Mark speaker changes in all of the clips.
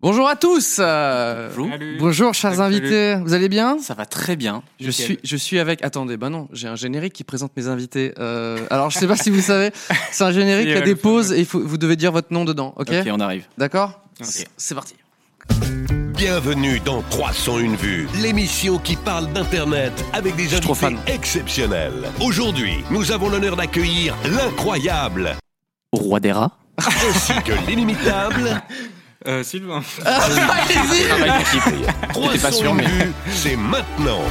Speaker 1: Bonjour à tous. euh,
Speaker 2: Bonjour.
Speaker 3: Salut.
Speaker 1: Bonjour chers
Speaker 3: Salut,
Speaker 1: invités. Vous allez bien
Speaker 2: Ça va très bien.
Speaker 1: je
Speaker 3: Nickel.
Speaker 1: suis, je suis avec. Attendez, bah non, j'ai un générique qui présente mes invités. Euh, alors, je sais pas si vous savez, c'est un générique qui a
Speaker 3: Ouais,
Speaker 1: des
Speaker 3: le fameux.
Speaker 1: pauses et il faut- vous devez dire votre nom dedans, ok,
Speaker 2: Ok, on arrive.
Speaker 1: D'accord
Speaker 2: Ok.
Speaker 1: C'est- C'est parti.
Speaker 4: Bienvenue dans 301 vues, l'émission qui parle d'Internet avec des
Speaker 1: suis trop
Speaker 4: invités exceptionnels. Aujourd'hui, nous avons l'honneur d'accueillir l'incroyable
Speaker 2: Au roi des rats.
Speaker 4: ainsi que l'inimitable
Speaker 3: Euh, Sylvain.
Speaker 2: Travail d'équipe.
Speaker 4: 301
Speaker 2: sûr, mais-
Speaker 4: vues, c'est maintenant.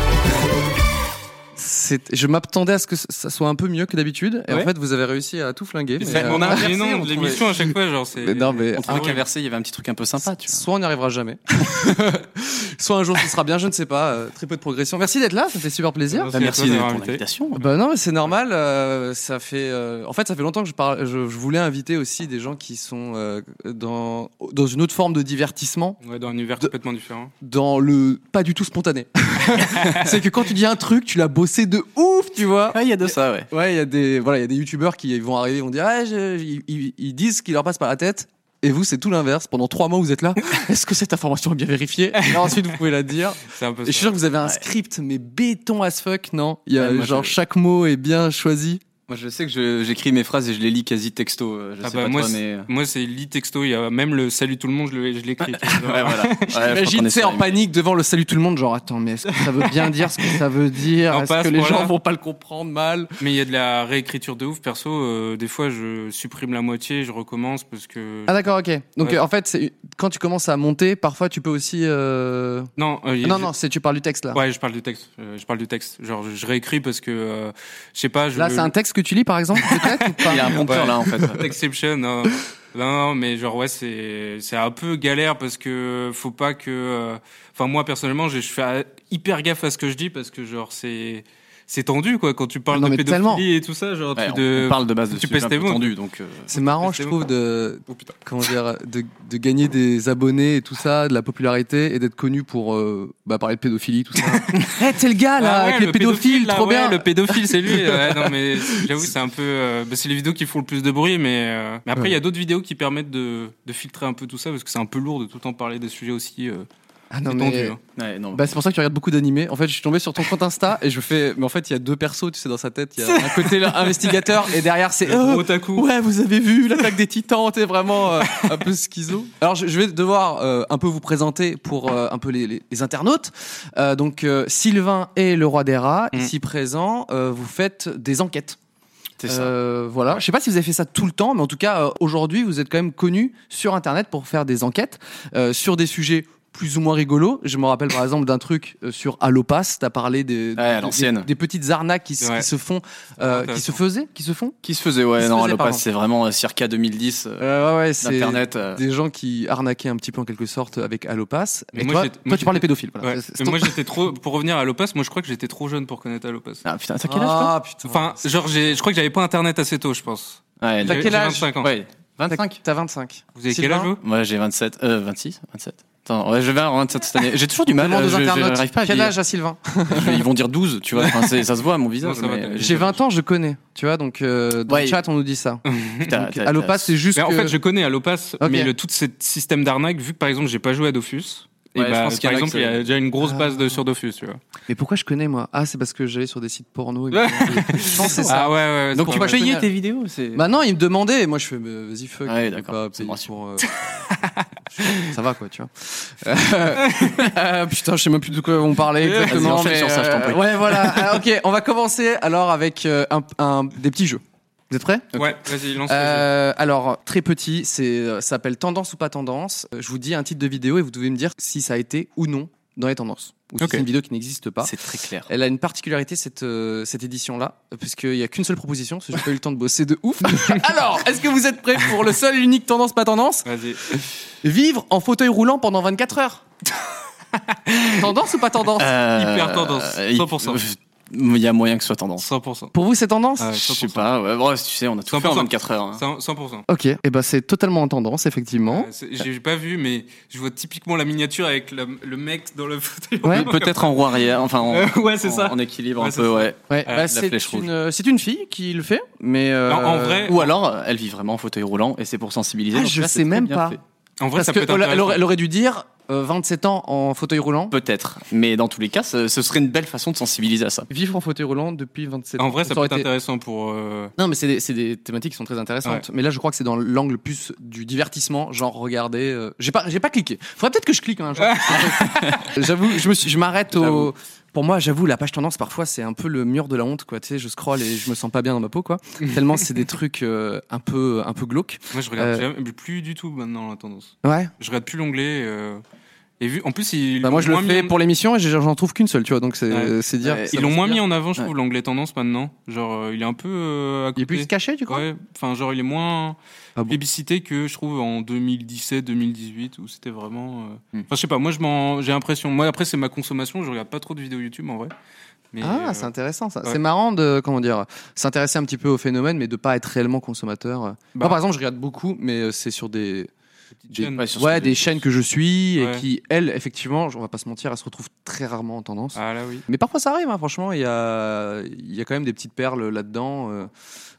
Speaker 1: C'est- Je m'attendais à ce que c- ça soit un peu mieux que d'habitude et en
Speaker 3: Ouais.
Speaker 1: fait, vous avez réussi à tout flinguer. mais,
Speaker 3: C'est- on a
Speaker 1: euh,
Speaker 3: un
Speaker 1: merci,
Speaker 3: prénom
Speaker 1: on
Speaker 3: de l'émission à chaque fois, genre c'est.
Speaker 1: trouvait- Mais non mais
Speaker 2: On
Speaker 1: ah,
Speaker 2: trouvait qu'à verser, il y avait un petit truc un peu sympa, tu vois.
Speaker 1: Soit on n'y arrivera jamais, soit un jour ce sera bien, je ne sais pas. euh, très peu de progression. Merci d'être là, ça fait super plaisir.
Speaker 3: Merci
Speaker 2: Bah,
Speaker 3: à
Speaker 2: merci
Speaker 3: toi
Speaker 2: de
Speaker 3: d'avoir
Speaker 2: ton
Speaker 3: invité.
Speaker 2: invitation.
Speaker 1: Bah non, mais c'est normal. euh, ça fait, euh, en fait, ça fait longtemps que je parle. Je, je voulais inviter aussi des gens qui sont euh, dans dans une autre forme de divertissement,
Speaker 3: Ouais, dans un univers
Speaker 1: De-
Speaker 3: complètement différent.
Speaker 1: dans le pas du tout spontané. c'est que quand tu dis un truc, tu l'as bossé de ouf, tu vois.
Speaker 2: Ah, il y a de ça, ouais.
Speaker 1: Ouais, il y a des voilà, il y a des youtubeurs qui vont arriver, ils vont dire, ah, je- ils, ils- ils disent ce qui leur passe par la tête. Et vous, c'est tout l'inverse. Pendant trois mois, vous êtes là. Est-ce que cette information est bien vérifiée Et là, ensuite, vous pouvez la dire.
Speaker 3: C'est un peu
Speaker 1: Et je
Speaker 3: ça.
Speaker 1: suis sûr que vous avez un
Speaker 2: Ouais.
Speaker 1: script, mais béton as fuck, non Il y a
Speaker 2: Ouais, moi,
Speaker 1: genre
Speaker 2: je-
Speaker 1: chaque mot est bien choisi.
Speaker 2: Moi, je sais que je- j'écris mes phrases et je les lis quasi texto. euh, Je
Speaker 3: Ah
Speaker 2: sais
Speaker 3: bah,
Speaker 2: pas
Speaker 3: moi,
Speaker 2: toi,
Speaker 3: c'est-
Speaker 2: mais.
Speaker 3: Moi, c'est lit texto. Il y a même le salut tout le monde, je le- je l'écris. tu vois.
Speaker 2: Ouais, voilà. Ouais, je crois qu'on
Speaker 1: Imagine,
Speaker 2: est
Speaker 1: tu sais,
Speaker 2: sur
Speaker 1: en
Speaker 2: les-
Speaker 1: panique devant le salut tout le monde, genre attends, mais est-ce que ça veut bien dire ce que ça veut dire
Speaker 3: Non, pas
Speaker 1: Est-ce
Speaker 3: à
Speaker 1: que
Speaker 3: ce
Speaker 1: les
Speaker 3: point-là.
Speaker 1: gens vont pas le comprendre mal
Speaker 3: Mais il y a de la réécriture de ouf. Perso, euh, des fois, je supprime la moitié, je recommence parce que.
Speaker 1: Ah d'accord, ok. Donc
Speaker 3: Ouais.
Speaker 1: euh, en fait, c'est- quand tu commences à monter, parfois tu peux aussi. euh,
Speaker 3: Non, euh, il y a-
Speaker 1: Non,
Speaker 3: je-
Speaker 1: non, c'est tu parles du texte là.
Speaker 3: Ouais, je parle du texte. euh, Je parle du texte. Genre, je je réécris parce que, euh, je sais pas. Je
Speaker 1: Là, c'est un texte que tu lis par exemple, peut-être ou pas
Speaker 2: Il y a un prompteur
Speaker 3: Ouais.
Speaker 2: là, en fait.
Speaker 3: Exception, non. Non, non, mais genre ouais, c'est c'est un peu galère parce que faut pas que. euh, Enfin moi personnellement, je je fais euh, hyper gaffe à ce que je dis parce que genre c'est c'est tendu quoi quand tu parles
Speaker 1: Non,
Speaker 3: de
Speaker 1: mais
Speaker 3: pédophilie
Speaker 1: tellement.
Speaker 3: et tout ça, genre
Speaker 2: Ouais,
Speaker 3: tu
Speaker 2: on,
Speaker 3: de.
Speaker 2: on parle de base de
Speaker 3: tu
Speaker 2: sujets
Speaker 3: pèses
Speaker 2: un
Speaker 3: tes
Speaker 2: peu
Speaker 3: mots.
Speaker 2: tendus, donc. euh,
Speaker 1: C'est marrant,
Speaker 3: Mais
Speaker 1: je
Speaker 3: c'est
Speaker 1: trouve,
Speaker 3: bon.
Speaker 1: de,
Speaker 3: Oh, putain.
Speaker 1: comment dire, de, de gagner des abonnés et tout ça, de la popularité et d'être connu pour euh, bah, parler de pédophilie, tout ça. Eh, t'es le gars là,
Speaker 3: Ah ouais,
Speaker 1: avec les pédophiles,
Speaker 3: là,
Speaker 1: trop
Speaker 3: ouais,
Speaker 1: bien.
Speaker 3: Le pédophile, c'est lui. ouais, non, mais j'avoue, c'est un peu. euh, bah, c'est les vidéos qui font le plus de bruit, mais, euh, mais après, il y a d'autres vidéos qui permettent de, de filtrer un peu tout ça parce que c'est un peu lourd de tout le temps parler des sujets aussi euh,
Speaker 1: Ah non,
Speaker 3: c'est
Speaker 1: mais-
Speaker 3: tendu. hein.
Speaker 2: ouais, non.
Speaker 1: Bah, c'est pour ça que tu regardes beaucoup d'animés. En fait, je suis tombé sur ton compte Insta et je fais. Mais en fait, il y a deux persos, tu sais, dans sa tête. Il y a un côté là, investigateur et derrière, c'est. euh,
Speaker 3: Otaku.
Speaker 1: ouais, vous avez vu l'attaque des titans, t'es vraiment euh, un peu schizo. Alors, je, je vais devoir euh, un peu vous présenter pour euh, un peu les, les- les internautes. Euh, donc, euh, Sylvain et le roi des rats,
Speaker 3: Mm.
Speaker 1: ici présent, euh, vous faites des enquêtes.
Speaker 2: C'est ça.
Speaker 1: Euh, voilà. Je sais pas si vous avez fait ça tout le temps, mais en tout cas, euh, aujourd'hui, vous êtes quand même connu sur Internet pour faire des enquêtes euh, sur des sujets plus ou moins rigolos. Je me rappelle par exemple d'un truc euh, sur Allopass. T'as parlé des,
Speaker 2: Ouais, à
Speaker 1: des-
Speaker 2: l'ancienne. Ah,
Speaker 1: des, des petites arnaques qui, se-
Speaker 3: Ouais.
Speaker 1: qui se font, euh,
Speaker 3: intéressant.
Speaker 1: qui se faisaient, qui se font.
Speaker 2: Qui se faisait,
Speaker 1: Qui
Speaker 2: ouais,
Speaker 1: se
Speaker 2: non,
Speaker 1: faisait,
Speaker 2: à
Speaker 1: pardon.
Speaker 2: Lopas, c'est vraiment euh, circa 2010, euh,
Speaker 1: Euh, ouais, ouais, c'est
Speaker 2: d'internet. euh,
Speaker 1: des gens qui arnaquaient un petit peu en quelque sorte avec Allopass.
Speaker 3: Mais
Speaker 1: Et
Speaker 3: moi,
Speaker 1: toi,
Speaker 3: j'étais-
Speaker 1: toi,
Speaker 3: moi,
Speaker 1: tu parles des
Speaker 3: j'étais-
Speaker 1: pédophiles. Voilà.
Speaker 3: Ouais.
Speaker 1: C'est- c'est
Speaker 3: Mais
Speaker 1: ton-
Speaker 3: moi j'étais trop pour revenir à Lopas, moi je crois que j'étais trop jeune pour connaître Alopas.
Speaker 2: Ah putain, t'as quel âge toi
Speaker 1: Ah putain.
Speaker 3: Enfin, genre j'ai je crois que j'avais pas internet assez tôt, je pense.
Speaker 2: Ouais,
Speaker 1: T'as
Speaker 3: J'avais-
Speaker 1: quel
Speaker 3: j'ai
Speaker 1: âge
Speaker 3: 25 ans.
Speaker 2: Ouais, 25
Speaker 1: T'as 25.
Speaker 3: Vous avez quel
Speaker 1: Sylvain
Speaker 3: âge vous
Speaker 2: Moi j'ai 27, euh, 26, 27. Attends, ouais, je vais avoir 27 cette année. J'ai toujours du mal,
Speaker 1: Demande
Speaker 2: euh,
Speaker 1: aux
Speaker 2: je- je
Speaker 1: internautes.
Speaker 2: j'arrive pas à
Speaker 1: Quel
Speaker 2: dire.
Speaker 1: âge à Sylvain
Speaker 2: Ils vont dire 12, tu vois, enfin, c'est- ça se voit à mon visage.
Speaker 3: Non, ça va,
Speaker 2: mais
Speaker 3: t'as-
Speaker 2: j'ai-
Speaker 1: J'ai 20 ans, je connais. Tu vois, donc euh, dans
Speaker 2: Ouais.
Speaker 1: le chat, on nous dit ça.
Speaker 2: t'as-
Speaker 1: Donc,
Speaker 2: t'as-
Speaker 1: Allopass,
Speaker 2: t'as-
Speaker 1: c'est juste
Speaker 3: Mais en
Speaker 1: que-
Speaker 3: fait, je connais Alopas,
Speaker 1: Ok.
Speaker 3: mais le tout ce système d'arnaque, vu que par exemple, j'ai pas joué à Dofus, et
Speaker 2: Ouais, je
Speaker 3: bah,
Speaker 2: pense qu'il y
Speaker 3: par
Speaker 2: en a
Speaker 3: exemple,
Speaker 2: que
Speaker 3: il y a
Speaker 2: c'est-
Speaker 3: déjà une grosse
Speaker 1: Ah.
Speaker 3: base de sur Dofus, tu vois.
Speaker 1: Mais pourquoi je connais moi Ah, c'est parce que j'allais sur des sites porno. et-
Speaker 3: Ouais.
Speaker 1: je pense que c'est ça.
Speaker 3: Ah ouais, ouais.
Speaker 2: Donc
Speaker 3: c'est
Speaker 2: tu
Speaker 3: pour
Speaker 1: m'as
Speaker 2: vas
Speaker 3: ça.
Speaker 1: payé
Speaker 2: payer
Speaker 1: tes
Speaker 2: tes vidéos, c'est.
Speaker 1: Maintenant, ils me demandaient et moi je fais bah, vas-y fuck.
Speaker 2: Ouais,
Speaker 1: je vais
Speaker 2: d'accord,
Speaker 1: pas
Speaker 2: ça
Speaker 1: payer
Speaker 2: me rassure.
Speaker 1: pour, euh, ça va quoi, tu vois. Euh, euh, putain, je sais même plus de quoi on parlait
Speaker 3: Vas-y,
Speaker 1: exactement.
Speaker 2: enchaîne
Speaker 1: mais,
Speaker 2: sur ça, je t'en prie.
Speaker 1: ouais, voilà. Ah, ok, on va commencer alors avec euh, un- un- des petits jeux. Vous êtes prêts
Speaker 3: Ouais, vas-y, lance. le jeu.
Speaker 1: Euh, alors, très petit, c'est euh, ça s'appelle Tendance ou pas Tendance. Euh, Je vous dis un titre de vidéo et vous devez me dire si ça a été ou non dans les tendances. Ou si
Speaker 3: Ok.
Speaker 1: c'est une vidéo qui n'existe pas.
Speaker 2: C'est très clair.
Speaker 1: Elle a une particularité, cette, euh, cette édition-là, puisqu'il n'y a qu'une seule proposition, parce que j'ai pas eu le temps de bosser de ouf. Alors, est-ce que vous êtes prêts pour le seul et unique tendance, pas tendance
Speaker 3: Vas-y.
Speaker 1: Vivre en fauteuil roulant pendant 24 heures Tendance ou pas tendance
Speaker 2: Euh,
Speaker 3: Oh, hyper tendance,
Speaker 2: euh,
Speaker 3: 100%.
Speaker 2: Il y a moyen que ce soit tendance.
Speaker 3: 100%.
Speaker 1: Pour vous, c'est tendance
Speaker 3: Ah ouais,
Speaker 2: Je
Speaker 3: 100%.
Speaker 2: sais pas, ouais, bon, tu sais, on a tout fait en
Speaker 3: 100%.
Speaker 2: 24 heures. hein.
Speaker 3: 100%.
Speaker 1: Ok, et ben c'est totalement en tendance, effectivement.
Speaker 3: Euh, c'est- J'ai pas vu, mais je vois typiquement la miniature avec le, le mec dans le fauteuil.
Speaker 1: Ouais.
Speaker 2: Peut-être en roue arrière, enfin en,
Speaker 3: Euh, ouais, c'est
Speaker 2: en-
Speaker 3: ça.
Speaker 2: en équilibre
Speaker 3: Ouais,
Speaker 2: un
Speaker 3: c'est
Speaker 2: peu,
Speaker 3: ça.
Speaker 2: ouais.
Speaker 1: Ouais,
Speaker 3: Euh,
Speaker 1: bah,
Speaker 2: la
Speaker 1: c'est
Speaker 2: flèche rouge.
Speaker 1: une, euh, c'est une fille qui le fait, mais... euh,
Speaker 3: Non, en vrai,
Speaker 2: Ou alors, elle vit vraiment en fauteuil roulant et c'est pour sensibiliser.
Speaker 1: Ah,
Speaker 2: donc
Speaker 1: je
Speaker 2: là,
Speaker 1: sais
Speaker 2: c'est très
Speaker 1: même
Speaker 2: bien
Speaker 1: pas.
Speaker 2: fait.
Speaker 3: En vrai,
Speaker 1: Parce
Speaker 3: ça
Speaker 1: que
Speaker 3: peut être
Speaker 1: elle- elle,
Speaker 3: intéressant.
Speaker 1: aurait, elle aurait dû dire euh, 27 ans en fauteuil roulant.
Speaker 2: Peut-être. Mais dans tous les cas, ce, ce serait une belle façon de sensibiliser à ça.
Speaker 1: Vivre en fauteuil roulant depuis 27 ans.
Speaker 3: En vrai, ça peut
Speaker 1: aurait
Speaker 3: être
Speaker 1: été-
Speaker 3: intéressant pour. euh,
Speaker 1: Non, mais c'est des, c'est des thématiques qui sont très intéressantes. Mais là, je crois que c'est dans l'angle plus du divertissement, genre regarder. euh, J'ai pas, j'ai pas cliqué. Faudrait peut-être que je clique. Hein, genre. j'avoue, je me suis, je m'arrête au.
Speaker 2: J'avoue.
Speaker 1: Pour moi, j'avoue, la page tendance parfois c'est un peu le mur de la honte, quoi. Tu sais, je scrolle et je me sens pas bien dans ma peau, quoi. Tellement c'est des trucs euh, un peu, un peu glauques.
Speaker 3: Moi, je regarde
Speaker 1: Euh,
Speaker 3: jamais- plus du tout maintenant la tendance.
Speaker 1: Ouais.
Speaker 3: Je regarde plus l'onglet. euh, Et vu, en plus, ils
Speaker 1: Bah,
Speaker 3: l'ont
Speaker 1: moi, je le
Speaker 3: moins
Speaker 1: fais
Speaker 3: mis en-
Speaker 1: pour l'émission et j'ai- j'en trouve qu'une seule, tu vois. Donc c'est,
Speaker 3: Ouais.
Speaker 1: c'est dire.
Speaker 2: Ouais,
Speaker 1: ça
Speaker 3: Ils
Speaker 1: va,
Speaker 3: l'ont
Speaker 1: c'est
Speaker 3: moins
Speaker 1: bien.
Speaker 3: mis en avant, je trouve, l'onglet tendance maintenant. Genre, euh, il est un peu euh, à
Speaker 1: Il
Speaker 3: côté.
Speaker 1: est plus caché, tu crois
Speaker 3: Ouais, enfin, genre, il est moins
Speaker 1: Ah bon
Speaker 3: plébiscité que je trouve en 2017, 2018, où c'était vraiment. euh,
Speaker 2: Hmm.
Speaker 3: Enfin, je sais pas, moi, je m'en- j'ai l'impression. Moi, après, c'est ma consommation, je regarde pas trop de vidéos YouTube en vrai. Mais,
Speaker 1: Ah,
Speaker 3: euh,
Speaker 1: c'est intéressant ça.
Speaker 3: ouais.
Speaker 1: C'est marrant de comment dire s'intéresser un petit peu au phénomène, mais de pas être réellement consommateur. Moi,
Speaker 3: Bah.
Speaker 1: par exemple, je regarde beaucoup, mais euh, c'est sur des
Speaker 3: petite
Speaker 1: des,
Speaker 3: chaîne.
Speaker 2: ouais, sur ce
Speaker 1: ouais,
Speaker 2: que
Speaker 1: des
Speaker 2: j'ai-
Speaker 1: chaînes que je suis
Speaker 3: Ouais.
Speaker 1: et qui elles, effectivement, on va pas se mentir, elles se retrouvent très rarement en tendance.
Speaker 3: Ah là, oui.
Speaker 1: Mais parfois ça arrive, hein, franchement, il y a, il y a quand même des petites perles là-dedans. euh,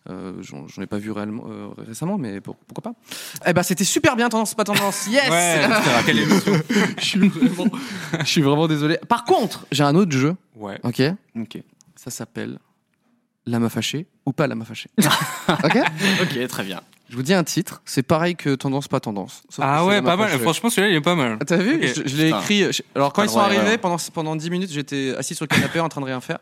Speaker 1: euh, J'en j'en ai pas vu réellement, euh, récemment, mais pour- pourquoi pas Eh ben, c'était super bien, tendance, pas tendance, yes
Speaker 3: Ouais, putain, quelle émotion.
Speaker 1: je, suis vraiment, je suis vraiment désolé. Par contre, j'ai un autre jeu,
Speaker 3: Ouais.
Speaker 1: ok
Speaker 2: Ok.
Speaker 1: Ça s'appelle La ma fâchée ou pas la ma fâchée. ok
Speaker 2: Ok, très bien.
Speaker 1: Je vous dis un titre, c'est pareil que tendance pas tendance. sauf que
Speaker 3: Ah
Speaker 1: c'est
Speaker 3: ouais,
Speaker 1: La Ma
Speaker 3: pas mal.
Speaker 1: Fâchée.
Speaker 3: Franchement, celui-là, il est pas mal.
Speaker 1: Ah, T'as vu
Speaker 3: Ok.
Speaker 1: Je, je l'ai
Speaker 2: Putain.
Speaker 1: écrit. je- Alors quand
Speaker 2: Pas
Speaker 1: ils
Speaker 2: le
Speaker 1: sont
Speaker 2: droit à
Speaker 1: arrivés
Speaker 2: l'erreur.
Speaker 1: pendant pendant 10 minutes, j'étais assis sur le canapé en train de rien faire.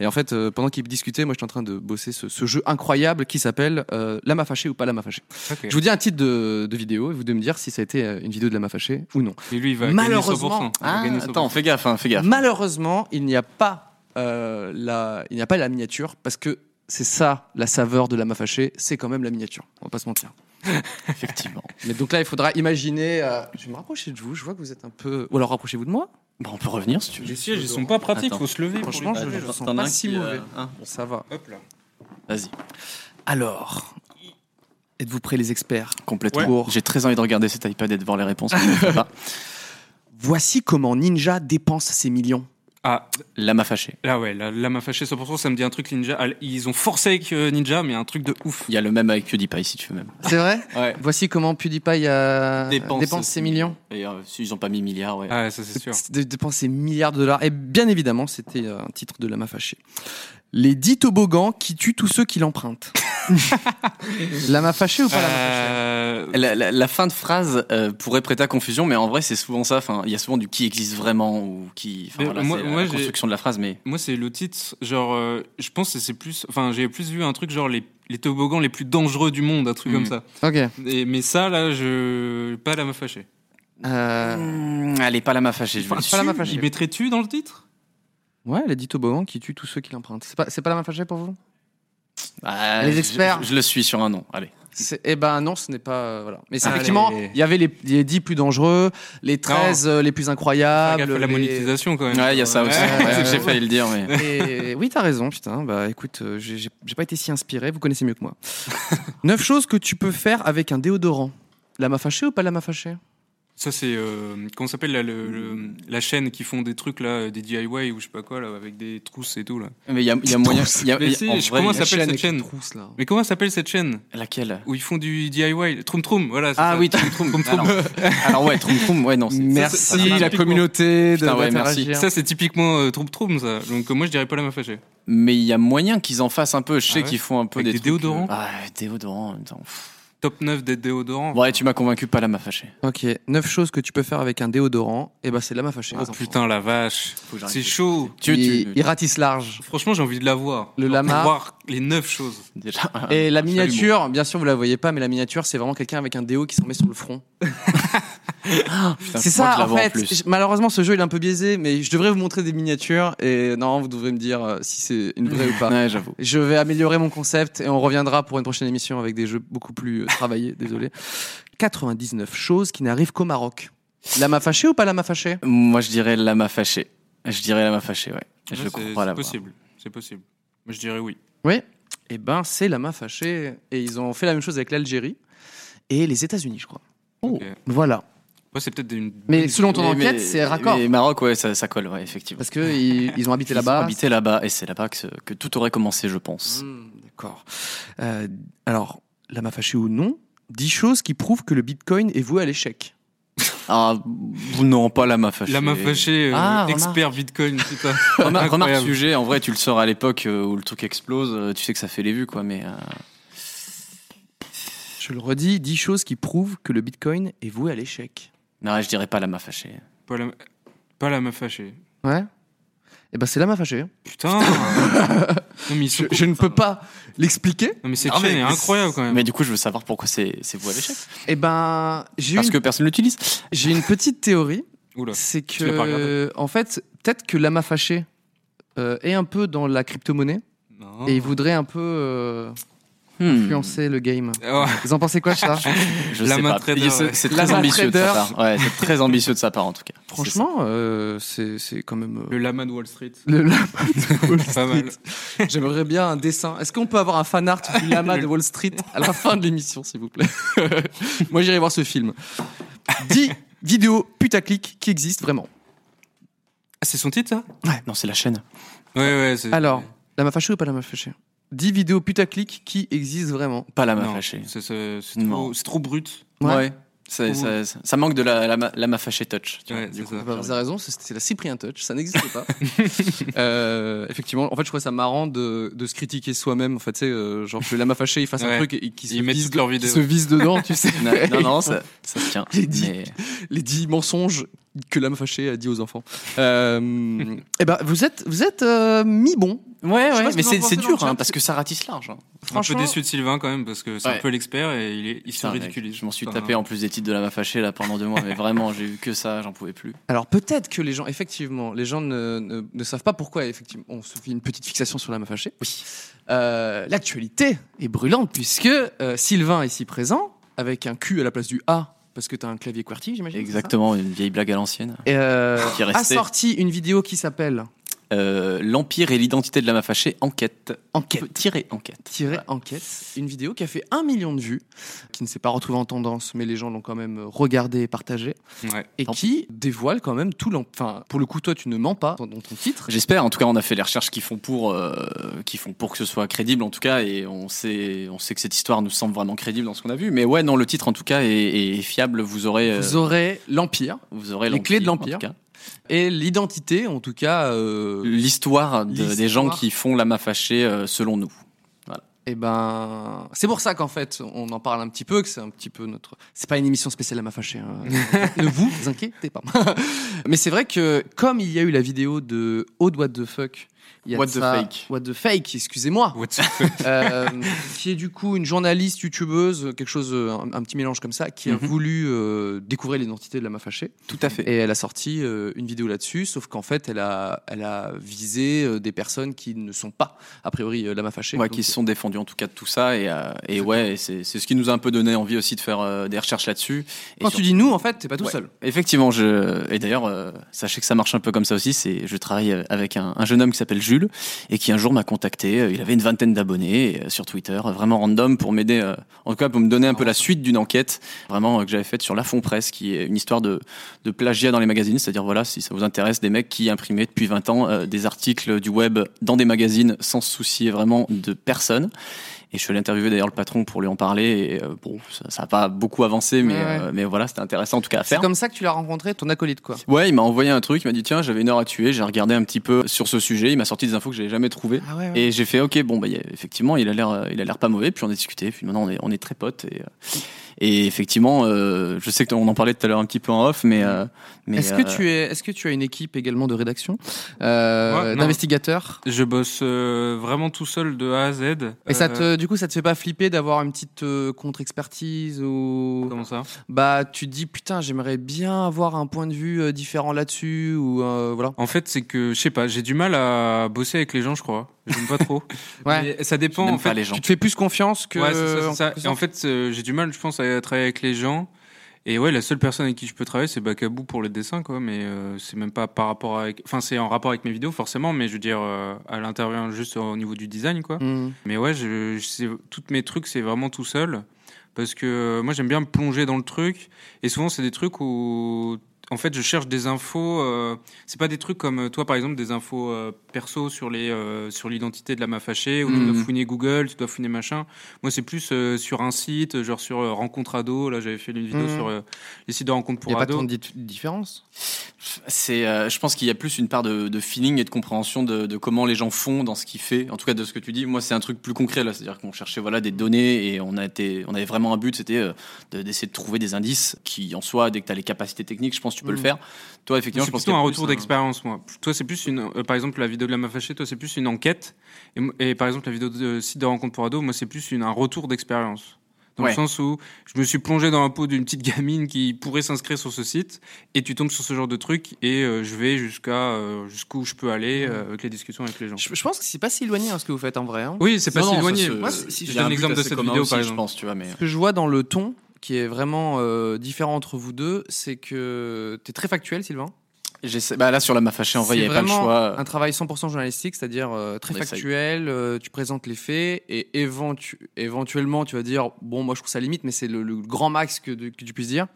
Speaker 1: Et en fait, euh, pendant qu'ils discutaient, moi j'étais en train de bosser ce, ce jeu incroyable qui s'appelle euh, La ma fâchée ou pas la ma fâchée.
Speaker 3: Ok.
Speaker 1: Je vous dis un titre de, de vidéo et vous devez me dire si ça a été euh, une vidéo de la ma fâchée ou non.
Speaker 3: Et lui, il va gagner
Speaker 1: Malheureusement.
Speaker 3: 100%. Il va
Speaker 1: Ah,
Speaker 3: gagner 100%.
Speaker 2: Attends, fais gaffe, hein, fais gaffe.
Speaker 1: Malheureusement, il n'y a pas euh, la, il n'y a pas la miniature parce que c'est ça la saveur de la mafachée, c'est quand même la miniature. On va pas se mentir.
Speaker 2: Effectivement.
Speaker 1: Mais donc là, il faudra imaginer. euh, je vais me rapprocher de vous. Je vois que vous êtes un peu. Ou alors rapprochez-vous de moi.
Speaker 2: Bah, on peut revenir si tu veux.
Speaker 3: Les sièges, ils sont pas pratiques,
Speaker 2: Attends.
Speaker 3: faut se lever. pour
Speaker 1: Franchement,
Speaker 3: les
Speaker 1: Ah, je-
Speaker 3: balader.
Speaker 1: je- sens
Speaker 2: T'en as
Speaker 1: pas
Speaker 2: un
Speaker 1: si
Speaker 2: qui, euh,
Speaker 1: mauvais.
Speaker 2: hein,
Speaker 1: Ça va.
Speaker 3: Hop là.
Speaker 2: Vas-y,
Speaker 1: Alors, êtes-vous prêts, les experts
Speaker 2: complètement.
Speaker 1: Ouais.
Speaker 2: J'ai très envie de regarder cet iPad et de voir les réponses. mais je le fais pas.
Speaker 1: Voici comment Ninja dépense ses millions.
Speaker 3: Ah,
Speaker 2: Là, m'a fâché.
Speaker 3: là, ouais, là, là m'a fâché 100%, ça me dit un truc Ninja. Ah, Ils ont forcé avec euh, Ninja, mais un truc de ouf.
Speaker 2: Il y a le même avec PewDiePie si tu veux même.
Speaker 1: C'est vrai
Speaker 2: Ouais.
Speaker 1: Voici comment PewDiePie euh, dépense, ses millions.
Speaker 2: Et euh, si ils ont pas mis milliards, ouais.
Speaker 3: Ah, ouais, ça, c'est sûr.
Speaker 1: de dépenser milliards de dollars. Et bien évidemment, c'était euh, un titre de la mafachée. Les dix toboggans qui tuent tous ceux qui l'empruntent. la mafachée ou pas la mafachée
Speaker 3: Euh,
Speaker 2: La, la- la fin de phrase euh, pourrait prêter à confusion, mais en vrai, c'est souvent ça. Enfin, il y a souvent du qui existe vraiment ou qui. Enfin,
Speaker 3: Mais
Speaker 2: voilà,
Speaker 3: moi-
Speaker 2: c'est
Speaker 3: moi,
Speaker 2: la
Speaker 3: j'ai-
Speaker 2: construction de la phrase, mais
Speaker 3: Moi, c'est le titre. Genre, euh, je pense que c'est plus. Enfin, j'avais plus vu un truc genre les, les toboggans les plus dangereux du monde, un truc
Speaker 2: Mhm.
Speaker 3: comme ça.
Speaker 1: Ok.
Speaker 3: Et- mais ça, là, je. Pas la m'a fâché.
Speaker 1: Euh,
Speaker 2: Mmh, elle est pas la ma fâchée. Je vais
Speaker 1: Enfin,
Speaker 2: le
Speaker 1: c'est pas la
Speaker 2: dire.
Speaker 1: ma fâchée.
Speaker 3: Il mettrait tu dans le titre
Speaker 1: Ouais, les dix toboggans qui tuent tous ceux qui l'empruntent. C'est pas, c'est pas la mafachée pour vous
Speaker 2: Ah,
Speaker 1: Les
Speaker 2: je-
Speaker 1: experts.
Speaker 2: Je, je le suis sur un nom. Allez.
Speaker 1: C'est- Eh ben non, ce n'est pas. euh, voilà. Mais c'est
Speaker 3: Allez.
Speaker 1: effectivement, il y avait les, les 10 plus dangereux, les 13 euh, les plus incroyables.
Speaker 3: Regarde, faut la
Speaker 1: les-
Speaker 3: monétisation quand même.
Speaker 2: Ouais, il y a ça aussi.
Speaker 1: Ouais.
Speaker 2: Ouais, J'ai failli le dire, mais.
Speaker 1: Et- oui, t'as raison, putain. Bah écoute, euh, j'ai j'ai- j'ai pas été si inspiré, vous connaissez mieux que moi. Neuf choses que tu peux faire avec un déodorant. La ma fâchée ou pas la ma fâchée
Speaker 3: Ça, c'est. euh, comment ça s'appelle là, le- le- la chaîne qui font des trucs là, euh, des DIY ou je sais pas quoi, là, avec des trousses et tout là.
Speaker 2: Mais il y a, il y a moyen. il y a-
Speaker 3: Mais
Speaker 2: il y a-
Speaker 3: si,
Speaker 2: en
Speaker 3: je
Speaker 2: vrai,
Speaker 3: commence
Speaker 2: il y a-
Speaker 3: à- s'appelle cette
Speaker 1: avec
Speaker 3: chaîne
Speaker 1: une trousse, là.
Speaker 3: Mais comment s'appelle cette chaîne
Speaker 2: Laquelle
Speaker 3: Où ils font du DIY Troum Troum, voilà. c'est
Speaker 2: Ah
Speaker 3: ça.
Speaker 2: oui, Troum Troum. Alors, Ah, alors ouais, Troum Troum, ouais, non. c'est-
Speaker 3: ça, c'est-
Speaker 1: Merci
Speaker 3: ça marche
Speaker 1: la
Speaker 3: typiquement.
Speaker 1: communauté de
Speaker 2: Putain, ouais,
Speaker 1: d'interagir.
Speaker 2: merci.
Speaker 3: Ça, c'est typiquement euh, Troum Troum, ça. Donc, euh, moi, je dirais pas la m'a fâché.
Speaker 2: Mais il y a moyen qu'ils en fassent un peu. Je
Speaker 3: Ah
Speaker 2: sais
Speaker 3: ouais
Speaker 2: qu'ils font un peu
Speaker 3: Avec
Speaker 2: des,
Speaker 3: des
Speaker 2: trucs, euh,
Speaker 3: déodorants
Speaker 2: Ah, déodorants en même temps. Pff.
Speaker 3: Top 9 des déodorants.
Speaker 2: Ouais, tu m'as convaincu, pas la ma fâchée.
Speaker 1: Ok, neuf choses que tu peux faire avec un déodorant. Et bah c'est la ma fâchée.
Speaker 3: Oh
Speaker 1: les enfants.
Speaker 3: putain, la vache.
Speaker 2: Faut que j'arrête.
Speaker 3: C'est chaud.
Speaker 2: Tu,
Speaker 1: il,
Speaker 2: tu-
Speaker 1: il ratisse large.
Speaker 3: Franchement, j'ai envie de la voir.
Speaker 1: Le
Speaker 3: Genre,
Speaker 1: lama.
Speaker 3: pour Voir les 9 choses.
Speaker 2: déjà.
Speaker 1: Et la
Speaker 2: absolument.
Speaker 1: miniature, bien sûr, vous la voyez pas, mais la miniature, c'est vraiment quelqu'un avec un déo qui s'en met sur le front.
Speaker 2: Putain,
Speaker 1: C'est
Speaker 2: je crois que je
Speaker 1: ça,
Speaker 2: la
Speaker 1: en
Speaker 2: vois
Speaker 1: fait.
Speaker 2: plus.
Speaker 1: Je- malheureusement, ce jeu il est un peu biaisé, mais je devrais vous montrer des miniatures et non, vous devrez me dire euh, si c'est une vraie ou pas.
Speaker 2: Ouais, j'avoue.
Speaker 1: Je vais améliorer mon concept et on reviendra pour une prochaine émission avec des jeux beaucoup plus euh, travaillés, désolé. 99 choses qui n'arrivent qu'au Maroc. Lama fâché ou pas lama fâché
Speaker 2: Moi, je dirais la ma fâchée. Je dirais la ma fâchée, ouais. Je
Speaker 3: Ouais,
Speaker 2: crois
Speaker 3: c'est-
Speaker 2: pas la
Speaker 3: C'est
Speaker 2: voir.
Speaker 3: possible. C'est possible. Mais je dirais oui.
Speaker 1: Oui. Eh ben, c'est lama fâché et ils ont fait la même chose avec l'Algérie et les États-Unis, je crois.
Speaker 2: Oh.
Speaker 3: Ok.
Speaker 1: Voilà.
Speaker 3: Ouais, c'est peut-être une.
Speaker 1: Mais selon ton
Speaker 2: Mais-
Speaker 1: enquête,
Speaker 2: mais-
Speaker 1: c'est raccord
Speaker 2: mais Maroc, ouais, ça, ça colle, ouais, effectivement.
Speaker 1: parce que ils, ils ont habité
Speaker 2: Ils ont
Speaker 1: là-bas.
Speaker 2: habité là-bas, et c'est là-bas que, ce- que tout aurait commencé, je pense.
Speaker 1: Hmm, D'accord. Euh, alors, lama fâché ou non, 10 choses qui prouvent que le Bitcoin est voué à l'échec.
Speaker 2: Ah, non, pas Lama Fâché.
Speaker 3: Lama Fâché, euh,
Speaker 1: Ah, remarque.
Speaker 3: expert Bitcoin, putain.
Speaker 2: Remarque, remarque
Speaker 3: Incroyable.
Speaker 2: sujet, en vrai, tu le sors à l'époque euh, où le truc explose, euh, tu sais que ça fait les vues, quoi, mais. euh,
Speaker 1: Je le redis, 10 choses qui prouvent que le Bitcoin est voué à l'échec.
Speaker 2: Non, je dirais pas Lama Fâché.
Speaker 3: Pas Lama- Pas Lama Fâché.
Speaker 1: Ouais. Et ben c'est là ma fâchée.
Speaker 3: Putain Non, mais ils sont
Speaker 1: Je,
Speaker 3: cons.
Speaker 1: je ne peux pas l'expliquer.
Speaker 3: Non, mais cette
Speaker 2: Non, mais-
Speaker 3: chaîne est incroyable quand même.
Speaker 2: Mais du coup, je veux savoir pourquoi c'est c'est voué à l'échec.
Speaker 1: Et ben j'ai
Speaker 2: Parce
Speaker 1: une,
Speaker 2: que personne l'utilise.
Speaker 1: j'ai une petite théorie.
Speaker 3: Oula.
Speaker 1: C'est
Speaker 3: Tu l'as pas regardé
Speaker 1: que, en fait, peut-être que Lama Fâché euh, est un peu dans la crypto-monnaie
Speaker 3: Non.
Speaker 1: et il voudrait un peu euh,
Speaker 2: Hmm,
Speaker 1: influencer le game.
Speaker 3: Oh,
Speaker 1: Vous en pensez quoi, de ça
Speaker 2: Je sais
Speaker 3: Lama
Speaker 2: pas.
Speaker 3: Trader,
Speaker 2: Il- c'est-
Speaker 3: ouais.
Speaker 2: C'est très
Speaker 1: Lama
Speaker 2: ambitieux de sa
Speaker 1: Trader.
Speaker 2: part. Ouais, c'est très ambitieux de sa part, en tout cas. C'est
Speaker 1: Franchement, euh, c'est c'est quand même. euh,
Speaker 3: le Lama de Wall Street.
Speaker 1: le lama de Wall
Speaker 3: Pas mal.
Speaker 1: Street. J'aimerais bien un dessin. Est-ce qu'on peut avoir un fan art du lama de Wall Street à la fin de l'émission, s'il vous plaît Moi, j'irai voir ce film. 10 vidéos putaclic qui existent vraiment.
Speaker 3: Ah, c'est son titre, ça
Speaker 2: ça. Ouais, non, c'est la chaîne.
Speaker 3: Ouais, ouais. c'est-
Speaker 1: Alors, lama fâchée ou pas lama fâchée 10 vidéos putaclic qui existent vraiment.
Speaker 2: Pas Lama
Speaker 3: Non,
Speaker 2: Fâché.
Speaker 3: c'est- c'est c'est
Speaker 2: Non.
Speaker 3: trop, c'est trop brut.
Speaker 1: Ouais.
Speaker 2: Ouais. C'est- ça, ça- ça manque de la, Lama- Lama Fâché touch. tu vois,
Speaker 3: Ouais,
Speaker 2: du
Speaker 3: c'est
Speaker 2: coup.
Speaker 3: ça.
Speaker 1: Bah, vous avez raison, c'est c'est la Cyprien Touch, ça n'existe pas. Euh, effectivement, en fait, je trouvais ça marrant de, de se critiquer soi-même. En fait, tu sais, euh, genre que le lama fâché, il fasse un
Speaker 3: Ouais.
Speaker 1: truc et qu'il se,
Speaker 3: Ils mettent
Speaker 1: vise
Speaker 3: toute leur
Speaker 1: de-
Speaker 3: vidéo.
Speaker 1: se vise dedans, tu sais.
Speaker 2: Non, non, non, ça, ça se tient.
Speaker 1: J'ai dit.
Speaker 2: Mais
Speaker 1: les dix mensonges que l'âme fâchée a dit aux enfants. Euh, eh ben, vous êtes, vous êtes euh, mi-bon.
Speaker 2: Ouais,
Speaker 1: Je sais
Speaker 2: ouais,
Speaker 1: pas ce
Speaker 2: mais
Speaker 1: que vous en
Speaker 2: c'est
Speaker 1: pensez
Speaker 2: c'est
Speaker 1: dans le
Speaker 2: dur,
Speaker 1: chat,
Speaker 2: hein, parce que ça ratisse large. hein.
Speaker 3: Un peu
Speaker 1: Franchement,
Speaker 3: déçu de Sylvain quand même, parce que c'est un
Speaker 2: Ouais.
Speaker 3: peu l'expert et il, est, il se
Speaker 2: Putain, mec,
Speaker 3: ridiculise.
Speaker 2: Je m'en suis
Speaker 3: Putain.
Speaker 2: tapé en plus des titres de la Fâché là pendant deux mois, mais vraiment, j'ai eu que ça, j'en pouvais plus.
Speaker 1: alors peut-être que les gens, effectivement, les gens ne, ne- ne savent pas pourquoi, effectivement, on se fait une petite fixation sur l'âme fâchée. Oui. L'actualité est brûlante puisque euh, Sylvain ici présent, avec un Q à la place du A, parce que t'as un clavier QWERTY, j'imagine. c'est ça
Speaker 2: Exactement, une vieille blague à l'ancienne.
Speaker 1: Euh,
Speaker 2: Qui est
Speaker 1: a
Speaker 2: resté.
Speaker 1: sorti une vidéo qui s'appelle
Speaker 2: Euh, L'Empire et l'identité de la Fâché, enquête.
Speaker 1: Enquête.
Speaker 2: Tiré enquête.
Speaker 1: Tiré enquête, une vidéo qui a fait un million de vues, qui ne s'est pas retrouvée en tendance, mais les gens l'ont quand même regardée et partagée,
Speaker 3: Ouais.
Speaker 1: et
Speaker 2: Tant
Speaker 1: qui dévoile quand même tout l'en... Enfin, pour le coup, toi, tu ne mens pas dans dans ton titre.
Speaker 2: J'espère, en tout cas, on a fait les recherches qu'ils font pour, euh, qu'ils font pour que ce soit crédible, en tout cas, et on sait, on sait que cette histoire nous semble vraiment crédible dans ce qu'on a vu. Mais ouais, non, le titre, en tout cas, est, est fiable. Vous aurez, euh,
Speaker 1: Vous aurez l'Empire
Speaker 2: vous aurez
Speaker 1: les clés de
Speaker 2: en tout
Speaker 1: l'Empire.
Speaker 2: cas.
Speaker 1: et l'identité, en tout cas, euh,
Speaker 2: L'histoire de- des gens
Speaker 1: L'histoire.
Speaker 2: qui font la Fâché, euh, selon nous.
Speaker 1: eh ben, c'est pour ça qu'en fait, on en parle un petit peu, que c'est un petit peu notre. C'est pas une émission spéciale à ma fâchée. hein. ne vous inquiétez pas. Mais c'est vrai que comme il y a eu la vidéo de Oh What the Fuck, il y a
Speaker 2: What
Speaker 1: de
Speaker 2: the
Speaker 1: ça-
Speaker 2: Fake.
Speaker 1: What the Fake, excusez-moi.
Speaker 3: What the fuck
Speaker 1: Euh, qui est du coup une journaliste youtubeuse, quelque chose, euh, un, un petit mélange comme ça, qui a
Speaker 2: Mhm.
Speaker 1: voulu euh, découvrir l'identité de la Fâché.
Speaker 2: Tout à fait.
Speaker 1: Et elle a sorti euh, une vidéo là-dessus, sauf qu'en fait, elle a, elle a visé euh, des personnes qui ne sont pas, a priori, euh, Lama Fâché.
Speaker 2: Ouais,
Speaker 1: Donc,
Speaker 2: qui se sont défendus en tout cas de tout ça. Et, euh, et ouais, c'est c'est ce qui nous a un peu donné envie aussi de faire euh, des recherches là-dessus. Et
Speaker 1: Quand
Speaker 2: surtout-
Speaker 1: tu dis nous, en fait, t'es pas tout
Speaker 2: Ouais.
Speaker 1: seul.
Speaker 2: Effectivement, je... et d'ailleurs, euh, sachez que ça marche un peu comme ça aussi. C'est, je travaille euh, avec un, un jeune homme qui s'appelle Jules et qui un jour m'a contacté. Euh, Il avait une vingtaine d'abonnés euh, sur Twitter, euh, vraiment random pour m'aider, euh, en tout cas pour me donner un peu la suite d'une enquête vraiment euh, que j'avais faite sur la Fond Presse, qui est une histoire de, de plagiat dans les magazines. C'est-à-dire, voilà, si ça vous intéresse, des mecs qui imprimaient depuis 20 ans euh, des articles du web dans des magazines sans se soucier vraiment de personne. Et je suis allé interviewer d'ailleurs le patron pour lui en parler. Et euh, bon, ça ça n'a pas beaucoup avancé, mais,
Speaker 1: Ouais, ouais.
Speaker 2: euh, mais voilà, c'était intéressant en tout cas à
Speaker 1: C'est
Speaker 2: faire.
Speaker 1: comme ça que tu l'as rencontré, ton acolyte, quoi.
Speaker 2: Ouais, il m'a envoyé un truc, il m'a dit tiens, j'avais une heure à tuer, j'ai regardé un petit peu sur ce sujet, il m'a sorti des infos que j'avais jamais trouvées.
Speaker 1: Ah ouais,
Speaker 2: Et j'ai fait ok bon bah il y a- effectivement il a l'air euh, il a l'air pas mauvais puis on a discuté puis maintenant on est on est très potes et, euh, et effectivement euh, je sais que on en parlait tout à l'heure un petit peu en off mais euh, mais
Speaker 1: Est-ce
Speaker 2: euh,
Speaker 1: que, tu es, est-ce que tu as une équipe également de rédaction, euh,
Speaker 3: Ouais, non.
Speaker 1: d'investigateurs
Speaker 3: Je bosse euh, vraiment tout seul de A à Z.
Speaker 1: et ça
Speaker 3: Euh,
Speaker 1: te, du coup, ça te fait pas flipper d'avoir une petite euh, contre-expertise ou
Speaker 3: Comment ça
Speaker 1: bah tu te dis putain j'aimerais bien avoir un point de vue euh, différent là-dessus ou euh, voilà
Speaker 3: En fait, c'est que, je sais pas, j'ai du mal à bosser avec les gens, je crois. J'aime pas trop.
Speaker 1: ouais
Speaker 3: Mais ça dépend,
Speaker 2: J'aime
Speaker 3: en fait.
Speaker 2: pas les gens
Speaker 1: tu te fais plus confiance que
Speaker 3: Ouais, c'est ça, c'est ça.
Speaker 1: que
Speaker 3: Et en fait, euh, j'ai du mal, je pense, à travailler avec les gens. Et ouais, la seule personne avec qui je peux travailler, c'est Bakabou pour les dessins, quoi. Mais euh, c'est même pas par rapport avec. Enfin, c'est en rapport avec mes vidéos, forcément, mais je veux dire, euh, elle intervient juste au niveau du design, quoi.
Speaker 1: Hmm.
Speaker 3: Mais ouais, je, je sais- toutes mes trucs, c'est vraiment tout seul. Parce que euh, moi, j'aime bien me plonger dans le truc. Et souvent, c'est des trucs où en fait, je cherche des infos. euh, c'est pas des trucs comme euh, toi, par exemple, des infos euh, perso sur les euh, sur l'identité de la mafachée où tu
Speaker 2: Mhm.
Speaker 3: dois fouiner Google, tu dois fouiner machin. Moi, c'est plus euh, sur un site, genre sur euh, Rencontre Ado. Là, j'avais fait une vidéo
Speaker 1: Mhm.
Speaker 3: sur euh, les sites de rencontres
Speaker 1: Il n'y
Speaker 3: pour
Speaker 1: a pas tant
Speaker 3: ados.
Speaker 1: de di- différence.
Speaker 2: C'est, euh, je pense qu'il y a plus une part de, de feeling et de compréhension de, de comment les gens font dans ce qu'ils fait. En tout cas, de ce que tu dis. Moi, c'est un truc plus concret là, c'est-à-dire qu'on cherchait voilà des données et on a été, on avait vraiment un but, c'était euh, de- d'essayer de trouver des indices qui, en soi, dès que tu as les capacités techniques, je pense que tu peux le
Speaker 1: Mm.
Speaker 2: faire. Toi, effectivement,
Speaker 3: c'est
Speaker 2: je pense
Speaker 3: plutôt
Speaker 2: qu'il y a
Speaker 3: un
Speaker 2: plus
Speaker 3: retour d'expérience, moi. Toi, c'est plus une, euh, par exemple, la vidéo de la mafachée. Toi, c'est plus une enquête. Et, m- et par exemple, la vidéo de euh, site de rencontre pour ados, moi, c'est plus une, un retour d'expérience. Dans
Speaker 2: Ouais.
Speaker 3: le sens où je me suis plongé dans la peau d'une petite gamine qui pourrait s'inscrire sur ce site, et tu tombes sur ce genre de truc, et euh, je vais jusqu'à euh, jusqu'où je peux aller euh, avec les discussions avec les gens.
Speaker 1: Je, je pense que c'est pas si éloigné hein, ce que vous faites en vrai. hein.
Speaker 3: Oui, c'est pas
Speaker 2: Non,
Speaker 3: si
Speaker 2: non, ça
Speaker 3: éloigné.
Speaker 2: se-
Speaker 1: Moi, si- si
Speaker 2: il
Speaker 3: je
Speaker 2: y a
Speaker 3: donne
Speaker 2: un but
Speaker 3: l'exemple de
Speaker 2: assez
Speaker 3: cette
Speaker 2: commun
Speaker 3: vidéo,
Speaker 2: aussi,
Speaker 3: par
Speaker 2: je
Speaker 3: exemple.
Speaker 2: pense, tu vois, mais
Speaker 1: Ce que je vois dans le ton qui est vraiment euh, différent entre vous deux, c'est que tu es très factuel, Sylvain.
Speaker 2: j'essaie- bah, là sur la mafachée, en vrai, il
Speaker 1: C'est
Speaker 2: n'y avait pas le
Speaker 1: vraiment
Speaker 2: choix.
Speaker 1: Un travail 100% journalistique, c'est-à-dire euh, très
Speaker 2: On essaye.
Speaker 1: factuel, euh, tu présentes les faits et éventu- éventuellement tu vas dire Bon, moi je trouve ça limite, mais c'est le, le grand max que, de- que tu puisses dire.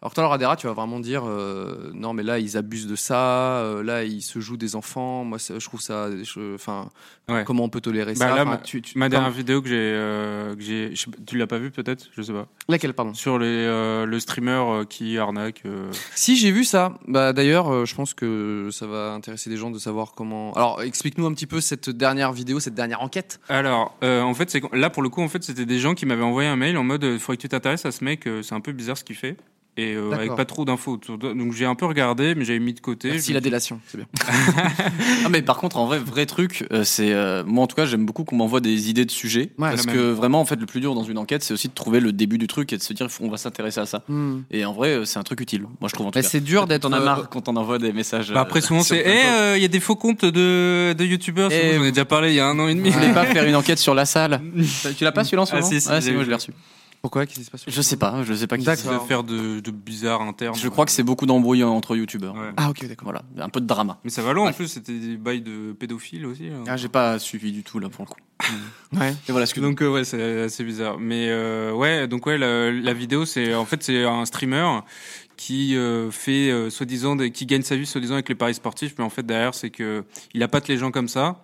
Speaker 1: Alors que toi, Adera, tu vas vraiment dire euh, Non, mais là ils abusent de ça, euh, là ils se jouent des enfants, moi ça- je trouve ça. je- Enfin,
Speaker 3: Ouais.
Speaker 1: comment on peut tolérer
Speaker 3: Bah
Speaker 1: ça
Speaker 3: là,
Speaker 1: Enfin,
Speaker 3: ma-
Speaker 1: tu- tu-
Speaker 3: Ma dernière
Speaker 1: comme-
Speaker 3: vidéo que j'ai, euh, que j'ai, je sais pas, tu l'as pas vue peut-être, je sais pas,
Speaker 1: Laquelle, pardon
Speaker 3: sur les, euh, le streamer euh, qui arnaque. euh,
Speaker 1: Si j'ai vu ça, bah d'ailleurs, euh, je pense que ça va intéresser des gens de savoir comment. Alors, explique-nous un petit peu cette dernière vidéo, cette dernière enquête.
Speaker 3: Alors, euh, en fait, c'est qu'on- là pour le coup, en fait, c'était des gens qui m'avaient envoyé un mail en mode, il faudrait que tu t'intéresses à ce mec, euh, c'est un peu bizarre ce qu'il fait, et euh, avec
Speaker 1: D'accord.
Speaker 3: pas trop d'infos. autour de- Donc j'ai un peu regardé, mais j'avais mis de côté.
Speaker 1: Merci
Speaker 3: Je-
Speaker 1: la délation, c'est bien.
Speaker 2: Ah mais par contre en vrai vrai truc euh, c'est euh, moi en tout cas j'aime beaucoup qu'on m'envoie des idées de sujets
Speaker 1: Ouais,
Speaker 2: parce
Speaker 3: la
Speaker 2: que vraiment en fait le plus dur dans une enquête c'est aussi de trouver le début du truc et de se dire on va s'intéresser à ça
Speaker 1: Hmm.
Speaker 2: et en vrai euh, c'est un truc utile moi je trouve en tout
Speaker 1: Mais
Speaker 2: cas
Speaker 1: c'est dur d'être.
Speaker 2: t'en as
Speaker 1: euh,
Speaker 2: marre quand on envoie des messages
Speaker 3: Bah, après,
Speaker 2: euh,
Speaker 3: souvent,
Speaker 2: sur
Speaker 3: c'est, eh,
Speaker 2: plein de choses.
Speaker 3: euh, il y a des faux comptes de, de youtubeurs,
Speaker 2: Eh,
Speaker 3: j'en ai déjà parlé il y a un an et demi.
Speaker 2: vous voulez pas faire une enquête sur la salle tu l'as pas celui-là en ce
Speaker 3: Ah,
Speaker 2: moment
Speaker 3: si, si,
Speaker 2: Ouais,
Speaker 3: j'ai
Speaker 2: c'est moi
Speaker 3: vu.
Speaker 2: je l'ai reçu
Speaker 1: Pourquoi Qu'est-ce qui se passe
Speaker 2: je sais pas je sais pas qui
Speaker 1: D'accord.
Speaker 3: de faire de, de bizarres internes.
Speaker 2: c'est. je crois que c'est beaucoup d'embrouilles entre youtubeurs
Speaker 3: Ouais.
Speaker 1: Ah ok, d'accord.
Speaker 2: voilà un peu de drama
Speaker 3: Mais ça va loin, en
Speaker 2: Ouais.
Speaker 3: plus, c'était des bails de pédophiles aussi. hein. là.
Speaker 2: ah j'ai pas suivi du tout là pour le coup
Speaker 1: Ouais.
Speaker 2: et voilà ce que
Speaker 3: Donc euh, ouais, c'est assez bizarre. Mais euh, ouais, donc ouais, la, la vidéo, c'est en fait c'est un streamer qui euh, fait euh, soi-disant des- qui gagne sa vie soi-disant avec les paris sportifs, mais en fait derrière c'est que il appâte les gens comme ça.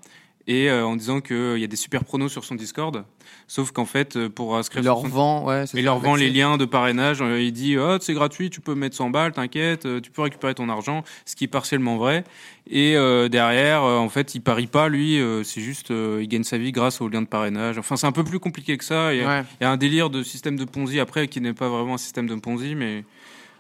Speaker 3: Et euh, en disant qu'il y a des super pronos sur son Discord, sauf qu'en fait, euh, pour inscrire
Speaker 1: Il leur
Speaker 3: sur son-
Speaker 1: vend, ouais. c'est
Speaker 3: il
Speaker 1: ça,
Speaker 3: leur vend les
Speaker 1: l'accès.
Speaker 3: liens de parrainage. euh, Il dit oh, c'est gratuit, tu peux mettre 100 balles, t'inquiète, euh, tu peux récupérer ton argent, ce qui est partiellement vrai. Et euh, derrière, euh, en fait, il parie pas, lui, euh, c'est juste euh, il gagne sa vie grâce aux liens de parrainage. Enfin, c'est un peu plus compliqué que ça. Il y a,
Speaker 1: Ouais.
Speaker 3: il y a un délire de système de Ponzi après qui n'est pas vraiment un système de Ponzi, mais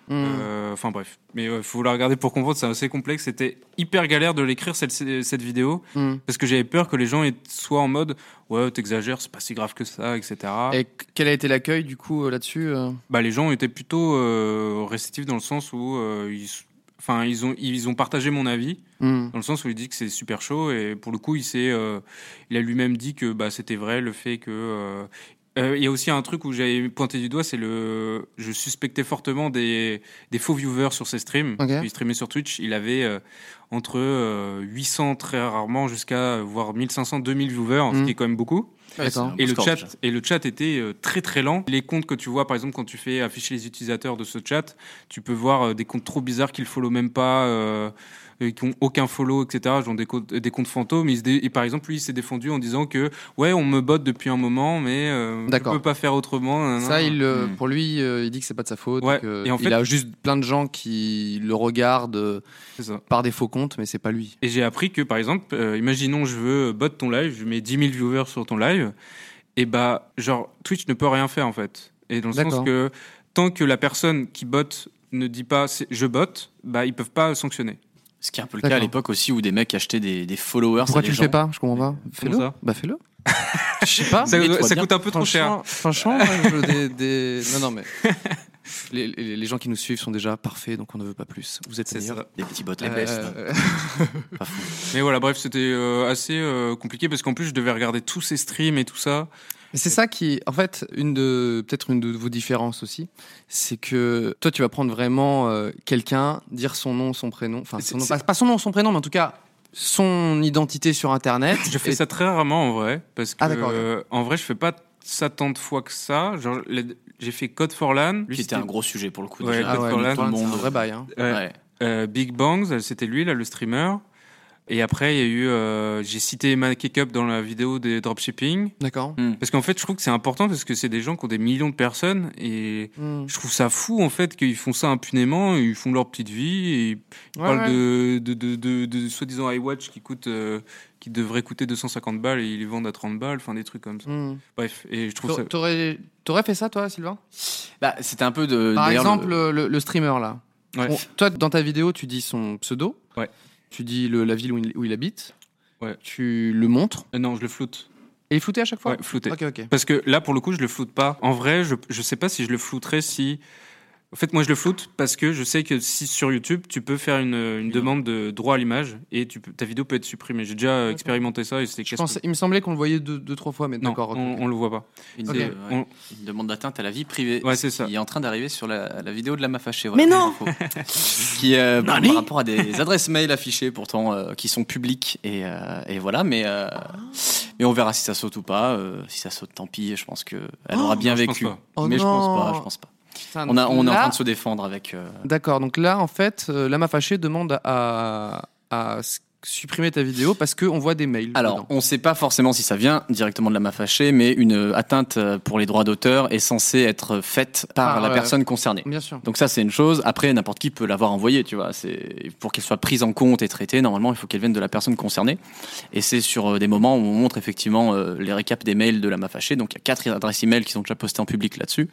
Speaker 1: Mm.
Speaker 3: euh, enfin bref. Mais il faut la regarder pour comprendre, c'est assez complexe. C'était hyper galère de l'écrire cette, cette vidéo
Speaker 1: Mm.
Speaker 3: parce que j'avais peur que les gens aient- soient en mode ouais, t'exagères, c'est pas si grave que ça, etc.
Speaker 1: Et quel a été l'accueil du coup euh, là-dessus euh
Speaker 3: Bah, les gens étaient plutôt euh, réceptifs dans le sens où euh, ils, enfin, ils ont ils ont partagé mon avis
Speaker 1: Mm.
Speaker 3: dans le sens où il dit que c'est super chaud et pour le coup il s'est euh, il a lui-même dit que bah c'était vrai le fait que euh, euh, il y a aussi un truc où j'avais pointé du doigt, c'est le. Je suspectais fortement des, des faux viewers sur ses streams.
Speaker 1: Ok.
Speaker 3: Il streamait sur Twitch, il avait euh, entre euh, 800 très rarement jusqu'à euh, voire 1500, 2000 viewers, ce
Speaker 1: Mm.
Speaker 3: qui est quand même beaucoup.
Speaker 1: D'accord.
Speaker 2: c'est un
Speaker 3: Et le,
Speaker 2: score,
Speaker 3: chat,
Speaker 2: déjà.
Speaker 3: et le chat était euh, très très lent. Les comptes que tu vois, par exemple, quand tu fais afficher les utilisateurs de ce chat, tu peux voir euh, des comptes trop bizarres qu'ils follow même pas, euh, et qui ont aucun follow, etc. Genre des comptes, des comptes fantômes. Il se dé- Et par exemple, lui, il s'est défendu en disant que ouais, on me botte depuis un moment, mais euh, je
Speaker 1: D'accord.
Speaker 3: peux pas faire autrement. nanana.
Speaker 1: Ça, il, euh,
Speaker 2: Mm.
Speaker 1: pour lui, euh, il dit que c'est pas de sa faute.
Speaker 3: Hmm. Ouais,
Speaker 1: que
Speaker 3: et en fait-
Speaker 1: il a juste plein de gens qui le regardent euh,
Speaker 3: C'est ça.
Speaker 1: par des faux comptes, mais c'est pas lui.
Speaker 3: Et j'ai appris que, par exemple, euh, imaginons je veux bot ton live, je mets 10 000 viewers sur ton live, et bah, genre, Twitch ne peut rien faire en fait. Et dans le sens
Speaker 1: D'accord.
Speaker 3: que tant que la personne qui botte ne dit pas c'est- je botte, bah, ils peuvent pas sanctionner.
Speaker 2: ce qui est un peu le
Speaker 1: D'accord.
Speaker 2: cas à l'époque aussi où des mecs achetaient des, des followers
Speaker 1: Pourquoi
Speaker 2: c'est
Speaker 1: tu le
Speaker 2: des
Speaker 1: fais
Speaker 2: gens-
Speaker 1: pas Je comprends pas. Fais-le.
Speaker 3: ça
Speaker 1: Bah fais-le. Je sais pas.
Speaker 3: Ça,
Speaker 2: mais toi,
Speaker 3: ça
Speaker 2: bien.
Speaker 3: coûte un peu trop cher.
Speaker 1: Franchement, franchement, moi, je- des, des- non, non, mais les, les- les gens qui nous suivent sont déjà parfaits, donc on ne veut pas plus. Vous êtes
Speaker 3: C'est
Speaker 1: meilleurs.
Speaker 3: ça.
Speaker 2: des petits bots
Speaker 1: Euh, euh,
Speaker 3: Mais voilà, bref, c'était euh, assez euh, compliqué parce qu'en plus, je devais regarder tous ces streams et tout ça.
Speaker 1: mais c'est ça qui, en fait, une de peut-être une de vos différences aussi, c'est que toi, tu vas prendre vraiment euh, quelqu'un, dire son nom, son prénom, enfin, son nom-
Speaker 3: C'est-
Speaker 1: pas, pas son nom, son prénom, mais en tout cas son identité sur Internet.
Speaker 3: Je fais
Speaker 1: Et-
Speaker 3: ça très rarement en vrai parce que,
Speaker 1: Ah, d'accord,
Speaker 3: euh, en vrai, je fais pas ça tant de fois que ça. Genre, les- j'ai fait Code for LAN.
Speaker 2: Lui, c'était un gros sujet pour le coup.
Speaker 3: Ouais,
Speaker 2: déjà.
Speaker 3: Ah ouais, mais
Speaker 2: tout le
Speaker 1: c'est un
Speaker 2: monde.
Speaker 1: vrai bail. hein.
Speaker 3: Ouais.
Speaker 2: Ouais.
Speaker 3: Euh, Big Bangs, c'était lui, là, le streamer. Et après, il y a eu. euh, j'ai cité Emma Cakeup dans la vidéo des dropshipping.
Speaker 1: D'accord.
Speaker 3: Parce qu'en fait, je trouve que c'est important parce que c'est des gens qui ont des millions de personnes et
Speaker 1: Hmm.
Speaker 3: je trouve ça fou en fait qu'ils font ça impunément, ils font leur petite vie et ils
Speaker 1: Ouais,
Speaker 3: parlent
Speaker 1: ouais.
Speaker 3: de, de, de, de, de soi-disant iWatch qui coûte. euh, qui devrait coûter 250 balles et ils les vendent à 30 balles, enfin des trucs comme ça.
Speaker 1: Hmm.
Speaker 3: Bref, et je trouve ça.
Speaker 1: T'a- T'aurais t'aurais fait ça, toi, Sylvain
Speaker 2: Bah, c'était un peu de.
Speaker 1: Par
Speaker 2: d'ailleurs,
Speaker 1: exemple,
Speaker 2: le-
Speaker 1: le... le- le streamer, là.
Speaker 3: Ouais.
Speaker 1: On- toi, dans ta vidéo, tu dis son pseudo.
Speaker 3: Ouais.
Speaker 1: Tu dis le- la ville où il, où il habite.
Speaker 3: Ouais.
Speaker 1: Tu le montres.
Speaker 3: Euh, non, je le floute.
Speaker 1: Et il floutait à chaque fois
Speaker 3: Ouais, flouté.
Speaker 1: Ok, ok.
Speaker 3: Parce que là, pour le coup, je le floute pas. En vrai, je, je sais pas si je le flouterais si. En fait, moi, je le floute parce que je sais que si sur YouTube, tu peux faire une, une demande de droit à l'image et tu peux- ta vidéo peut être supprimée. J'ai déjà euh, expérimenté ça et c'était
Speaker 1: Je
Speaker 3: casse-
Speaker 1: pensais- il me semblait qu'on le voyait deux, deux trois fois, mais
Speaker 3: Non,
Speaker 1: d'accord. ok.
Speaker 3: on, on le voit pas.
Speaker 2: une,
Speaker 1: Ok.
Speaker 2: euh, ouais,
Speaker 3: On-
Speaker 2: une demande d'atteinte à la vie privée.
Speaker 3: Ouais, c'est ça.
Speaker 2: Il est en train d'arriver sur la, la vidéo de la mafachée.
Speaker 5: Mais non
Speaker 2: Qui euh, par, par rapport à des adresses mail affichées pourtant euh, qui sont publiques et, euh, et voilà, mais euh, mais on verra si ça saute ou pas. euh, si ça saute, tant pis. Je pense que elle aura bien
Speaker 3: je pense
Speaker 2: vécu.
Speaker 3: pas.
Speaker 1: Oh
Speaker 2: mais je pense
Speaker 1: non.
Speaker 2: pas. Je pense pas.
Speaker 1: Putain,
Speaker 2: On a on est en
Speaker 1: là-
Speaker 2: train de se défendre avec. euh,
Speaker 1: D'accord, donc là, en fait, euh, Lama Fâché demande à, à s- supprimer ta vidéo parce qu'on voit des mails.
Speaker 2: Alors,
Speaker 1: dedans.
Speaker 2: on ne sait pas forcément si ça vient directement de la mafachée, mais une euh, atteinte euh, pour les droits d'auteur est censée être faite par
Speaker 1: Par,
Speaker 2: la
Speaker 1: euh,
Speaker 2: personne concernée.
Speaker 1: Bien sûr.
Speaker 2: Donc ça, c'est une chose. Après, n'importe qui peut l'avoir envoyée, tu vois. C'est pour qu'elle soit prise en compte et traitée. Normalement, il faut qu'elle vienne de la personne concernée. Et c'est sur euh, des moments où on montre effectivement euh, les récaps des mails de la mafachée. Donc il y a quatre adresses email qui sont déjà postées en public là-dessus.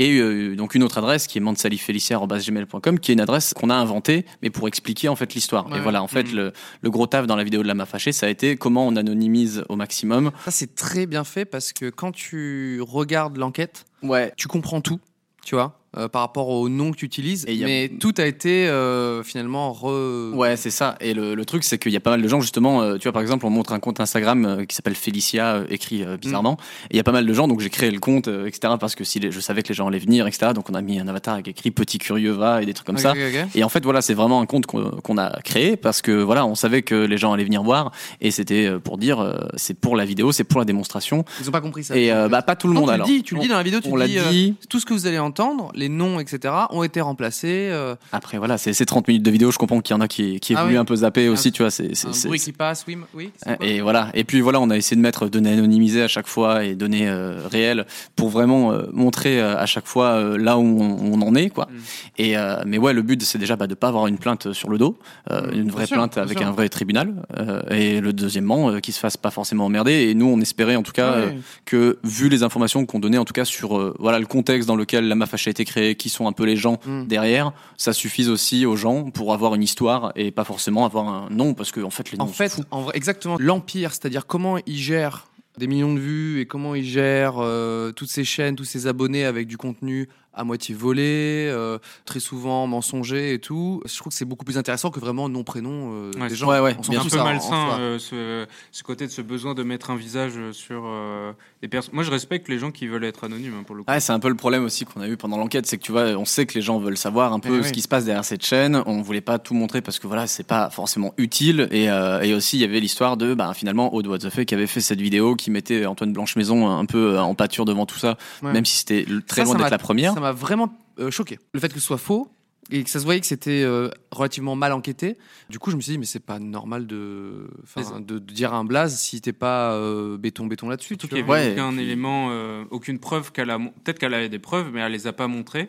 Speaker 2: Et euh, donc une autre adresse qui est mansalifelicia@gmail.com, qui est une adresse qu'on a inventée, mais pour expliquer en fait l'histoire.
Speaker 1: Ouais. Mm.
Speaker 2: Et voilà, en fait,
Speaker 3: Mhm.
Speaker 2: le, le gros taf dans la vidéo de la mafachée, ça a été comment on anonymise au maximum.
Speaker 1: Ça, c'est très bien fait parce que quand tu regardes l'enquête,
Speaker 2: Ouais.
Speaker 1: tu comprends tout, tu vois, euh, par rapport au nom que tu utilises.
Speaker 2: Et il y a-
Speaker 1: Mais tout a été euh, finalement re.
Speaker 2: Ouais, c'est ça. Et le, le truc, c'est qu'il y a pas mal de gens, justement, euh, tu vois, par exemple, on montre un compte Instagram euh, qui s'appelle Felicia, euh, écrit euh, bizarrement.
Speaker 1: Mm.
Speaker 2: Et il y a pas mal de gens, donc j'ai créé le compte, euh, etc., parce que si les- je savais que les gens allaient venir, etc., donc on a mis un avatar avec écrit Petit Curieux va et des trucs comme
Speaker 1: Ok,
Speaker 2: ça.
Speaker 1: ok, ok.
Speaker 2: Et en fait, voilà, c'est vraiment un compte qu'on qu'on a créé parce que voilà, on savait que les gens allaient venir voir et c'était euh, pour dire, euh, c'est pour la vidéo, c'est pour la démonstration.
Speaker 1: Ils ont pas compris ça.
Speaker 2: Et euh, bah, pas tout le
Speaker 1: Non,
Speaker 2: monde
Speaker 1: tu
Speaker 2: alors.
Speaker 1: le dis, tu le
Speaker 2: On-
Speaker 1: dis dans la vidéo, tu
Speaker 2: on l'a
Speaker 1: dis, euh,
Speaker 2: dit.
Speaker 1: tout ce que vous allez entendre, les noms, etc., ont été remplacés. euh,
Speaker 2: Après, voilà, c'est c'est 30 minutes de vidéo. Je comprends qu'il y en a qui, qui est
Speaker 1: Ah
Speaker 2: voulu
Speaker 1: oui.
Speaker 2: un peu zapper aussi,
Speaker 1: Ah,
Speaker 2: tu vois. C'est c'est-
Speaker 1: un
Speaker 2: c'est- Euh,
Speaker 1: bruit qui passe, oui, m- oui. c'est quoi
Speaker 2: Et voilà. Et puis voilà, on a essayé de mettre données anonymisées à chaque fois et données euh, réelles pour vraiment euh, montrer euh, à chaque fois euh, là où on, on en est, quoi.
Speaker 3: Mm.
Speaker 2: Et euh, mais ouais, le but c'est déjà bah, de pas avoir une plainte sur le dos, euh, une vraie
Speaker 1: sûr,
Speaker 2: plainte
Speaker 1: Mm, bien
Speaker 2: avec
Speaker 1: sûr.
Speaker 2: un vrai tribunal. euh, et le deuxièmement, euh, qu'ils se fasse pas forcément emmerder. Et nous, on espérait en tout cas euh,
Speaker 1: Ouais.
Speaker 2: que vu les informations qu'on donnait, en tout cas sur euh, voilà le contexte dans lequel la MAFACH a été créée, qui sont un peu les gens
Speaker 1: Mm.
Speaker 2: derrière, ça suffise aussi aux gens pour avoir une histoire et pas forcément avoir un nom parce que en fait les noms
Speaker 1: En
Speaker 2: on s'en
Speaker 1: fait,
Speaker 2: fout.
Speaker 1: en vrai, exactement, l'empire, c'est-à-dire comment il gère des millions de vues et comment il gère euh, toutes ces chaînes, tous ses abonnés avec du contenu à moitié volé, euh, très souvent mensonger et tout. Je trouve que c'est beaucoup plus intéressant que vraiment nom prénom euh,
Speaker 3: Ouais,
Speaker 1: des
Speaker 3: c'est-
Speaker 1: gens.
Speaker 2: ouais, ouais,
Speaker 1: On s'en
Speaker 3: C'est
Speaker 2: bien
Speaker 3: un
Speaker 1: fout
Speaker 2: sûr.
Speaker 1: ça,
Speaker 3: peu
Speaker 1: en- en
Speaker 3: malsain
Speaker 1: soi.
Speaker 3: euh, ce, ce côté de ce besoin de mettre un visage euh, sur euh, des personnes. Moi, je respecte les gens qui veulent être anonymes hein, pour le coup.
Speaker 2: Ouais, c'est un peu le problème aussi qu'on a eu pendant l'enquête, c'est que tu vois, on sait que les gens veulent savoir un peu
Speaker 1: Eh
Speaker 2: ce
Speaker 1: oui.
Speaker 2: qui se passe derrière cette chaîne. On voulait pas tout montrer parce que voilà, c'est pas forcément utile. Et, euh, et aussi, il y avait l'histoire de bah, finalement Aude What the Fuck qui avait fait cette vidéo qui mettait Antoine Blanche Maison un peu euh, en pâture devant tout ça,
Speaker 1: Ouais.
Speaker 2: même si c'était le- très
Speaker 1: Ça,
Speaker 2: loin
Speaker 1: ça
Speaker 2: d'être
Speaker 1: m'a-
Speaker 2: la première.
Speaker 1: Ça m'a vraiment euh, choqué. Le fait que ce soit faux et que ça se voyait que c'était euh, relativement mal enquêté. Du coup, je me suis dit, mais c'est pas normal de, enfin, de, de dire à un blaze si t'es pas euh, béton béton là-dessus.
Speaker 3: Surtout
Speaker 1: tu
Speaker 3: qu'il n'y
Speaker 1: vois.
Speaker 3: avait
Speaker 2: Ouais,
Speaker 3: aucun
Speaker 2: et puis-
Speaker 3: élément, euh, aucune preuve qu'elle a. mon- Peut-être qu'elle avait des preuves, mais elle les a pas montrées.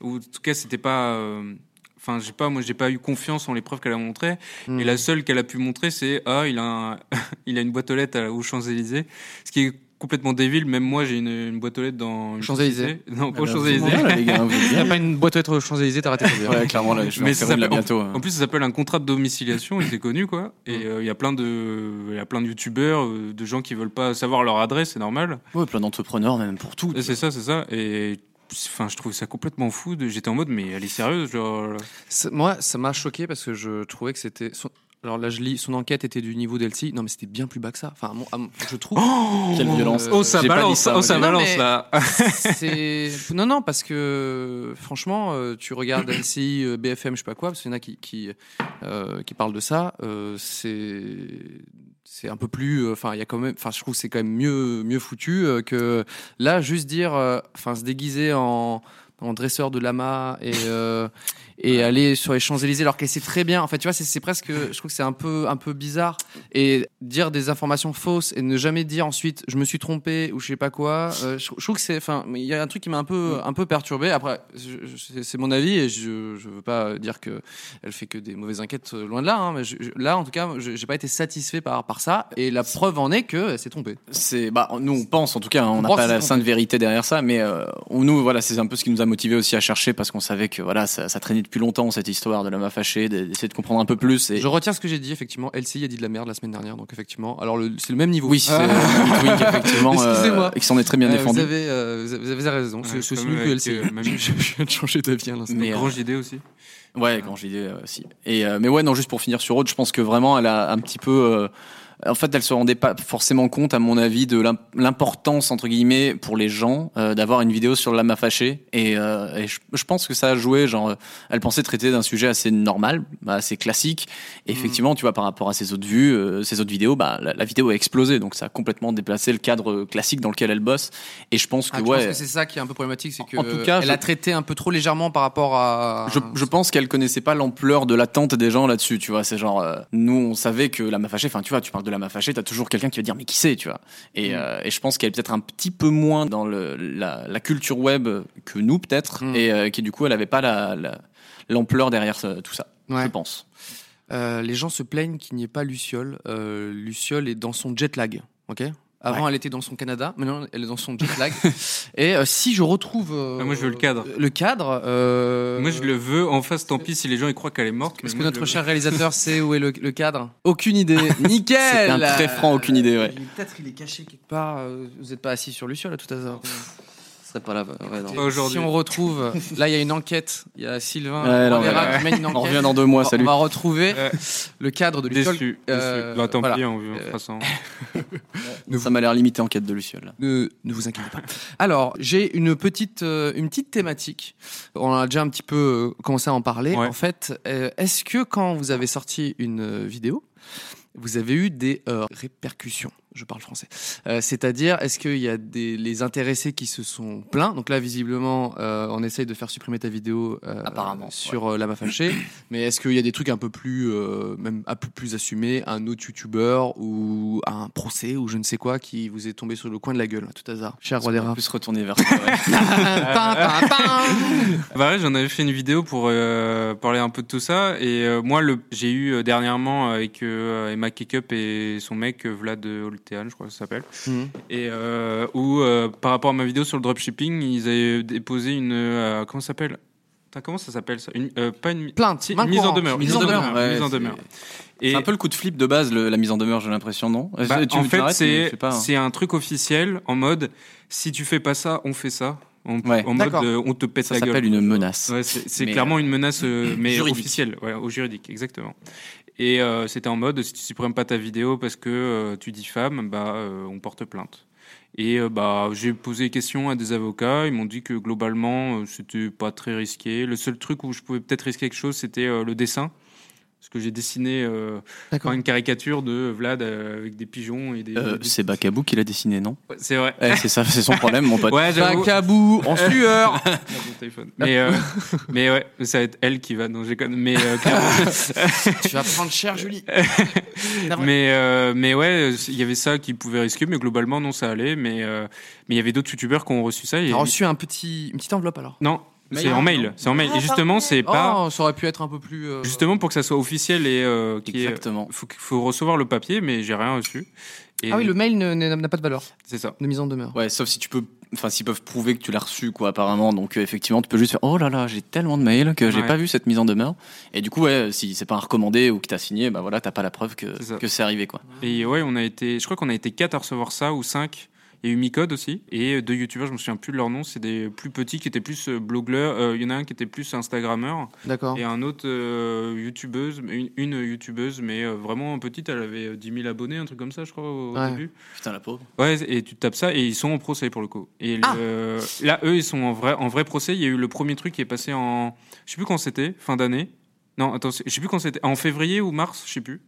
Speaker 3: Ou en tout cas, c'était pas. euh, Enfin, j'ai pas, moi, j'ai pas eu confiance en les preuves qu'elle a montrées.
Speaker 1: Mm.
Speaker 3: Et
Speaker 2: Hmm.
Speaker 3: la seule qu'elle a pu montrer, c'est ah, il a, un- il a une boîte aux lettres à- aux Champs Élysées, ce qui est complètement débile. Même moi, j'ai une, une boîte aux lettres dans une
Speaker 1: Champs Élysées.
Speaker 3: société- Non, pas
Speaker 2: Ah
Speaker 3: aux
Speaker 2: bah,
Speaker 3: Champs
Speaker 2: vous êtes
Speaker 3: Élysées.
Speaker 2: mal, les gars, vous êtes
Speaker 1: T'as
Speaker 2: bien.
Speaker 1: pas une boîte aux lettres aux Champs-Élysées, t'arrêtes de dire.
Speaker 2: Ouais, clairement, là, je vais
Speaker 3: Mais
Speaker 2: en faire
Speaker 3: ça
Speaker 2: une là
Speaker 3: s'appelle-
Speaker 2: bientôt. hein.
Speaker 3: En plus, ça s'appelle un contrat de domiciliation, et c'est connu, quoi. Et euh,
Speaker 2: Hmm.
Speaker 3: il y a plein de, il y a plein de youtubeurs, euh, de gens qui veulent pas savoir leur adresse, c'est normal.
Speaker 2: Ouais, plein d'entrepreneurs, même pour tout.
Speaker 3: C'est ça, c'est ça. Et enfin, je trouve ça complètement fou. de- J'étais en mode, mais elle est sérieuse, genre.
Speaker 1: Ça- Moi, ça m'a choqué parce que je trouvais que c'était. son- Alors là, je lis, son enquête était du niveau d'Elsie. Non, mais c'était bien plus bas que ça. Enfin, à mon- à mon- je trouve.
Speaker 2: Quelle
Speaker 1: Euh,
Speaker 2: violence.
Speaker 1: euh,
Speaker 3: Oh, ça
Speaker 2: J'ai pas
Speaker 3: balance,
Speaker 2: dit ça,
Speaker 3: oh, ça
Speaker 1: mais-
Speaker 3: balance
Speaker 1: Non, mais-
Speaker 3: là.
Speaker 1: C'est- non non parce que franchement euh, tu regardes LCI euh, BFM je sais pas quoi parce qu'il y en a qui qui, euh, qui parlent de ça euh, c'est c'est un peu plus euh, enfin il y a quand même enfin je trouve que c'est quand même mieux mieux foutu euh, que là juste dire euh, enfin se déguiser en en dresseur de lama et euh, et aller sur les Champs Élysées alors qu'elle sait très bien en fait tu vois c'est- c'est presque je trouve que c'est un peu un peu bizarre et dire des informations fausses et ne jamais dire ensuite je me suis trompé ou je sais pas quoi euh, je, je trouve que c'est enfin il y a un truc qui m'a un peu
Speaker 2: Mm.
Speaker 1: un peu perturbé après je- je- c'est- c'est mon avis et je je veux pas dire que elle fait que des mauvaises enquêtes euh, loin de là hein, mais je- je- là en tout cas je- j'ai pas été satisfait par par ça et la preuve en est que elle s'est trompée
Speaker 2: C'est bah nous on pense en tout cas hein, on n'a
Speaker 1: pense
Speaker 2: pas
Speaker 1: que
Speaker 2: la
Speaker 1: c'est
Speaker 2: sainte vérité derrière ça mais euh, on nous voilà c'est un peu ce qui nous a motivé aussi à chercher parce qu'on savait que voilà ça, ça traînait depuis longtemps cette histoire de l'homme à fâcher de- d'essayer de comprendre un peu plus et
Speaker 1: je retiens ce que j'ai dit effectivement LCI a dit de la merde la semaine dernière donc effectivement alors le- c'est le même niveau
Speaker 2: oui c'est
Speaker 1: Ah.
Speaker 2: Mamie Twink, effectivement euh,
Speaker 1: Excusez-moi.
Speaker 2: et qui s'en est très bien
Speaker 1: Euh,
Speaker 2: défendu
Speaker 1: Vous avez, euh, vous avez- vous avez raison.
Speaker 3: Ouais,
Speaker 1: C'est c'est aussi
Speaker 3: comme
Speaker 1: nul que
Speaker 3: avec,
Speaker 1: LCI.
Speaker 3: euh, Mamie.
Speaker 1: Je viens de changer d'avis à l'instant.
Speaker 2: Mais, euh,
Speaker 3: Grosse idée aussi.
Speaker 2: Ouais, quand j'ai dit aussi. Et euh, mais ouais, non, juste pour finir sur Aude, je pense que vraiment, elle a un petit peu. euh, en fait, elle se rendait pas forcément compte, à mon avis, de l'im- l'importance entre guillemets pour les gens euh, d'avoir une vidéo sur l'âme fâché. Et, euh, et je, je pense que ça a joué. Genre, euh, elle pensait traiter d'un sujet assez normal, bah, assez classique.
Speaker 1: Mmh.
Speaker 2: Et effectivement, tu vois, par rapport à ses autres vues, euh, ses autres vidéos, bah, la, la vidéo a explosé. Donc, ça a complètement déplacé le cadre classique dans lequel elle bosse. Et je pense que
Speaker 1: Ah, tu
Speaker 2: ouais.
Speaker 1: penses que c'est ça qui est un peu problématique, c'est que
Speaker 2: En tout cas,
Speaker 1: elle
Speaker 2: je-
Speaker 1: a traité un peu trop légèrement par rapport à.
Speaker 2: Je, je pense qu'elle connaissait pas l'ampleur de l'attente des gens là-dessus, tu vois. C'est genre, euh, nous, on savait que la mafachée, enfin, tu vois, tu parles de la mafachée, t'as toujours quelqu'un qui va dire, mais qui c'est, tu vois. Et, euh, et je pense qu'elle est peut-être un petit peu moins dans le, la, la culture web que nous, peut-être,
Speaker 1: Mm.
Speaker 2: et euh, qui, du coup, elle avait pas la- la- l'ampleur derrière ce- tout ça,
Speaker 1: Ouais.
Speaker 2: je pense.
Speaker 1: Euh, les gens se plaignent qu'il n'y ait pas Luciole. Euh, Luciole est dans son jet lag. Ok. Avant, elle était dans son Canada. Maintenant, elle est dans son jet lag. Et euh, si je retrouve. euh,
Speaker 3: Ah, moi, je veux le cadre.
Speaker 1: Le cadre. euh,
Speaker 3: Moi, je le veux en face, tant pis si les gens ils croient qu'elle est morte.
Speaker 1: Est-ce
Speaker 3: mais
Speaker 1: que
Speaker 3: moi,
Speaker 1: notre
Speaker 3: je le
Speaker 1: cher réalisateur sait où est le, le cadre Aucune idée. Nickel
Speaker 2: C'était un très franc, aucune idée, ouais.
Speaker 1: Il est- Peut-être il est caché quelque part. euh, Vous n'êtes pas assis sur Luciole à tout hasard.
Speaker 5: Ce serait pas là. Ouais, non.
Speaker 3: Pas
Speaker 1: Si
Speaker 3: aujourd'hui.
Speaker 1: on retrouve, là il y a une enquête, il y a Sylvain
Speaker 2: Ouais, là, on
Speaker 1: Moreira
Speaker 2: va-
Speaker 1: qui mène une enquête.
Speaker 2: On revient dans deux mois,
Speaker 1: On-
Speaker 2: salut.
Speaker 1: On va retrouver
Speaker 3: Ouais.
Speaker 1: le cadre de
Speaker 3: Déçu,
Speaker 1: l'école.
Speaker 3: Euh, déçu.
Speaker 1: euh,
Speaker 3: Bah, tant
Speaker 1: voilà.
Speaker 3: pis, on on
Speaker 1: Euh,
Speaker 3: fera ça.
Speaker 2: Ça m'a l'air limité en quête de Luciole. là.
Speaker 1: Ne, ne vous inquiétez pas. Alors, j'ai une petite, euh, une petite thématique. On a déjà un petit peu euh, commencé à en parler.
Speaker 3: Ouais.
Speaker 1: En fait, euh, est-ce que quand vous avez sorti une euh, vidéo, vous avez eu des euh, répercussions Je parle français. Euh, C'est-à-dire, est-ce qu'il y a des, les intéressés qui se sont plaints Donc là, visiblement, euh, on essaye de faire supprimer ta vidéo euh,
Speaker 2: Apparemment,
Speaker 1: sur euh, la ma fâchée. Mais est-ce qu'il y a des trucs un peu plus, euh, même un peu plus assumés, un autre youtubeur ou un procès ou je ne sais quoi qui vous est tombé sur le coin de la gueule, à tout hasard Cher roi des
Speaker 2: On
Speaker 1: rats.
Speaker 2: peut se retourner vers toi. ouais.
Speaker 1: Pin, pin, pin
Speaker 3: Bah ouais, j'en avais fait une vidéo pour euh, parler un peu de tout ça. Et euh, moi, le, j'ai eu euh, dernièrement avec euh, Emma Kekup et son mec euh, Vlad Oltean, je crois que ça s'appelle.
Speaker 1: Mhm.
Speaker 3: Et euh, où, euh, par rapport à ma vidéo sur le dropshipping, ils avaient déposé une. euh, comment ça s'appelle Putain, Comment ça s'appelle ça une, euh, Pas une.
Speaker 1: Plainte,
Speaker 3: si,
Speaker 1: main
Speaker 3: mise en
Speaker 1: courante.
Speaker 3: demeure.
Speaker 1: Mise en demeure.
Speaker 2: ouais,
Speaker 3: mise en
Speaker 2: c'est-
Speaker 3: demeure.
Speaker 2: C'est
Speaker 3: Et
Speaker 2: un peu le coup de flip de base, le- la mise en demeure, j'ai l'impression, non
Speaker 3: bah,
Speaker 2: Tu
Speaker 3: en
Speaker 2: me
Speaker 3: fait,
Speaker 2: l'arrêtes, mais je
Speaker 3: c'est
Speaker 2: sais pas, hein.
Speaker 3: c'est un truc officiel en mode si tu fais pas ça, on fait ça. En,
Speaker 2: Ouais.
Speaker 3: en mode
Speaker 1: D'accord.
Speaker 3: euh, on te pète
Speaker 2: Ça
Speaker 3: la gueule.
Speaker 2: s'appelle une menace.
Speaker 3: Ouais, c'est c'est
Speaker 2: Mais,
Speaker 3: clairement une menace, euh, mais
Speaker 2: juridique.
Speaker 3: officielle, ouais, au juridique, exactement. Et euh, c'était en mode, si tu supprimes pas ta vidéo parce que euh, tu diffames, bah, euh, on porte plainte. Et euh, bah, j'ai posé des questions à des avocats, ils m'ont dit que globalement, euh, c'était pas très risqué. Le seul truc où je pouvais peut-être risquer quelque chose, c'était euh, le dessin. Parce que j'ai dessiné euh,
Speaker 1: D'accord.
Speaker 3: une caricature de Vlad euh, avec des pigeons et des.
Speaker 2: Euh,
Speaker 3: des-
Speaker 2: c'est Bakabou qui l'a dessiné, non
Speaker 3: Ouais, C'est vrai.
Speaker 2: Eh, C'est ça, c'est son problème, mon pote.
Speaker 3: Ouais, j'avoue.
Speaker 1: Pacabou, en sueur
Speaker 3: Ah, mon téléphone. Mais, euh, mais ouais, ça va être elle qui va. Non, j'ai con- Mais euh, clairement,
Speaker 1: Tu vas prendre cher, Julie. Ouais.
Speaker 3: Mais, euh, mais ouais, il y avait ça qui pouvait risquer, mais globalement, non, ça allait. Mais euh, mais il y avait d'autres youtubeurs qui ont reçu ça. Et...
Speaker 1: T'as reçu un petit, une petite enveloppe alors
Speaker 3: Non,
Speaker 2: Mail.
Speaker 3: c'est en mail. C'est en mail.
Speaker 1: Ah,
Speaker 3: Et justement, c'est pas.
Speaker 1: Oh, ça aurait pu être un peu plus. euh,
Speaker 3: Justement, pour que ça soit officiel et euh, qu'il y ait-
Speaker 2: Exactement.
Speaker 3: Faut, qu'il- faut recevoir le papier, mais j'ai rien reçu. Et
Speaker 1: Ah oui, le mail ne- ne- n'a pas de valeur
Speaker 3: C'est ça.
Speaker 1: de mise en demeure.
Speaker 2: Ouais, sauf si tu peux. Enfin, s'ils peuvent prouver que tu l'as reçu, quoi, apparemment. Donc, euh, effectivement, tu peux juste faire Oh là là, j'ai tellement de mails que j'ai
Speaker 3: Ouais.
Speaker 2: pas vu cette mise en demeure. Et du coup, ouais, si c'est pas un recommandé ou que t'as signé, bah voilà, t'as pas la preuve
Speaker 3: C'est ça.
Speaker 2: que que c'est arrivé, quoi.
Speaker 3: Et ouais, on a été. Je crois qu'on a été 4 à recevoir ça ou 5. Il y a eu Micode aussi. Et deux youtubeurs, je me souviens plus de leur nom. C'est des plus petits qui étaient plus euh, blogueurs. Euh, Il y en a un qui était plus Instagrammeur.
Speaker 1: D'accord.
Speaker 3: Et un autre euh, youtubeuse, mais une, une youtubeuse, mais euh, vraiment petite, elle avait euh, 10 000 abonnés, un truc comme ça, je crois, au, au
Speaker 1: Ouais.
Speaker 3: début.
Speaker 2: Putain, la pauvre.
Speaker 3: Ouais, et tu tapes ça, et ils sont en procès pour le coup. Et le-
Speaker 1: Ah.
Speaker 3: là, eux, ils sont en vrai, en vrai procès. Il y a eu le premier truc qui est passé en. Je sais plus quand c'était, fin d'année. Non, attends, c'est- je sais plus quand c'était. En février ou mars, je sais plus.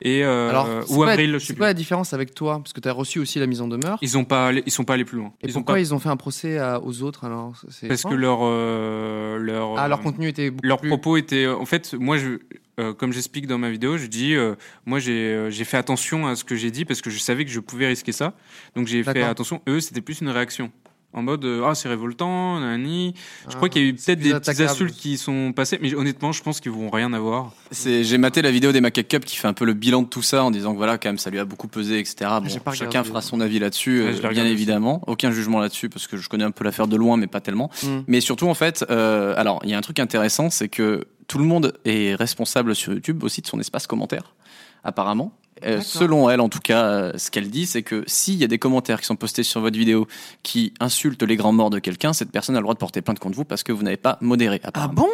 Speaker 3: Et, euh,
Speaker 1: Alors, c'est
Speaker 3: ou
Speaker 1: quoi la-
Speaker 3: avril, je sais
Speaker 1: C'est
Speaker 3: plus.
Speaker 1: quoi la différence avec toi Parce que tu as reçu aussi la mise en demeure.
Speaker 3: Ils ont pas allé- ils sont pas allés plus loin.
Speaker 1: Et
Speaker 3: Ils ont
Speaker 1: pourquoi
Speaker 3: pas-
Speaker 1: ils ont fait un procès à- aux autres alors C'est-
Speaker 3: Parce que leur. euh, leur
Speaker 1: Ah, leur
Speaker 3: euh,
Speaker 1: contenu était beaucoup
Speaker 3: Leur
Speaker 1: plus...
Speaker 3: propos était, en fait, moi, je, euh, comme j'explique dans ma vidéo, je dis, euh, moi, j'ai euh, j'ai fait attention à ce que j'ai dit parce que je savais que je pouvais risquer ça. Donc j'ai fait
Speaker 1: D'accord.
Speaker 3: attention. Eux, c'était plus une réaction. En mode, euh, ah, c'est révoltant, nanani. Je crois qu'il y a eu
Speaker 1: Ah, c'est
Speaker 3: peut-être
Speaker 1: plus
Speaker 3: des petites
Speaker 1: attaquable.
Speaker 3: insultes qui sont passées, mais honnêtement, je pense qu'ils vont rien avoir.
Speaker 2: C'est- J'ai maté la vidéo des Macaque Cup qui fait un peu le bilan de tout ça en disant que voilà, quand même, ça lui a beaucoup pesé, etc. Bon,
Speaker 1: J'ai pas
Speaker 2: chacun
Speaker 1: regardé.
Speaker 2: fera son avis là-dessus, euh,
Speaker 3: Ouais, je l'ai
Speaker 2: bien
Speaker 3: regardé aussi.
Speaker 2: évidemment. Aucun jugement là-dessus parce que je connais un peu l'affaire de loin, mais pas tellement.
Speaker 1: Hmm.
Speaker 2: Mais surtout, en fait, euh, alors, il y a un truc intéressant, c'est que tout le monde est responsable sur YouTube aussi de son espace commentaire, apparemment. Euh,
Speaker 1: D'accord.
Speaker 2: selon elle, en tout cas, euh, ce qu'elle dit, c'est que s'il y a des commentaires qui sont postés sur votre vidéo qui insultent les grands morts de quelqu'un, cette personne a le droit de porter plainte contre vous parce que vous n'avez pas modéré.
Speaker 1: Ah
Speaker 2: apparemment.
Speaker 1: bon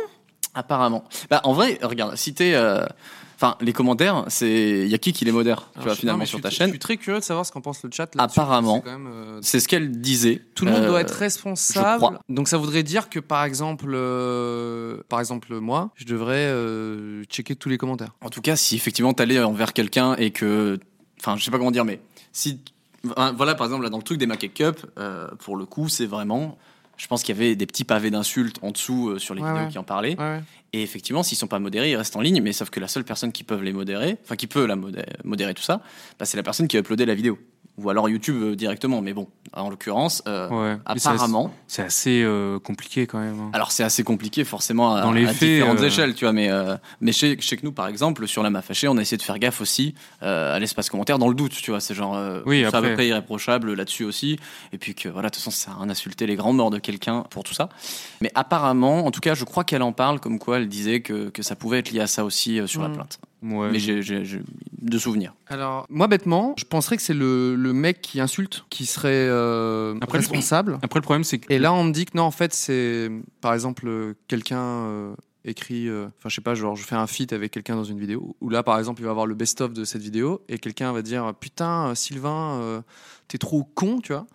Speaker 2: Apparemment. Bah, en vrai, regarde, si t'es. euh, Enfin, les commentaires, c'est. Il y a qui qui les modère, tu
Speaker 1: Alors, Ah,
Speaker 2: vois,
Speaker 1: je sais pas,
Speaker 2: finalement,
Speaker 1: mais
Speaker 2: sur
Speaker 1: je
Speaker 2: ta
Speaker 1: suis-
Speaker 2: chaîne
Speaker 1: Je suis très curieux de savoir ce qu'en pense le chat. là-dessus,
Speaker 2: Apparemment.
Speaker 1: parce que c'est quand même, euh,
Speaker 2: C'est ce qu'elle disait.
Speaker 1: Tout le monde
Speaker 2: Euh,
Speaker 1: doit être
Speaker 2: je
Speaker 1: responsable.
Speaker 2: crois.
Speaker 1: Donc ça voudrait dire que par exemple, euh, par exemple moi, je devrais euh, checker tous les commentaires.
Speaker 2: En tout cas, si effectivement t'allais envers quelqu'un et que. Enfin, je sais pas comment dire, mais si. hein, Voilà, par exemple, là, dans le truc des Maquet Cup, euh, pour le coup, c'est vraiment. Je pense qu'il y avait des petits pavés d'insultes en dessous euh, sur les
Speaker 1: Ouais,
Speaker 2: vidéos
Speaker 1: ouais.
Speaker 2: qui en parlaient.
Speaker 1: Ouais, ouais.
Speaker 2: Et effectivement, s'ils sont pas modérés, ils restent en ligne. Mais sauf que la seule personne qui peut les modérer, enfin qui peut la modé- modérer tout ça, bah, c'est la personne qui a uploadé la vidéo. Ou alors YouTube euh, directement. Mais bon, en l'occurrence, euh,
Speaker 3: Ouais. Mais c'est
Speaker 2: apparemment.
Speaker 3: assez- C'est assez euh, compliqué quand même. hein.
Speaker 2: Alors c'est assez compliqué forcément à,
Speaker 3: Dans les
Speaker 2: à
Speaker 3: faits,
Speaker 2: différentes
Speaker 3: euh,
Speaker 2: échelles, tu vois. Mais euh, mais chez, chez que nous, par exemple, sur la Mafachée, on a essayé de faire gaffe aussi euh, à l'espace commentaire dans le doute, tu vois. C'est genre euh,
Speaker 3: Oui,
Speaker 2: c'est à peu
Speaker 3: après.
Speaker 2: près irréprochable là-dessus aussi. Et puis que voilà, de toute façon, ça un insulter les grands morts de quelqu'un pour tout ça. Mais apparemment, en tout cas, je crois qu'elle en parle comme quoi elle disait que que ça pouvait être lié à ça aussi euh, sur la
Speaker 1: Mm.
Speaker 2: plainte.
Speaker 3: Mmh. Ouais.
Speaker 2: Mais j'ai j'ai- j'ai de souvenirs.
Speaker 1: Alors moi bêtement, je penserais que c'est le, le mec qui insulte qui serait euh,
Speaker 3: Après, le-
Speaker 1: responsable.
Speaker 3: Après, le problème, c'est que.
Speaker 1: Et là on me dit que non en fait c'est par exemple euh, quelqu'un euh, écrit, euh, enfin je sais pas, genre je fais un feat avec quelqu'un dans une vidéo. Ou là par exemple il va avoir le best-of de cette vidéo et quelqu'un va dire putain euh, Sylvain euh, t'es trop con tu vois.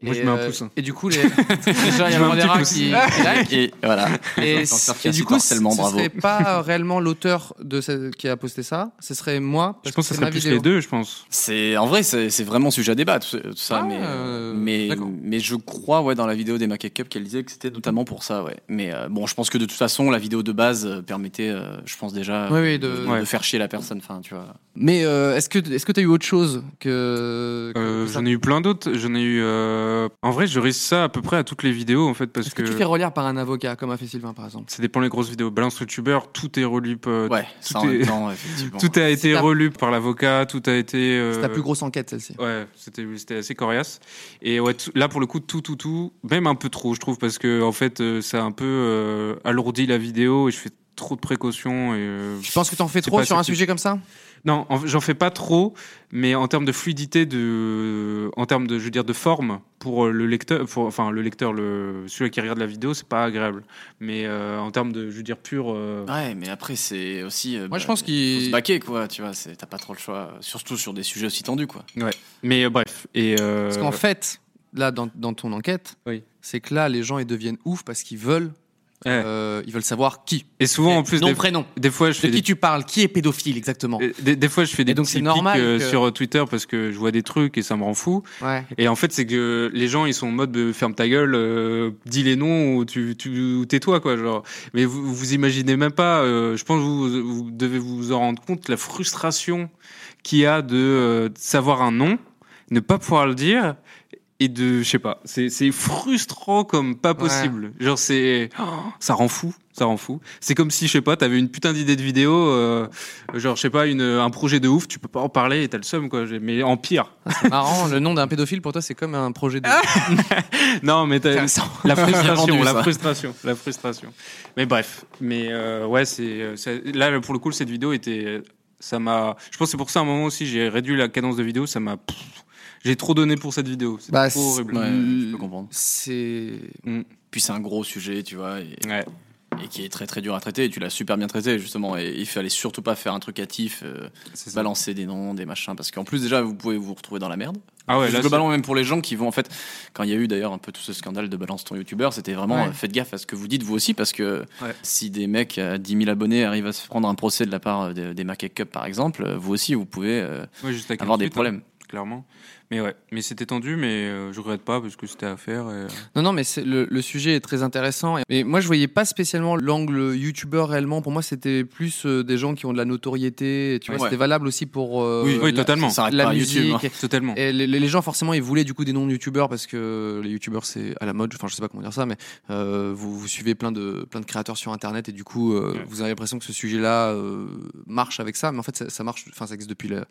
Speaker 3: Moi, je
Speaker 1: Et,
Speaker 3: mets un
Speaker 1: euh,
Speaker 3: pouce, hein.
Speaker 1: Et du coup, les... déjà, il y a
Speaker 3: Je mets un
Speaker 1: vraiment des
Speaker 3: petit
Speaker 1: rats
Speaker 3: pouce.
Speaker 1: qui, qui like.
Speaker 2: Et voilà.
Speaker 1: Et,
Speaker 2: Tant
Speaker 1: c-
Speaker 2: qu'il
Speaker 1: et
Speaker 2: y a un
Speaker 1: du
Speaker 2: site
Speaker 1: coup, ce
Speaker 2: harcèlement,
Speaker 1: ce
Speaker 2: bravo.
Speaker 1: serait pas euh, réellement l'auteur de ce, qui a posté ça, ce serait moi.
Speaker 3: Je
Speaker 1: parce
Speaker 3: pense que ça
Speaker 1: c'est
Speaker 3: serait
Speaker 1: ma
Speaker 3: plus
Speaker 1: vidéo.
Speaker 3: les deux, je pense.
Speaker 2: C'est en vrai, c'est c'est vraiment sujet à débat tout, tout ça,
Speaker 1: Ah,
Speaker 2: mais, euh,
Speaker 1: euh,
Speaker 2: mais
Speaker 1: d'accord.
Speaker 2: mais je crois ouais dans la vidéo des Macaque Cup qu'elle disait que c'était notamment pour ça, ouais. Mais euh, bon, je pense que de toute façon, la vidéo de base euh, permettait, euh, je pense déjà,
Speaker 1: Oui, oui, de-
Speaker 2: de,
Speaker 3: Ouais.
Speaker 2: de faire chier la personne, enfin tu vois.
Speaker 1: Mais euh, est-ce que est-ce que t'as eu autre chose que, que-
Speaker 3: Euh,
Speaker 1: que ça
Speaker 3: J'en ai eu plein d'autres. J'en ai eu. euh, En vrai, je risque ça à peu près à toutes les vidéos, en fait, parce
Speaker 1: Est-ce que... tu fais relire par un avocat, comme a fait Sylvain par exemple
Speaker 3: ça dépend les grosses vidéos. Balance youtubeur, tout est relu. euh,
Speaker 2: Ouais, ça en
Speaker 3: est-
Speaker 2: même temps, effectivement.
Speaker 3: Tout a été
Speaker 1: ta-
Speaker 3: relu par l'avocat, tout a été. euh,
Speaker 1: C'est ta plus grosse enquête celle-ci.
Speaker 3: Ouais, c'était c'était assez coriace. Et ouais, tout- là, pour le coup, tout, tout, tout, même un peu trop, je trouve, parce que, en fait, euh, ça a un peu euh, alourdi la vidéo et je fais trop de précautions. Et, euh,
Speaker 1: Tu penses que t'en fais
Speaker 3: C'est
Speaker 1: trop
Speaker 3: pas
Speaker 1: sur un
Speaker 3: accepté.
Speaker 1: sujet comme ça
Speaker 3: Non, en- j'en fais pas trop, mais en termes de fluidité, de, en termes de, je veux dire, de forme pour euh, le lecteur, pour, enfin le lecteur, le, celui qui regarde la vidéo, c'est pas agréable. Mais euh, en termes de, je veux dire, pur, euh,
Speaker 1: Ah.
Speaker 2: Ouais, mais après c'est aussi. euh,
Speaker 1: Moi, je
Speaker 2: bah,
Speaker 1: pense qu'il-
Speaker 2: faut se baquer quoi, tu vois. c'est- T'as pas trop le choix, surtout sur des sujets aussi tendus quoi.
Speaker 3: mais euh, bref. Et euh,
Speaker 1: Parce qu'en fait, là dans, dans ton enquête,
Speaker 3: Oui.
Speaker 1: c'est que là les gens ils deviennent ouf parce qu'ils veulent
Speaker 3: ouais.
Speaker 1: euh, ils veulent savoir qui. Eh,
Speaker 3: et souvent en plus,
Speaker 1: Nom
Speaker 3: des,
Speaker 1: prénom.
Speaker 3: des fois, je
Speaker 1: Euh, De
Speaker 3: fais
Speaker 1: qui
Speaker 3: des,
Speaker 1: tu parles Qui est pédophile exactement
Speaker 3: euh, des, des fois, je fais des
Speaker 1: donc,
Speaker 3: petits
Speaker 1: c'est
Speaker 3: pics,
Speaker 1: normal
Speaker 3: euh,
Speaker 1: que-
Speaker 3: sur Twitter parce que je vois des trucs et ça me rend fou.
Speaker 1: Ouais.
Speaker 3: Et en fait, c'est que les gens, ils sont en mode de ferme ta gueule, euh, dis les noms ou tu, tu ou tais-toi quoi. Genre, mais vous vous imaginez même pas. euh, je pense que vous, vous devez vous en rendre compte la frustration qu'il y a de euh, de savoir un nom, ne pas pouvoir le dire et de, je sais pas. C'est c'est frustrant comme pas possible. Genre c'est, oh, ça rend fou, ça rend fou. C'est comme si je sais pas, t'avais une putain d'idée de vidéo, euh, genre je sais pas, une un projet de ouf, tu peux pas en parler et t'as le seum quoi. J'ai- Mais en pire.
Speaker 1: Marrant, le nom d'un pédophile pour toi c'est comme un projet
Speaker 3: Ah
Speaker 1: de.
Speaker 3: Non mais t'as-
Speaker 1: Intéressant.
Speaker 3: La
Speaker 2: Bien
Speaker 3: frustration,
Speaker 2: vendu, ça.
Speaker 3: la frustration, la frustration. Mais bref, mais euh, ouais, c'est euh, ça- là pour le coup cette vidéo était, ça m'a, je pense que c'est pour ça à un moment aussi j'ai réduit la cadence de vidéo, ça m'a, pff, j'ai trop donné pour cette vidéo. C'est
Speaker 1: Bah,
Speaker 3: trop horrible.
Speaker 1: c'est-
Speaker 2: Ouais, je peux comprendre.
Speaker 1: C'est.
Speaker 3: Mm.
Speaker 2: Puis c'est un gros sujet, tu vois, et,
Speaker 3: Ouais.
Speaker 2: et qui est très très dur à traiter. Et tu l'as super bien traité, justement. Et il fallait surtout pas faire un truc hâtif, euh,
Speaker 3: C'est ça.
Speaker 2: balancer des noms, des machins, parce qu'en plus, déjà, vous pouvez vous retrouver dans la merde.
Speaker 3: Ah ouais,
Speaker 2: Plus
Speaker 3: là, c'est-
Speaker 2: globalement, même pour les gens qui vont en fait, quand il y a eu d'ailleurs un peu tout ce scandale de balance ton youtubeur, c'était vraiment
Speaker 1: Ouais.
Speaker 2: euh, faites gaffe à ce que vous dites vous aussi parce que
Speaker 3: Ouais.
Speaker 2: si des mecs à 10 000 abonnés arrivent à se prendre un procès de la part euh, des, des Macaque Cup par exemple, euh, vous aussi vous pouvez euh,
Speaker 3: ouais, juste avec un
Speaker 2: avoir des
Speaker 3: tweet, hein,
Speaker 2: problèmes.
Speaker 3: clairement. Mais ouais, mais c'était tendu, mais euh, je regrette pas parce que c'était à faire. et- euh,
Speaker 1: Non, non, mais c'est- le, le sujet est très intéressant. Et, mais moi, je voyais pas spécialement l'angle youtubeur réellement. Pour moi, c'était plus euh, des gens qui ont de la notoriété. et Tu vois,
Speaker 2: Ouais.
Speaker 1: c'était valable aussi pour. euh,
Speaker 3: oui, oui,
Speaker 1: la-
Speaker 3: totalement.
Speaker 2: ça s'arrête
Speaker 1: la
Speaker 2: pas à
Speaker 1: musique,
Speaker 2: YouTube. hein.
Speaker 3: Totalement.
Speaker 1: Et les, les gens, forcément, ils voulaient du coup des noms de youtubeurs parce que les youtubeurs, c'est à la mode. Enfin, je sais pas comment dire ça, mais euh, vous, vous suivez plein de, plein de créateurs sur internet et du coup, euh,
Speaker 3: Ouais.
Speaker 1: vous avez l'impression que ce sujet-là euh, marche avec ça. Mais en fait, ça, ça marche, enfin, ça existe depuis le-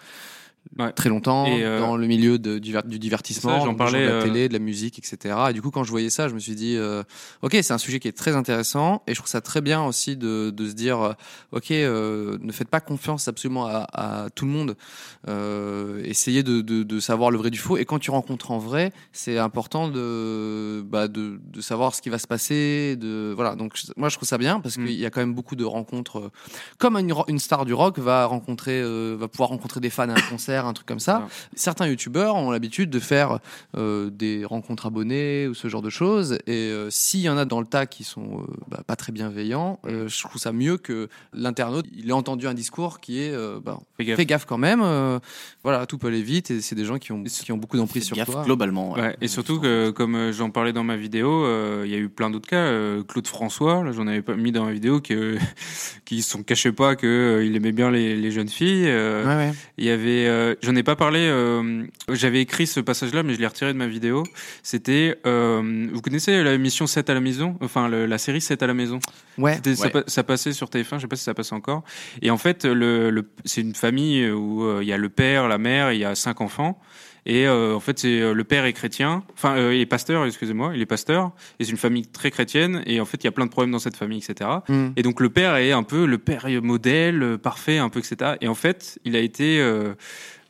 Speaker 3: Ouais.
Speaker 1: très longtemps
Speaker 3: Et, euh,
Speaker 1: dans le milieu de- du, ver- du divertissement,
Speaker 3: C'est ça, j'en
Speaker 1: donc, des gens de la
Speaker 3: parlais, euh,
Speaker 1: télé, de la musique, etc. Et du coup, quand je voyais ça, je me suis dit, euh, ok, c'est un sujet qui est très intéressant et je trouve ça très bien aussi de, de se dire, euh, ok, euh, ne faites pas confiance absolument à, à tout le monde. Euh, essayez de, de- de savoir le vrai du faux. Et quand tu rencontres en vrai, c'est important de, bah, de, de savoir ce qui va se passer. De, voilà. Donc, je- moi, je trouve ça bien parce
Speaker 3: Mm.
Speaker 1: qu'il y a quand même beaucoup de rencontres. euh, Comme une, ro- une star du rock va, rencontrer, euh, va pouvoir rencontrer des fans à un concert, un truc comme ça.
Speaker 3: Voilà.
Speaker 1: Certains youtubeurs ont l'habitude de faire euh, des rencontres abonnés ou ce genre de choses. Et euh, s'il y en a dans le tas qui sont euh, bah, pas très bienveillants, euh, je trouve ça mieux que l'internaute, il ait entendu un discours qui est euh, bah,
Speaker 3: Fais gaffe.
Speaker 1: fais gaffe quand même. euh, voilà, tout peut aller vite et c'est des gens qui ont, qui ont beaucoup d'emprise
Speaker 2: Faites
Speaker 1: sur
Speaker 2: gaffe
Speaker 1: toi.
Speaker 2: globalement. ouais.
Speaker 3: Ouais, et surtout que, comme euh, j'en parlais dans ma vidéo, euh, il y a eu plein d'autres cas. euh, Claude François, là, j'en avais pas mis dans ma vidéo, que, qui s'en cachait pas qu'il aimait bien les, les jeunes filles. euh,
Speaker 1: Ouais, ouais.
Speaker 3: Il y avait, euh, j'en ai pas parlé. euh, J'avais écrit ce passage-là, mais je l'ai retiré de ma vidéo. C'était, euh, vous connaissez la émission 7 à la maison, enfin le- la série 7 à la maison.
Speaker 1: Ouais.
Speaker 3: C'était- Ça,
Speaker 2: Ouais.
Speaker 3: pa- ça passait sur TF1, je sais pas si ça passe encore. Et en fait, le, le- c'est une famille où euh, il y a le père, la mère, il y a cinq enfants. Et euh, en fait, c'est euh, le père est chrétien, enfin, euh, il est pasteur, excusez-moi, il est pasteur. Et c'est une famille très chrétienne. Et en fait, il y a plein de problèmes dans cette famille, etc.
Speaker 1: Mm.
Speaker 3: Et donc le père est un peu le père modèle, euh, parfait, un peu, etc. Et en fait, il a été euh,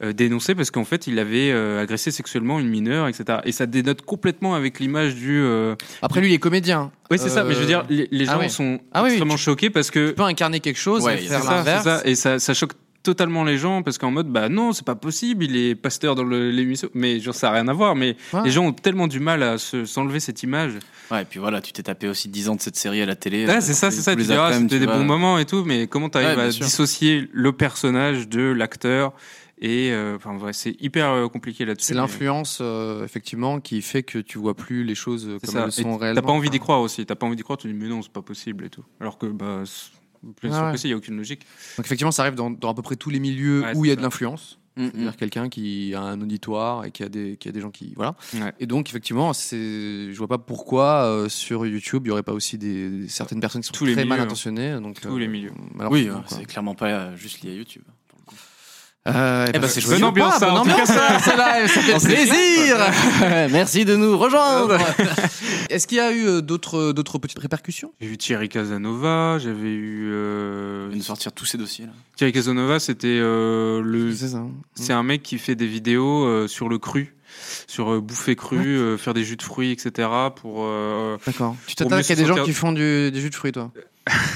Speaker 3: euh, dénoncé parce qu'en fait, il avait euh, agressé sexuellement une mineure, etc. Et ça dénote complètement avec l'image du... euh,
Speaker 1: Après, lui, il est comédien.
Speaker 3: Oui, c'est ça, mais je veux dire,
Speaker 1: Euh,
Speaker 3: les, les
Speaker 1: ah
Speaker 3: gens
Speaker 1: ouais.
Speaker 3: sont
Speaker 1: Ah oui, oui,
Speaker 3: extrêmement choqués parce que...
Speaker 1: Tu peux incarner quelque chose
Speaker 2: Ouais,
Speaker 1: et
Speaker 2: il y a
Speaker 1: faire
Speaker 3: C'est ça, c'est
Speaker 1: l'inverse.
Speaker 3: ça. Et ça, ça choque totalement les gens parce qu'en mode, bah non, c'est pas possible, il est pasteur dans le- l'émission. Mais genre, ça n'a rien à voir, mais
Speaker 1: Ouais.
Speaker 3: les gens ont tellement du mal à se- s'enlever cette image.
Speaker 2: Ouais, et puis voilà, tu t'es tapé aussi 10 ans de cette série à la télé.
Speaker 3: Ah,
Speaker 2: euh,
Speaker 3: c'est ça,
Speaker 2: tous
Speaker 3: c'est
Speaker 2: les-
Speaker 3: ça.
Speaker 2: tous
Speaker 3: Tu
Speaker 2: les
Speaker 3: diras,
Speaker 2: après-midi,
Speaker 3: c'était
Speaker 2: tu
Speaker 3: des
Speaker 2: vois.
Speaker 3: bons moments et tout, mais comment t'arrives
Speaker 2: Ouais, bien
Speaker 3: à
Speaker 2: sûr.
Speaker 3: dissocier le personnage de l'acteur et euh, enfin ouais, c'est hyper euh, compliqué là-dessus.
Speaker 1: C'est
Speaker 3: mais-
Speaker 1: l'influence, euh, effectivement, qui fait que tu vois plus les choses euh,
Speaker 3: C'est
Speaker 1: comme
Speaker 3: ça.
Speaker 1: elles
Speaker 3: Et
Speaker 1: sont réellement. hein.
Speaker 3: T'as pas envie d'y croire aussi. T'as pas envie d'y croire. Tu dis mais non, c'est pas possible et tout. Alors que bah c'est- bien sûr
Speaker 1: Ah ouais.
Speaker 3: que si, y a aucune logique.
Speaker 1: Donc, effectivement, ça arrive dans, dans à peu près tous les milieux
Speaker 3: Ouais,
Speaker 1: où il y a
Speaker 3: c'est
Speaker 1: de
Speaker 3: ça.
Speaker 1: l'influence.
Speaker 2: Mm, mm.
Speaker 1: C'est-à-dire quelqu'un qui a un auditoire et qui a des, qui a des gens qui. Voilà.
Speaker 3: Ouais.
Speaker 1: Et donc, effectivement, c'est- je vois pas pourquoi euh, sur YouTube, il y aurait pas aussi des, certaines personnes qui sont
Speaker 3: Tous les
Speaker 1: très mal
Speaker 3: milieux, hein.
Speaker 1: intentionnées. Donc,
Speaker 3: Tous les milieux.
Speaker 2: Oui,
Speaker 1: malheureusement,
Speaker 2: euh,
Speaker 1: quoi.
Speaker 2: c'est clairement pas euh, juste lié à YouTube. pour le coup.
Speaker 1: Euh, et
Speaker 2: Eh ben,
Speaker 1: bah,
Speaker 2: c'est
Speaker 1: je
Speaker 2: bonne
Speaker 1: sais
Speaker 3: ambiance,
Speaker 1: pas,
Speaker 3: ça,
Speaker 1: bonne
Speaker 3: en tout
Speaker 1: ambiance, ça, ça, là, ça fait plaisir. Merci de nous rejoindre. Est-ce qu'il y a eu euh, d'autres euh, d'autres petites répercussions
Speaker 3: J'ai vu Thierry Casanova. J'avais eu euh,
Speaker 2: On va nous sortir tous ces dossiers là.
Speaker 3: Thierry Casanova. C'était euh, le
Speaker 1: ça.
Speaker 3: C'est un mec qui fait des vidéos euh, sur le cru, sur euh, bouffer cru, euh, faire des jus de fruits, etc. Pour euh,
Speaker 1: D'accord. Tu
Speaker 3: Pour
Speaker 1: t'attaques
Speaker 3: mieux
Speaker 1: à des
Speaker 3: se
Speaker 1: gens
Speaker 3: sentir-
Speaker 1: qui font du, du jus de fruits, toi.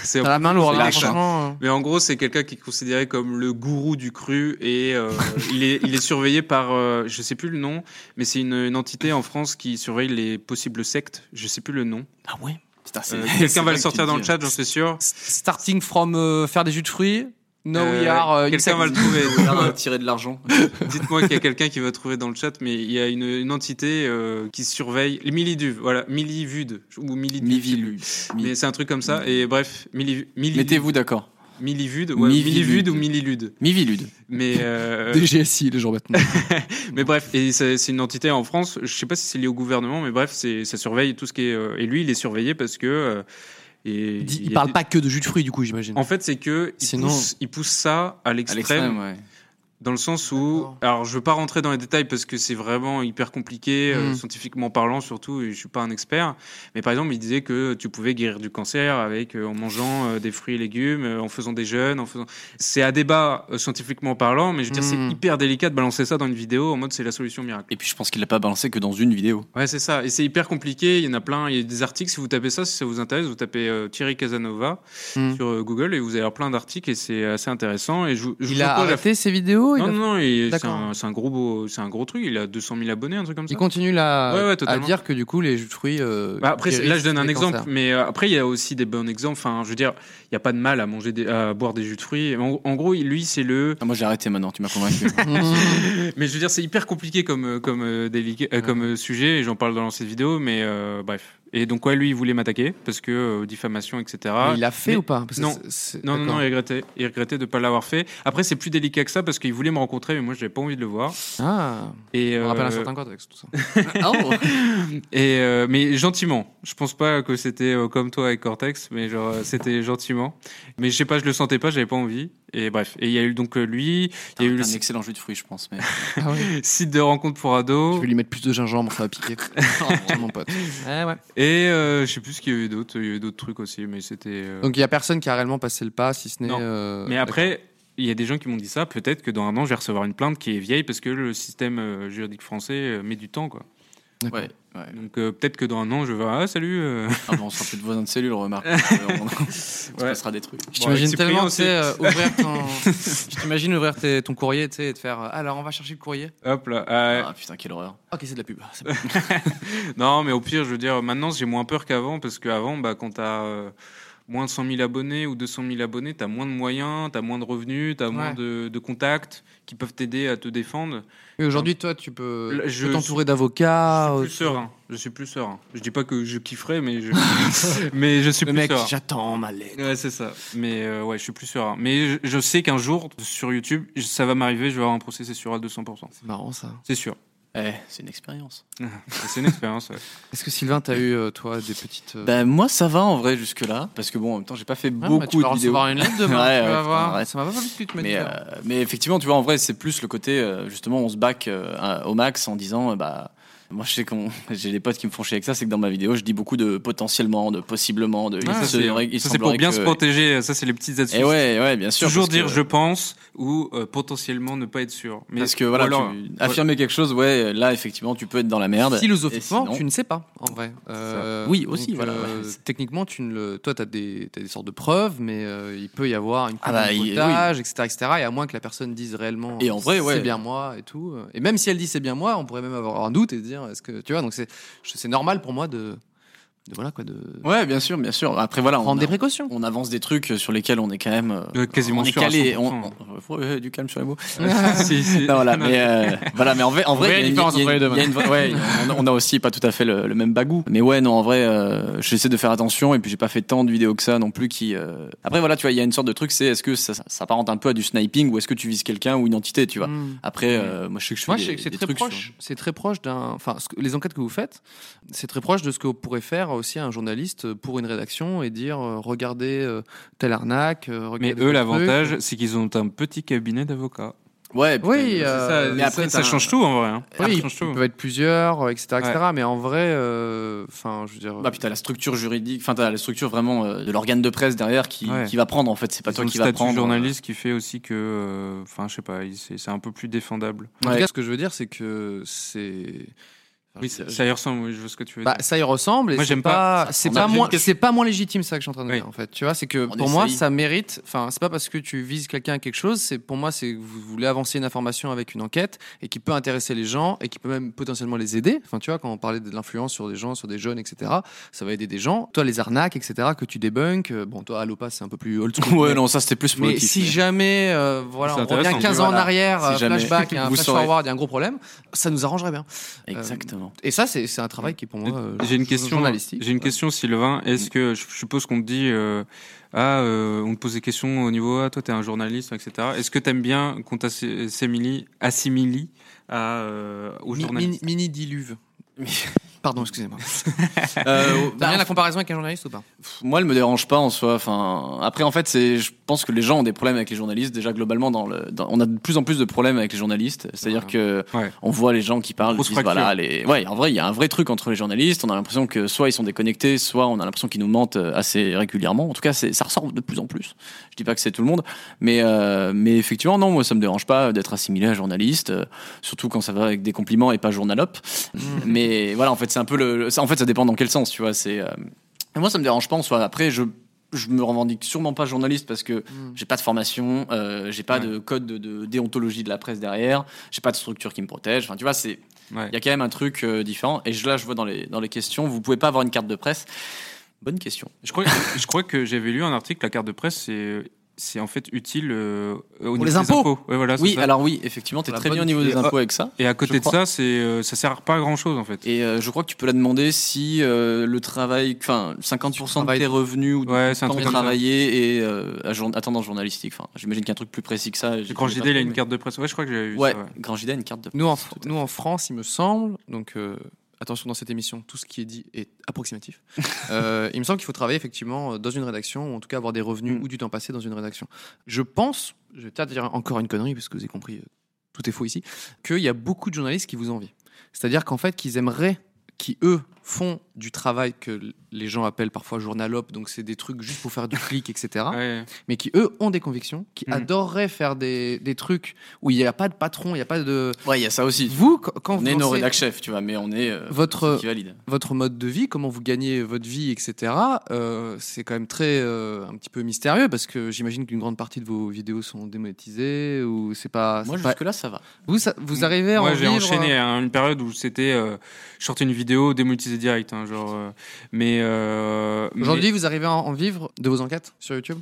Speaker 3: c'est
Speaker 1: T'as la main lourde,
Speaker 3: c'est
Speaker 1: hein,
Speaker 3: lâche, hein.
Speaker 1: franchement. euh.
Speaker 3: Mais en gros, c'est quelqu'un qui est considéré comme le gourou du cru et euh, il, est, il est surveillé par, euh, je sais plus le nom, mais c'est une, une entité en France qui surveille les possibles sectes, je sais plus le nom.
Speaker 2: Ah ouais.
Speaker 3: Euh, Quelqu'un va le sortir
Speaker 1: hein.
Speaker 3: dans le chat, j'en suis sûr.
Speaker 1: Starting from euh, faire des jus de fruits. No,
Speaker 3: Euh,
Speaker 1: we are. euh,
Speaker 3: quelqu'un
Speaker 1: insect-
Speaker 3: va le trouver.
Speaker 2: euh, tirer de l'argent.
Speaker 3: Dites-moi qu'il y a quelqu'un qui va trouver dans le chat, mais il y a une, une entité euh, qui surveille les milliduves, voilà, millivudes ou milliduves.
Speaker 2: Mivilu. Mi-
Speaker 3: Mais c'est un truc comme ça. Et bref, milli- milli-
Speaker 2: Mettez-vous d'accord.
Speaker 3: millivude, ouais,
Speaker 2: Millivude.
Speaker 3: millivude ou millilude.
Speaker 2: Mivilude.
Speaker 3: Mais euh,
Speaker 1: DGSI, les gens maintenant.
Speaker 3: mais bref, et c'est c'est une entité en France. Je sais pas si c'est lié au gouvernement, mais bref, c'est ça surveille tout ce qui est. euh, et lui, il est surveillé parce que. euh, et
Speaker 1: Il,
Speaker 3: y
Speaker 1: il
Speaker 3: a
Speaker 1: parle
Speaker 3: des-
Speaker 1: pas que de jus de fruits, du coup, j'imagine.
Speaker 3: En fait, c'est que il
Speaker 1: Sinon-
Speaker 3: pousse, il pousse ça à
Speaker 2: À
Speaker 3: l'extrême
Speaker 2: l'extrême, ouais.
Speaker 3: Dans le sens où,
Speaker 6: D'accord.
Speaker 3: alors je veux pas rentrer dans les détails parce que c'est vraiment hyper compliqué, euh,
Speaker 1: Mm.
Speaker 3: scientifiquement parlant surtout, et je suis pas un expert. Mais par exemple, il disait que tu pouvais guérir du cancer avec euh, en mangeant euh, des fruits et légumes, euh, en faisant des jeûnes, en faisant. C'est à débat euh, scientifiquement parlant, mais je veux dire
Speaker 1: Mm.
Speaker 3: c'est hyper délicat de balancer ça dans une vidéo en mode c'est la solution miracle.
Speaker 2: Et puis je pense qu'il l'a pas balancé que dans une vidéo.
Speaker 3: Ouais, c'est ça. Et c'est hyper compliqué. Il y en a plein. Il y a des articles. Si vous tapez ça, si ça vous intéresse, vous tapez euh, Thierry Casanova
Speaker 1: Mm.
Speaker 3: sur euh, Google et vous allez avoir plein d'articles et c'est assez intéressant. Et je, vous- je vous
Speaker 1: Il a
Speaker 3: propose la-
Speaker 1: arrêté ses vidéos Oh, il,
Speaker 3: Non,
Speaker 1: a-
Speaker 3: non, non, et c'est
Speaker 1: D'accord.
Speaker 3: un, c'est un gros beau, c'est un gros truc. Il a 200 000 abonnés, un truc comme ça.
Speaker 1: il continue là
Speaker 3: Ouais, ouais,
Speaker 1: à
Speaker 3: totalement.
Speaker 1: dire que du coup les jus de fruits. euh,
Speaker 3: Bah, après, c'est-
Speaker 1: guérissent
Speaker 3: là, je donne un
Speaker 1: les
Speaker 3: exemple,
Speaker 1: cancers.
Speaker 3: mais euh, après, il y a aussi des bons exemples. Enfin, je veux dire, il n'y a pas de mal à manger, des, à boire des jus de fruits. En, en gros, il- lui, c'est le.
Speaker 2: Ah, moi j'ai arrêté maintenant, tu m'as convaincu.
Speaker 1: Hmm.
Speaker 3: Mais je veux dire, c'est hyper compliqué comme euh, comme euh, délica- euh, comme euh, sujet. Et j'en parle dans cette vidéo, mais euh, bref. Et donc, ouais, lui, il voulait m'attaquer parce que euh, diffamation, etc.
Speaker 1: Ah, Mais il l'a fait
Speaker 3: Mais-
Speaker 1: ou pas Parce que
Speaker 3: non.
Speaker 1: c'est- c'est-
Speaker 3: Non, non,
Speaker 1: d'accord.
Speaker 3: non, il regrettait. Il regrettait de ne pas l'avoir fait. Après, c'est plus délicat que ça parce qu'il voulait me rencontrer, mais moi, je n'avais pas envie de le voir.
Speaker 1: Ah,
Speaker 3: Et,
Speaker 1: on rappelle
Speaker 3: euh,
Speaker 1: un certain contexte tout ça. Ah, oh.
Speaker 3: et, euh, mais gentiment. Je pense pas que c'était euh, comme toi avec Cortex, mais genre, euh, c'était gentiment. Mais je sais pas, je le sentais pas, j'avais pas envie. Et bref. Et il y a eu donc euh, lui, il y a eu
Speaker 2: un
Speaker 3: le
Speaker 2: excellent jus de fruits, je pense. Mais...
Speaker 1: Ah oui.
Speaker 3: site de rencontre pour
Speaker 1: Je
Speaker 3: ados.
Speaker 1: vais lui mettre plus de gingembre, ça va piquer. Ah, mon pote. Eh ouais.
Speaker 3: Et euh, je sais plus ce qu'il y a eu d'autres. Il y a eu d'autres trucs aussi, mais c'était. euh,
Speaker 1: Donc il y a personne qui a réellement passé le pas, si ce n'est.
Speaker 3: Non.
Speaker 1: euh,
Speaker 3: Mais après, il y a des gens qui m'ont dit ça. Peut-être que dans un an, je vais recevoir une plainte qui est vieille parce que le système euh, juridique français euh, met du temps, quoi.
Speaker 2: Ouais, ouais.
Speaker 3: Donc euh, peut-être que dans un an, je vais ah salut. euh.
Speaker 2: Ah, bon, on sera peut-être voisins de cellule, remarque. Euh, on on se passera des trucs.
Speaker 1: Je t'imagine
Speaker 3: avec
Speaker 1: tellement,
Speaker 3: Cyprien
Speaker 1: tu sais, euh, ouvrir ton. Je t'imagine ouvrir tes- ton courrier, tu sais, et te faire. euh, Alors, on va chercher le courrier.
Speaker 3: Hop là. euh,
Speaker 2: Ah putain, quelle horreur.
Speaker 1: Ok, c'est de la pub. C'est
Speaker 3: Non, mais au pire, je veux dire, maintenant, j'ai moins peur qu'avant parce qu'avant, bah, quand t'as euh, moins de 100 000 abonnés ou 200 000 abonnés, t'as moins de moyens, t'as moins de revenus, t'as moins
Speaker 1: Ouais.
Speaker 3: de, de contacts qui peuvent t'aider à te défendre.
Speaker 1: Et aujourd'hui, toi, tu peux
Speaker 3: Là,
Speaker 1: tu
Speaker 3: je
Speaker 1: peux t'entourer d'avocats.
Speaker 3: je
Speaker 1: euh,
Speaker 3: suis plus serein. Je suis plus serein. Je dis pas que je kifferais, mais je, mais je suis
Speaker 1: Le
Speaker 3: plus
Speaker 1: mec,
Speaker 3: serein.
Speaker 1: j'attends ma lettre.
Speaker 3: Ouais, c'est ça. Mais euh, ouais, je suis plus serein. Mais je, je sais qu'un jour, sur YouTube, je- ça va m'arriver, je vais avoir un procès cessural de 100%.
Speaker 1: C'est marrant ça.
Speaker 3: C'est sûr.
Speaker 2: Eh, c'est une expérience.
Speaker 3: C'est une expérience. ouais.
Speaker 1: Est-ce que Sylvain, t'as eu, euh, toi, des petites. euh,
Speaker 2: Ben moi ça va en vrai jusque-là, parce que bon, en même temps j'ai pas fait
Speaker 1: ah, bah, tu
Speaker 2: beaucoup
Speaker 1: vas
Speaker 2: de vidéos.
Speaker 1: recevoir une lettre demain,
Speaker 2: Ouais,
Speaker 1: tu
Speaker 2: ouais,
Speaker 1: vas
Speaker 2: putain,
Speaker 1: voir.
Speaker 2: ouais.
Speaker 1: Ça va pas vite que tu m'as dit.
Speaker 2: Mais,
Speaker 1: là.
Speaker 2: euh, mais effectivement, tu vois, en vrai, c'est plus le côté, euh, justement, on se back euh, à- au max en disant, euh, bah, moi, je sais qu'on, j'ai des potes qui me font chier avec ça, c'est que dans ma vidéo, je dis beaucoup de potentiellement, de possiblement, de. il
Speaker 3: Ah, ça, c'est
Speaker 2: semblerait- il
Speaker 3: ça, c'est pour
Speaker 2: semblerait
Speaker 3: bien
Speaker 2: que-
Speaker 3: se protéger. Ça, c'est les petites astuces.
Speaker 2: Et ouais, ouais, bien sûr.
Speaker 3: Toujours
Speaker 2: parce
Speaker 3: dire
Speaker 2: que-
Speaker 3: je pense ou euh, potentiellement ne pas être sûr. Mais
Speaker 2: Parce que voilà,
Speaker 3: ou alors-
Speaker 1: hein.
Speaker 2: tu- affirmer quelque chose, ouais, là, effectivement, tu peux être dans la merde.
Speaker 1: Philosophiquement,
Speaker 2: Et sinon-
Speaker 1: tu ne sais pas, en vrai. Euh,
Speaker 2: Oui, aussi, voilà, ouais.
Speaker 1: Techniquement, tu ne le... toi, tu as, des... t'as des sortes de preuves, mais euh, il peut y avoir une
Speaker 2: Ah bah,
Speaker 1: prise de
Speaker 2: il-
Speaker 1: otage, etc., etc. Et à moins que la personne dise réellement
Speaker 2: Et en vrai, ouais.
Speaker 1: c'est bien moi et tout. euh. Et même si elle dit c'est bien moi, on pourrait même avoir un doute et dire est-ce que. Tu vois, donc c'est je- c'est normal pour moi de. de voilà quoi, de
Speaker 2: Ouais, bien sûr, bien sûr. Après, voilà, on,
Speaker 1: prendre des
Speaker 2: a-
Speaker 1: précautions.
Speaker 2: on avance des trucs sur lesquels on est quand même. euh,
Speaker 3: Ouais, quasiment
Speaker 2: on est
Speaker 3: sûr à
Speaker 2: calé.
Speaker 3: 100%.
Speaker 2: on- on- ouais, du calme sur les mots.
Speaker 3: Ah, Si, si.
Speaker 2: Non, voilà, mais, euh, voilà, mais en vrai, en vrai,
Speaker 1: voyez
Speaker 2: il y a
Speaker 1: la
Speaker 2: une-
Speaker 1: différence
Speaker 2: il y a
Speaker 1: entre les deux,
Speaker 2: une- il y a une vraie- ouais, on a- on a aussi pas tout à fait le, le même bagou. Mais ouais, non, en vrai, euh, j'essaie de faire attention et puis j'ai pas fait tant de vidéos que ça non plus qui. euh, Après, voilà, tu vois, il y a une sorte de truc, c'est est-ce que ça, ça s'apparente un peu à du sniping ou est-ce que tu vises quelqu'un ou une entité, tu vois.
Speaker 1: Hmm.
Speaker 2: Après, euh, moi, je sais que je fais
Speaker 1: Moi, je
Speaker 2: des,
Speaker 1: sais que c'est
Speaker 2: des
Speaker 1: très
Speaker 2: trucs
Speaker 1: proche. C'est très proche d'un. Enfin, ce que- les enquêtes que vous faites, c'est très proche de ce que pourrait faire aussi un journaliste pour une rédaction et dire euh, regardez euh, telle arnaque. euh,
Speaker 3: Mais
Speaker 1: regardez
Speaker 3: eux,
Speaker 1: tel
Speaker 3: l'avantage,
Speaker 1: truc.
Speaker 3: c'est qu'ils ont un petit cabinet d'avocats.
Speaker 2: sur- Ouais,
Speaker 1: Oui,
Speaker 2: putain,
Speaker 1: euh,
Speaker 3: Ça,
Speaker 2: mais
Speaker 3: ça-
Speaker 2: après,
Speaker 3: ça,
Speaker 2: t'as-
Speaker 3: change tout en vrai. hein. Ça
Speaker 1: Oui,
Speaker 3: change
Speaker 1: il
Speaker 3: tout.
Speaker 1: peut être plusieurs, euh, etc., etc.
Speaker 3: Ouais.
Speaker 1: Mais en vrai, euh, enfin, je veux dire,
Speaker 2: Bah, puis t'as la structure juridique, enfin t'as la structure vraiment euh, de l'organe de presse derrière qui,
Speaker 3: Ouais.
Speaker 2: qui va prendre en fait, c'est pas
Speaker 3: Ils
Speaker 2: toi
Speaker 3: ont
Speaker 2: qui
Speaker 3: le
Speaker 2: va
Speaker 3: statut
Speaker 2: prendre. euh.
Speaker 3: journaliste qui fait aussi que, euh, enfin, je sais pas, il- c'est c'est un peu plus défendable.
Speaker 1: en
Speaker 2: ouais.
Speaker 1: tout cas, ce que je veux dire, c'est que c'est.
Speaker 3: Oui, ça, ça y ressemble. Oui, je vois ce que tu veux
Speaker 1: Bah,
Speaker 3: dire.
Speaker 1: ça y ressemble. et
Speaker 3: Moi,
Speaker 1: c'est
Speaker 3: j'aime
Speaker 1: pas.
Speaker 3: pas-
Speaker 1: C'est
Speaker 2: on
Speaker 1: pas
Speaker 2: a-
Speaker 1: moins.
Speaker 3: j'aime-
Speaker 1: C'est pas moins légitime ça que je suis en train de
Speaker 3: Oui.
Speaker 1: dire en fait. Tu vois, c'est que
Speaker 2: On
Speaker 1: pour moi,
Speaker 2: essaye.
Speaker 1: ça mérite. Enfin, c'est pas parce que tu vises quelqu'un à quelque chose. C'est pour moi, c'est que vous voulez avancer une information avec une enquête et qui peut intéresser les gens et qui peut même potentiellement les aider. Enfin, tu vois, quand on parlait de l'influence sur des gens, sur des jeunes, etc. Ça va aider des gens. Toi, les arnaques, etc. Que tu débunks. euh, Bon, toi, Alopa, c'est un peu plus old school. mais-
Speaker 2: Ouais, non, ça c'était plus pour le
Speaker 1: mais
Speaker 2: kiff,
Speaker 1: si
Speaker 2: mais-
Speaker 1: jamais, euh, voilà,
Speaker 3: C'est
Speaker 1: on revient
Speaker 3: intéressant.
Speaker 1: 15 ans en
Speaker 2: Voilà.
Speaker 1: arrière,
Speaker 2: Si
Speaker 1: euh,
Speaker 2: jamais
Speaker 1: flashback, il y a un
Speaker 2: vous
Speaker 1: flash
Speaker 2: saurez.
Speaker 1: forward, il y a un gros problème, ça nous arrangerait bien.
Speaker 2: Exactement.
Speaker 1: Et ça, c'est c'est un travail qui est pour moi euh,
Speaker 3: J'ai une question.
Speaker 1: journalistique.
Speaker 3: J'ai une question, Sylvain. Est-ce que je je suppose qu'on te dit euh, ah, euh, on te pose des questions au niveau ah, toi t'es un journaliste, etc. Est-ce que t'aimes bien qu'on t'assimile assimile à euh, aux
Speaker 1: Mi-
Speaker 3: journalistes Bah,
Speaker 1: mini, mini diluve.
Speaker 7: Pardon, excusez-moi. Euh,
Speaker 1: T'as rien la comparaison avec un journaliste ou pas
Speaker 2: bah, Moi, elle me dérange pas en soi. Enfin, après, en fait, c'est, je pense que les gens ont des problèmes avec les journalistes. Déjà, globalement, dans le, dans- on a de plus en plus de problèmes avec les journalistes. C'est-à-dire que
Speaker 3: Ouais.
Speaker 2: on voit les gens qui parlent,
Speaker 3: Grosse
Speaker 2: disent,
Speaker 3: fracture.
Speaker 2: voilà, les, ouais, en vrai, il y a un vrai truc entre les journalistes. On a l'impression que soit ils sont déconnectés, soit on a l'impression qu'ils nous mentent euh, assez régulièrement. En tout cas, c'est, ça ressort de plus en plus. Je dis pas que c'est tout le monde, mais, euh, mais effectivement, non, moi, ça me dérange pas d'être assimilé à journaliste, euh, surtout quand ça va avec des compliments et pas journalope. mais voilà, en fait, c'est un peu le, le- ça, en fait, ça dépend dans quel sens, tu vois. C'est, euh, et Moi, ça me dérange pas en soi. Après, je je me revendique sûrement pas journaliste parce que
Speaker 1: Hmm.
Speaker 2: j'ai pas de formation, euh, j'ai pas de code de, de déontologie de la presse derrière, j'ai pas de structure qui me protège. Enfin, tu vois, c'est
Speaker 3: Ouais.
Speaker 2: il y a quand même un truc euh, différent. Et je- là, je vois dans les dans les questions, vous pouvez pas avoir une carte de presse. Bonne question.
Speaker 3: Je crois, je crois que j'avais lu un article, la carte de presse, c'est, c'est en fait utile euh, au niveau
Speaker 7: les
Speaker 3: des
Speaker 7: impôts.
Speaker 3: Ouais, voilà, c'est
Speaker 2: Oui,
Speaker 3: Ah, ça.
Speaker 2: alors oui, effectivement, t'es
Speaker 1: La
Speaker 2: très
Speaker 1: bonne
Speaker 2: bien au niveau des
Speaker 1: idée.
Speaker 3: Ah.
Speaker 2: impôts avec ça.
Speaker 3: Et à
Speaker 2: je
Speaker 3: côté de
Speaker 2: crois-
Speaker 3: ça, c'est, euh, ça sert pas à grand chose en fait.
Speaker 2: Et euh, je crois que tu peux la demander si euh, le travail, enfin 50% de
Speaker 1: travailles-
Speaker 2: tes revenus ou de
Speaker 3: Ouais, c'est un
Speaker 2: temps
Speaker 3: truc comme ça.
Speaker 2: travaillé et euh, à jour- à tendance journalistique. Enfin, j'imagine qu'un truc plus précis que ça. j'ai-
Speaker 3: Grand
Speaker 2: j'ai pas
Speaker 3: JD, il a
Speaker 2: trouvé,
Speaker 3: une
Speaker 2: mais-
Speaker 3: carte de presse. Ouais, je crois que j'avais vu
Speaker 2: Ouais,
Speaker 3: ça. ouais.
Speaker 2: Grand JD a une carte de
Speaker 1: Nous en, Fr- nous en France, il me semble, donc euh, attention dans cette émission, tout ce qui est dit est approximatif. Euh, il me semble qu'il faut travailler effectivement euh, dans une rédaction, ou en tout cas avoir des revenus
Speaker 2: Mm.
Speaker 1: ou du temps passé dans une rédaction. Je pense, je vais peut-être dire encore une connerie, parce que vous avez compris, euh, tout est faux ici, qu'il y a beaucoup de journalistes qui vous envient. C'est-à-dire qu'en fait, qu'ils aimeraient, qui eux font du travail que l- les gens appellent parfois journalope, donc c'est des trucs juste pour faire du clic, etc
Speaker 3: Ouais.
Speaker 1: mais qui eux ont des convictions, qui
Speaker 3: Mhm.
Speaker 1: adoreraient faire des, des trucs où il n'y a pas de patron, il n'y a pas de.
Speaker 2: Ouais, il y a ça aussi.
Speaker 1: Vous, quand quand
Speaker 2: on
Speaker 1: vous
Speaker 2: est nos
Speaker 1: lancez
Speaker 2: rédac chefs, tu vois, mais on est euh,
Speaker 1: votre,
Speaker 2: ceux qui valide.
Speaker 1: votre mode de vie, comment vous gagnez votre vie, etc., euh, c'est quand même très euh, un petit peu mystérieux parce que j'imagine qu'une grande partie de vos vidéos sont démonétisées ou c'est pas.
Speaker 2: Moi
Speaker 1: c'est pas-
Speaker 2: jusque là ça va.
Speaker 1: Vous, ça- vous arrivez à
Speaker 3: Moi,
Speaker 1: en
Speaker 3: j'ai
Speaker 1: vivre,
Speaker 3: enchaîné
Speaker 1: euh,
Speaker 3: à une période où c'était, euh, je sortais une vidéo démonétisée direct, hein, genre. euh, mais euh, mais-
Speaker 1: Aujourd'hui, vous arrivez à en vivre de vos enquêtes sur YouTube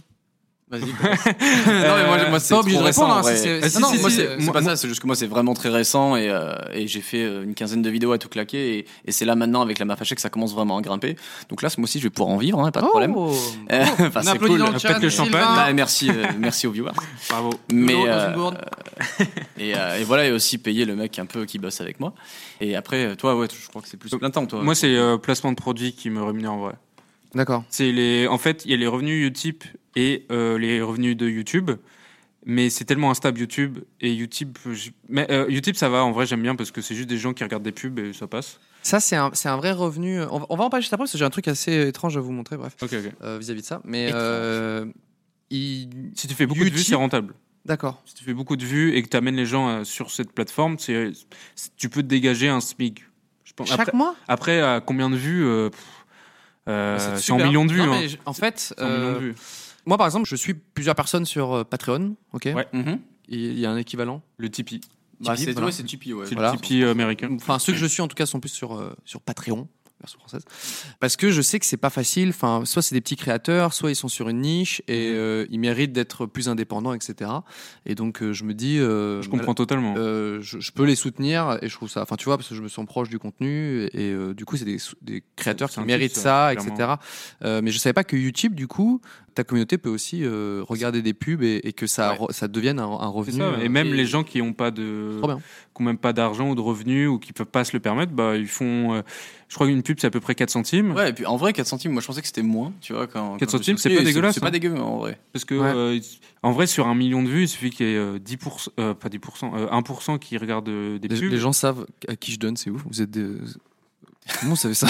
Speaker 2: Vas-y. non mais moi, moi c'est
Speaker 1: pas obligé
Speaker 2: trop
Speaker 1: de
Speaker 2: récent,
Speaker 1: répondre,
Speaker 2: en
Speaker 1: hein,
Speaker 2: vrai.
Speaker 1: si c'est-
Speaker 2: Ah,
Speaker 1: si-
Speaker 2: non,
Speaker 1: si,
Speaker 2: moi
Speaker 1: si,
Speaker 2: c'est
Speaker 1: euh,
Speaker 2: c'est pas ça, c'est juste que moi c'est vraiment très récent et, euh, et j'ai fait euh, une quinzaine de vidéos à tout claquer et, et c'est là maintenant avec la Maffaché que ça commence vraiment à grimper. Donc là ce mois-ci je vais pouvoir en vivre, hein, pas de problème.
Speaker 1: Oh
Speaker 2: Euh, enfin,
Speaker 1: On
Speaker 2: c'est
Speaker 1: applaudit
Speaker 2: cool.
Speaker 1: dans le
Speaker 3: Peut-être
Speaker 1: chat. hein.
Speaker 3: le champagne.
Speaker 1: Sylvain.
Speaker 2: Bah, merci, euh, merci aux viewers.
Speaker 3: bravo.
Speaker 2: Mais
Speaker 1: l'eau dans
Speaker 2: euh,
Speaker 1: une gourde.
Speaker 2: et, euh, et voilà et aussi payer le mec un peu qui bosse avec moi. Et après euh, toi ouais je crois que c'est plus plein temps toi.
Speaker 3: Moi, c'est euh, placement de produit qui me rémunère en vrai.
Speaker 1: D'accord.
Speaker 3: C'est les, en fait, il y a les revenus Utip et euh, les revenus de YouTube. Mais c'est tellement instable YouTube et YouTube. je- Mais euh, YouTube, ça va. En vrai, j'aime bien parce que c'est juste des gens qui regardent des pubs et ça passe.
Speaker 1: Ça, c'est un, c'est un vrai revenu. On va, on va en parler juste après parce que j'ai un truc assez étrange à vous montrer, bref,
Speaker 3: Ok, ok.
Speaker 1: euh, vis-à-vis de ça. Mais
Speaker 2: Étrange.
Speaker 1: euh, il-
Speaker 3: Si tu fais beaucoup de vues,
Speaker 1: Utip-
Speaker 3: c'est rentable.
Speaker 1: D'accord.
Speaker 3: Si tu fais beaucoup de vues et que tu amènes les gens euh, sur cette plateforme, c'est, c'est- tu peux te dégager un SMIC. Je pense.
Speaker 1: Chaque
Speaker 3: Après,
Speaker 1: mois
Speaker 3: après, à combien de vues euh, pff, euh,
Speaker 1: Bah, C'est
Speaker 3: C'est en
Speaker 1: super.
Speaker 3: millions de vues.
Speaker 1: Non,
Speaker 3: hein.
Speaker 1: mais je- en fait,
Speaker 3: C'est en millions de
Speaker 1: euh,
Speaker 3: vues.
Speaker 1: moi par exemple, je suis plusieurs personnes sur euh, Patreon, ok
Speaker 3: Ouais.
Speaker 2: Mhm.
Speaker 1: Il il y a un équivalent.
Speaker 3: Le Tipeee.
Speaker 2: Bah,
Speaker 1: Tipeee,
Speaker 2: c'est
Speaker 1: voilà.
Speaker 2: ouais, c'est Tipeee, ouais.
Speaker 3: C'est
Speaker 1: Voilà. Euh,
Speaker 3: le Tipeee euh, américain.
Speaker 1: Enfin, ceux que je suis en tout cas sont plus sur, euh, sur Patreon, version française. Parce que je sais que c'est pas facile. Enfin, soit c'est des petits créateurs, soit ils sont sur une niche et euh, ils méritent d'être plus indépendants, etc. Et donc euh, je me dis. euh,
Speaker 3: Je comprends totalement.
Speaker 1: Euh, je, je peux les soutenir et je trouve ça. Enfin, tu vois, parce que je me sens proche du contenu et, euh, du coup, c'est des, sou- des créateurs
Speaker 3: C'est
Speaker 1: qui
Speaker 3: un
Speaker 1: méritent
Speaker 3: kiff,
Speaker 1: ça,
Speaker 3: ça,
Speaker 1: etc. Euh, mais je savais pas que YouTube, du coup, ta communauté peut aussi euh, regarder des pubs et, et que ça,
Speaker 2: Ouais.
Speaker 1: re- ça devienne un, un
Speaker 3: C'est
Speaker 1: revenu.
Speaker 3: ça,
Speaker 1: euh,
Speaker 3: et même
Speaker 2: et-
Speaker 3: les gens qui n'ont pas de,
Speaker 1: Trop bien.
Speaker 3: qui ont même pas d'argent ou de revenus ou qui peuvent pas se le permettre, bah ils font, euh, je crois qu'une pub c'est à peu près 4 centimes,
Speaker 2: Ouais, et puis en vrai, 4 centimes, moi je pensais que c'était moins, tu vois. Quand, quand
Speaker 3: 4
Speaker 2: je me
Speaker 3: centimes,
Speaker 2: suis
Speaker 3: c'est
Speaker 2: dit,
Speaker 3: pas dégueulasse,
Speaker 2: C'est pas
Speaker 3: hein.
Speaker 2: dégueu, en vrai.
Speaker 3: parce que
Speaker 1: Ouais.
Speaker 3: euh, ils- en vrai sur un million de vues, il suffit qu'il y ait euh, 10%, euh, pas 10%, euh, 1% qui regardent euh, des
Speaker 1: Les,
Speaker 3: pubs.
Speaker 1: les gens savent à qui je donne, c'est ouf. Vous êtes des. Comment vous savez ça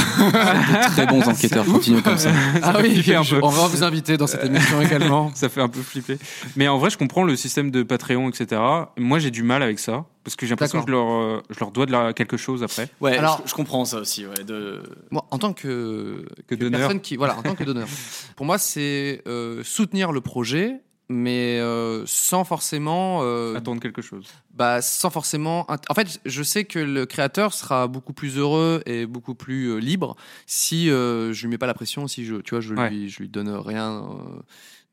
Speaker 2: Très bons enquêteurs, continuez comme ça.
Speaker 1: Ah
Speaker 3: fait flipper un
Speaker 1: je-
Speaker 3: peu.
Speaker 1: on va vous inviter dans cette émission également.
Speaker 3: Ça fait un peu flipper. Mais en vrai, je comprends le système de Patreon, etc. Moi, j'ai du mal avec ça parce que j'ai l'impression que je leur, euh, je leur dois de la- quelque chose après.
Speaker 2: Ouais,
Speaker 1: Alors-
Speaker 2: Alors, je, je comprends ça aussi, ouais. De...
Speaker 1: Moi, en tant que,
Speaker 3: Que donneur.
Speaker 1: personne qui, voilà, en tant que donneur, pour moi, c'est euh, soutenir le projet, mais euh, sans forcément euh,
Speaker 3: Attendre quelque chose.
Speaker 1: bah, sans forcément. int- En fait, je sais que le créateur sera beaucoup plus heureux et beaucoup plus euh, libre si euh, je lui mets pas la pression, si je, tu vois, je
Speaker 3: Ouais.
Speaker 1: lui, je lui donne rien euh,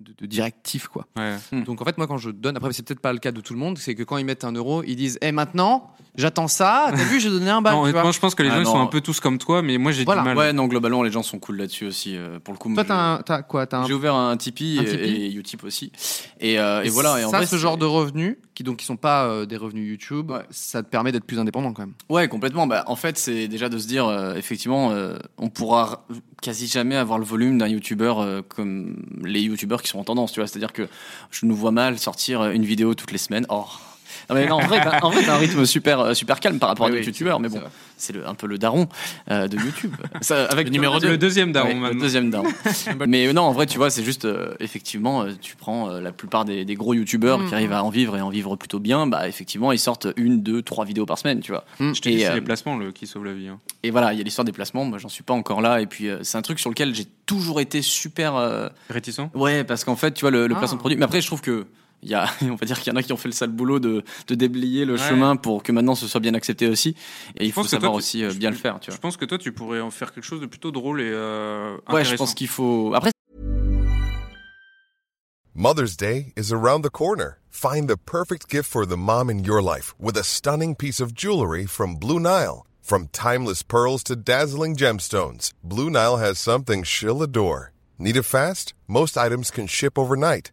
Speaker 1: de, de directif, quoi.
Speaker 3: Ouais.
Speaker 1: Donc en fait, moi, quand je donne, après, c'est peut-être pas le cas de tout le monde, c'est que quand ils mettent un euro, ils disent, hé, maintenant, j'attends ça. T'as vu, j'ai donné un bac.
Speaker 3: non,
Speaker 1: tu vois.
Speaker 3: honnêtement, je pense que les
Speaker 2: Ah,
Speaker 3: gens ils
Speaker 2: non.
Speaker 3: sont un peu tous comme toi, mais moi j'ai
Speaker 1: Voilà.
Speaker 3: du mal.
Speaker 2: Ouais, non, globalement, les gens sont cool là-dessus aussi. euh, pour le coup,
Speaker 1: Toi,
Speaker 2: moi, je-
Speaker 1: t'as un- t'as quoi, t'as un
Speaker 2: j'ai ouvert un Tipeee,
Speaker 1: un
Speaker 2: et-
Speaker 1: Tipeee
Speaker 2: et, Utip aussi. Et, euh, et voilà. Et en
Speaker 1: ça,
Speaker 2: vrai,
Speaker 1: ce
Speaker 2: c'est-
Speaker 1: genre de revenu, qui donc qui sont pas euh, des revenus YouTube,
Speaker 2: Ouais.
Speaker 1: ça te permet d'être plus indépendant quand même.
Speaker 2: Ouais, complètement. Bah, en fait, c'est déjà de se dire, euh, effectivement, euh, on pourra r- quasi jamais avoir le volume d'un youtubeur euh, comme les youtubeurs qui sont en tendance, tu vois. C'est-à-dire que je nous vois mal sortir euh, une vidéo toutes les semaines. Oh. Non, mais non, en vrai, t'as- en vrai, t'as un rythme super, euh, super calme par rapport à
Speaker 1: Oui,
Speaker 2: d'autres
Speaker 1: oui,
Speaker 2: youtubeurs, mais bon, c'est le- un peu le daron euh, de YouTube. Ça, avec
Speaker 3: Le numéro
Speaker 2: deux.
Speaker 3: deux. Le deuxième daron,
Speaker 2: Ouais, le
Speaker 3: maintenant.
Speaker 2: deuxième down. mais euh, non, en vrai, tu vois, c'est juste euh, effectivement, euh, tu prends euh, la plupart des, des gros youtubeurs
Speaker 3: Mm.
Speaker 2: qui arrivent à en vivre et en vivre plutôt bien, bah effectivement, ils sortent une, deux, trois vidéos par semaine, tu vois.
Speaker 3: Mm, Je t'ai dit,
Speaker 2: Et,
Speaker 3: c'est
Speaker 2: euh,
Speaker 3: les placements le, qui sauvent la vie. hein.
Speaker 2: Et voilà, il y a l'histoire des placements, moi j'en suis pas encore là. Et puis euh, c'est un truc sur lequel j'ai toujours été super. euh,
Speaker 3: Réticent
Speaker 2: Ouais, parce qu'en fait, tu vois, le, le
Speaker 1: Ah.
Speaker 2: placement de produit. Mais après, je trouve que. Il y a, on va dire qu'il y en a qui ont fait le sale boulot de, de déblayer le
Speaker 3: Ouais.
Speaker 2: chemin pour que maintenant ce soit bien accepté aussi. Et il faut
Speaker 3: pense que
Speaker 2: savoir
Speaker 3: toi, tu-
Speaker 2: aussi euh,
Speaker 3: je-
Speaker 2: bien le faire, tu
Speaker 3: Je
Speaker 2: vois.
Speaker 3: pense que toi, tu pourrais en faire quelque chose de plutôt drôle et euh,
Speaker 2: Ouais, je pense
Speaker 3: intéressant.
Speaker 2: qu'il faut. Après,
Speaker 8: Mother's Day is around the corner. Find the perfect gift for the mom in your life with a stunning piece of jewelry from Blue Nile. From timeless pearls to dazzling gemstones, Blue Nile has something she'll adore. Need it fast? Most items can ship overnight.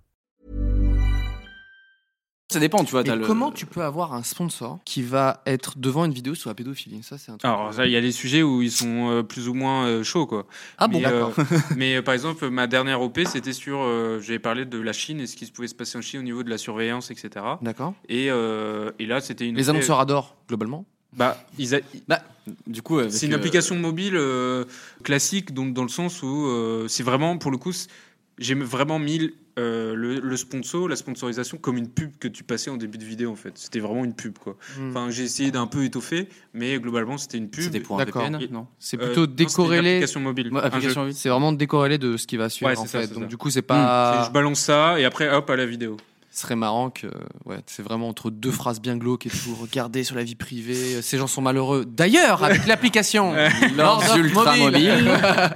Speaker 2: ça dépend, tu vois. Ah, t'as
Speaker 1: Mais
Speaker 2: le-
Speaker 1: comment tu peux avoir un sponsor qui va être devant une vidéo sur la pédophilie Ça, c'est un truc.
Speaker 3: Alors, ça, il y a des sujets où ils sont euh, plus ou moins euh, chauds, quoi.
Speaker 1: Ah bon,
Speaker 3: mais, euh,
Speaker 1: d'accord.
Speaker 3: mais euh, par exemple, ma dernière OP, c'était sur. euh, J'avais parlé de la Chine et ce qui se pouvait se passer en Chine au niveau de la surveillance, etc.
Speaker 1: D'accord.
Speaker 3: Et, euh, et là, c'était une.
Speaker 1: Les
Speaker 3: OP,
Speaker 1: annonceurs adorent globalement.
Speaker 3: Bah, ils a-
Speaker 2: Du coup, avec,
Speaker 3: c'est une
Speaker 2: euh,
Speaker 3: application mobile euh, classique, donc dans le sens où euh, c'est vraiment, pour le coup, c'est- j'ai vraiment mis euh, le, le sponsor, la sponsorisation, comme une pub que tu passais en début de vidéo, en fait. C'était vraiment une pub, quoi.
Speaker 1: Hmm.
Speaker 3: Enfin, j'ai essayé d'un peu étoffer, mais globalement, c'était une pub.
Speaker 2: C'était pour un
Speaker 1: D'accord.
Speaker 2: VPN,
Speaker 3: Et-
Speaker 2: non
Speaker 1: C'est
Speaker 3: Euh,
Speaker 1: plutôt
Speaker 3: non, c'était une
Speaker 1: décorrélé. Ah,
Speaker 3: application mobile.
Speaker 2: Ouais,
Speaker 3: un
Speaker 2: application
Speaker 3: jeu.
Speaker 2: mobile.
Speaker 1: C'est vraiment décorrélé de ce qui va suivre
Speaker 3: Ouais, c'est
Speaker 1: en
Speaker 3: ça,
Speaker 1: fait.
Speaker 3: c'est
Speaker 1: Donc
Speaker 3: ça. Hmm,
Speaker 1: du coup,
Speaker 2: Hmm.
Speaker 1: c'est
Speaker 3: C'est-
Speaker 1: pas.
Speaker 3: Je balance ça et après, hop, à la vidéo.
Speaker 1: Ce serait marrant que ouais, c'est vraiment entre deux phrases bien glauques et tout. Regardez sur la vie privée, euh, ces gens sont malheureux. D'ailleurs, avec l'application Lords
Speaker 2: Lords
Speaker 1: of
Speaker 2: Ultra Mobile.